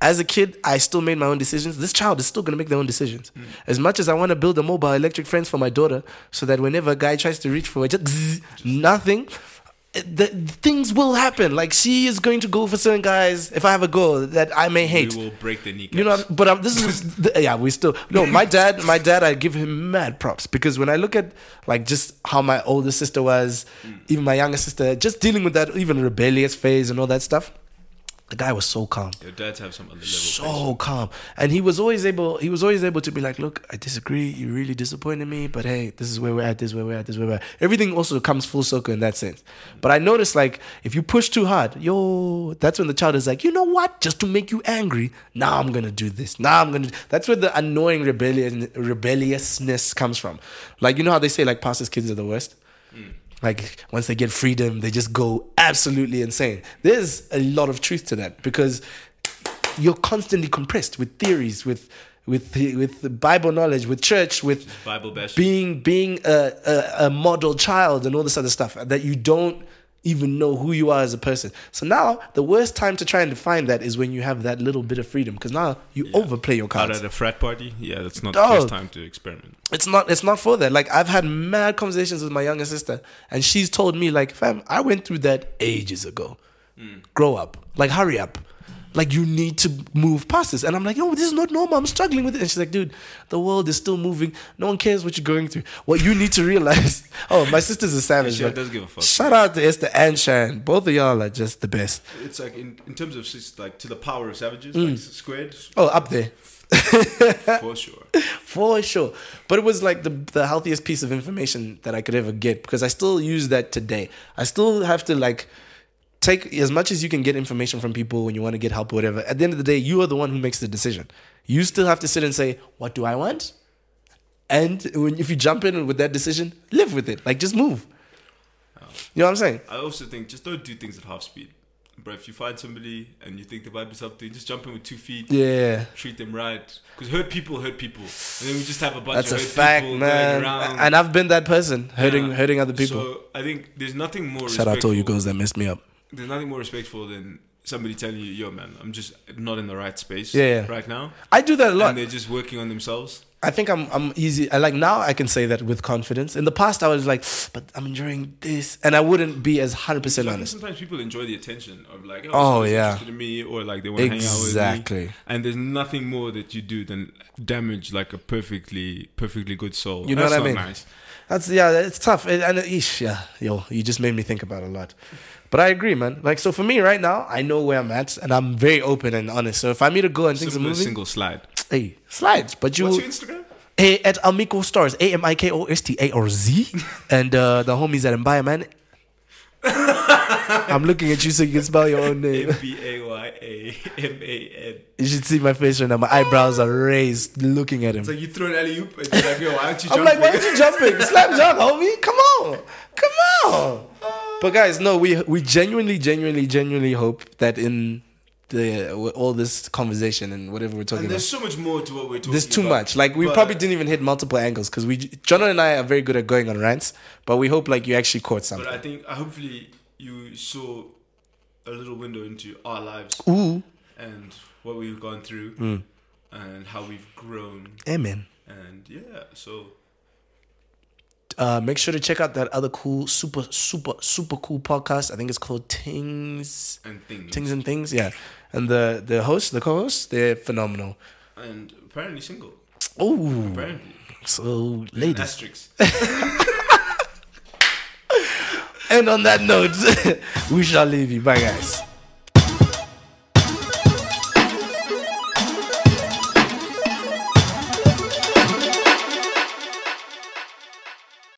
Speaker 1: As a kid, I still made my own decisions. This child is still going to make their own decisions.
Speaker 2: Mm.
Speaker 1: As much as I want to build a mobile electric fence for my daughter, so that whenever a guy tries to reach for it, just, zzz, nothing. The, things will happen. Like she is going to go for certain guys. If I have a girl that I may hate,
Speaker 2: We will break the kneecaps.
Speaker 1: you know, but um, this is th- yeah. We still no. My dad, my dad, I give him mad props because when I look at like just how my older sister was, even my younger sister, just dealing with that even rebellious phase and all that stuff, the guy was so calm,
Speaker 2: your dads have some other level. patience.
Speaker 1: so calm, and he was always able. He was always able to be like, look, I disagree. You really disappointed me, but hey, this is where we're at. This is where we're at. This is where we're at. Everything also comes full circle in that sense. But I noticed like if you push too hard, yo, that's when the child is like, you know what? Just to make you angry, now I'm gonna do this. Now I'm gonna. That's where the annoying rebellion rebelliousness comes from. Like you know how they say like pastors' kids are the worst. Like once they get freedom, they just go absolutely insane. There's a lot of truth to that because you're constantly compressed with theories, with with the- with the Bible knowledge, with church, with
Speaker 2: Bible bashing.
Speaker 1: being being a, a a model child and all this other stuff that you don't even know who you are as a person. So now the worst time to try and define that is when you have that little bit of freedom because now you overplay your
Speaker 2: Out
Speaker 1: cards.
Speaker 2: at a frat party, yeah, that's not
Speaker 1: Dog.
Speaker 2: the first time to experiment.
Speaker 1: it's not it's not for that. Like I've had mad conversations with my younger sister, and she's told me like, "Fam, I went through that ages ago. Grow up. Like hurry up. Like you need to move past this." And I'm like, "Yo, this is not normal. I'm struggling with it." And she's like, "Dude, the world is still moving. No one cares what you're going through. What you need to realize." [LAUGHS] oh, my sister's a savage.
Speaker 2: She
Speaker 1: but
Speaker 2: does give a fuck.
Speaker 1: Shout out to Esther and Shan. Both of y'all are just the best.
Speaker 2: It's like in, in terms of sis- like to the power of savages,
Speaker 1: Mm.
Speaker 2: like squared
Speaker 1: Oh, up there.
Speaker 2: for sure.
Speaker 1: For sure. But it was like the, the healthiest piece of information that I could ever get because I still use that today. I still have to like take as much as you can get information from people when you want to get help or whatever. At the end of the day, you are the one who makes the decision. You still have to sit and say, What do I want? And when, if you jump in with that decision, live with it. Like just move. You know what I'm saying?
Speaker 2: I also think just don't do things at half speed. But if you find somebody and you think the vibe is up to you, just jump in with two feet.
Speaker 1: Yeah.
Speaker 2: Treat them right, because hurt people hurt people, and then we just have a bunch
Speaker 1: That's a
Speaker 2: of hurt
Speaker 1: fact,
Speaker 2: people
Speaker 1: man.
Speaker 2: going around.
Speaker 1: And I've been that person, hurting
Speaker 2: Yeah.
Speaker 1: hurting other people.
Speaker 2: So I think there's nothing more.
Speaker 1: Shout out to all you
Speaker 2: respectful-
Speaker 1: girls that messed me up.
Speaker 2: There's nothing more respectful than somebody telling you, "Yo, man, I'm just not in the right space
Speaker 1: Yeah, yeah.
Speaker 2: right now,"
Speaker 1: I do that a lot.
Speaker 2: and they're just working on themselves.
Speaker 1: I think I'm I'm easy. I like now I can say that with confidence. In the past, I was like, but I'm enjoying this, and I wouldn't be as hundred percent
Speaker 2: I think
Speaker 1: honest.
Speaker 2: Sometimes people enjoy the attention of like, "Oh,
Speaker 1: Oh,
Speaker 2: someone's
Speaker 1: yeah.
Speaker 2: interested in me," or like they want to hang out with me.
Speaker 1: Exactly.
Speaker 2: And there's nothing more that you do than damage like a perfectly, perfectly good soul.
Speaker 1: You know
Speaker 2: That's
Speaker 1: what I
Speaker 2: not
Speaker 1: mean?
Speaker 2: Nice.
Speaker 1: That's yeah, it's tough, and, and eesh, yeah, yo, you just made me think about it a lot. But I agree, man. Like so, for me right now, I know where I'm at, and I'm very open and honest. So if I meet a girl and things are
Speaker 2: Simple as
Speaker 1: moving,
Speaker 2: single slide.
Speaker 1: hey, slides. But you
Speaker 2: What's your Instagram?
Speaker 1: hey, at Amico Stars, A M I K O S T A R Z, and uh, the homies at Mbaya,
Speaker 2: [LAUGHS]
Speaker 1: man. I'm looking at you so you can spell your own name.
Speaker 2: M B A Y A M A N.
Speaker 1: You should see my face right now. My eyebrows are raised looking at him.
Speaker 2: It's like you throw an alley oop and you're like, "Yo, why don't you
Speaker 1: I'm
Speaker 2: jump?"
Speaker 1: like, why aren't you jumping? Slam jump, homie. Come on. Come on. But guys, no, we we genuinely, genuinely, genuinely hope that in the uh, all this conversation and whatever we're talking
Speaker 2: And
Speaker 1: about,
Speaker 2: there's so much more to what we're talking.
Speaker 1: there's too
Speaker 2: about.
Speaker 1: much. Like we
Speaker 2: But-
Speaker 1: probably didn't even hit multiple angles because we Jonah and I are very good at going on rants, but we hope like you actually caught
Speaker 2: But
Speaker 1: something.
Speaker 2: I think uh, hopefully you saw a little window into our lives
Speaker 1: Ooh,
Speaker 2: and what we've gone through
Speaker 1: Mm.
Speaker 2: and how we've grown
Speaker 1: amen.
Speaker 2: and yeah. So
Speaker 1: Uh, make sure to check out that other cool, super, super, super cool podcast. I think it's called Tings.
Speaker 2: and things
Speaker 1: Things and Things, yeah. And the the hosts, the co-hosts, they're phenomenal.
Speaker 2: and apparently single.
Speaker 1: Oh,
Speaker 2: Apparently,
Speaker 1: so ladies.
Speaker 2: asterisks.
Speaker 1: [LAUGHS] And on that note, we shall leave you. Bye, guys.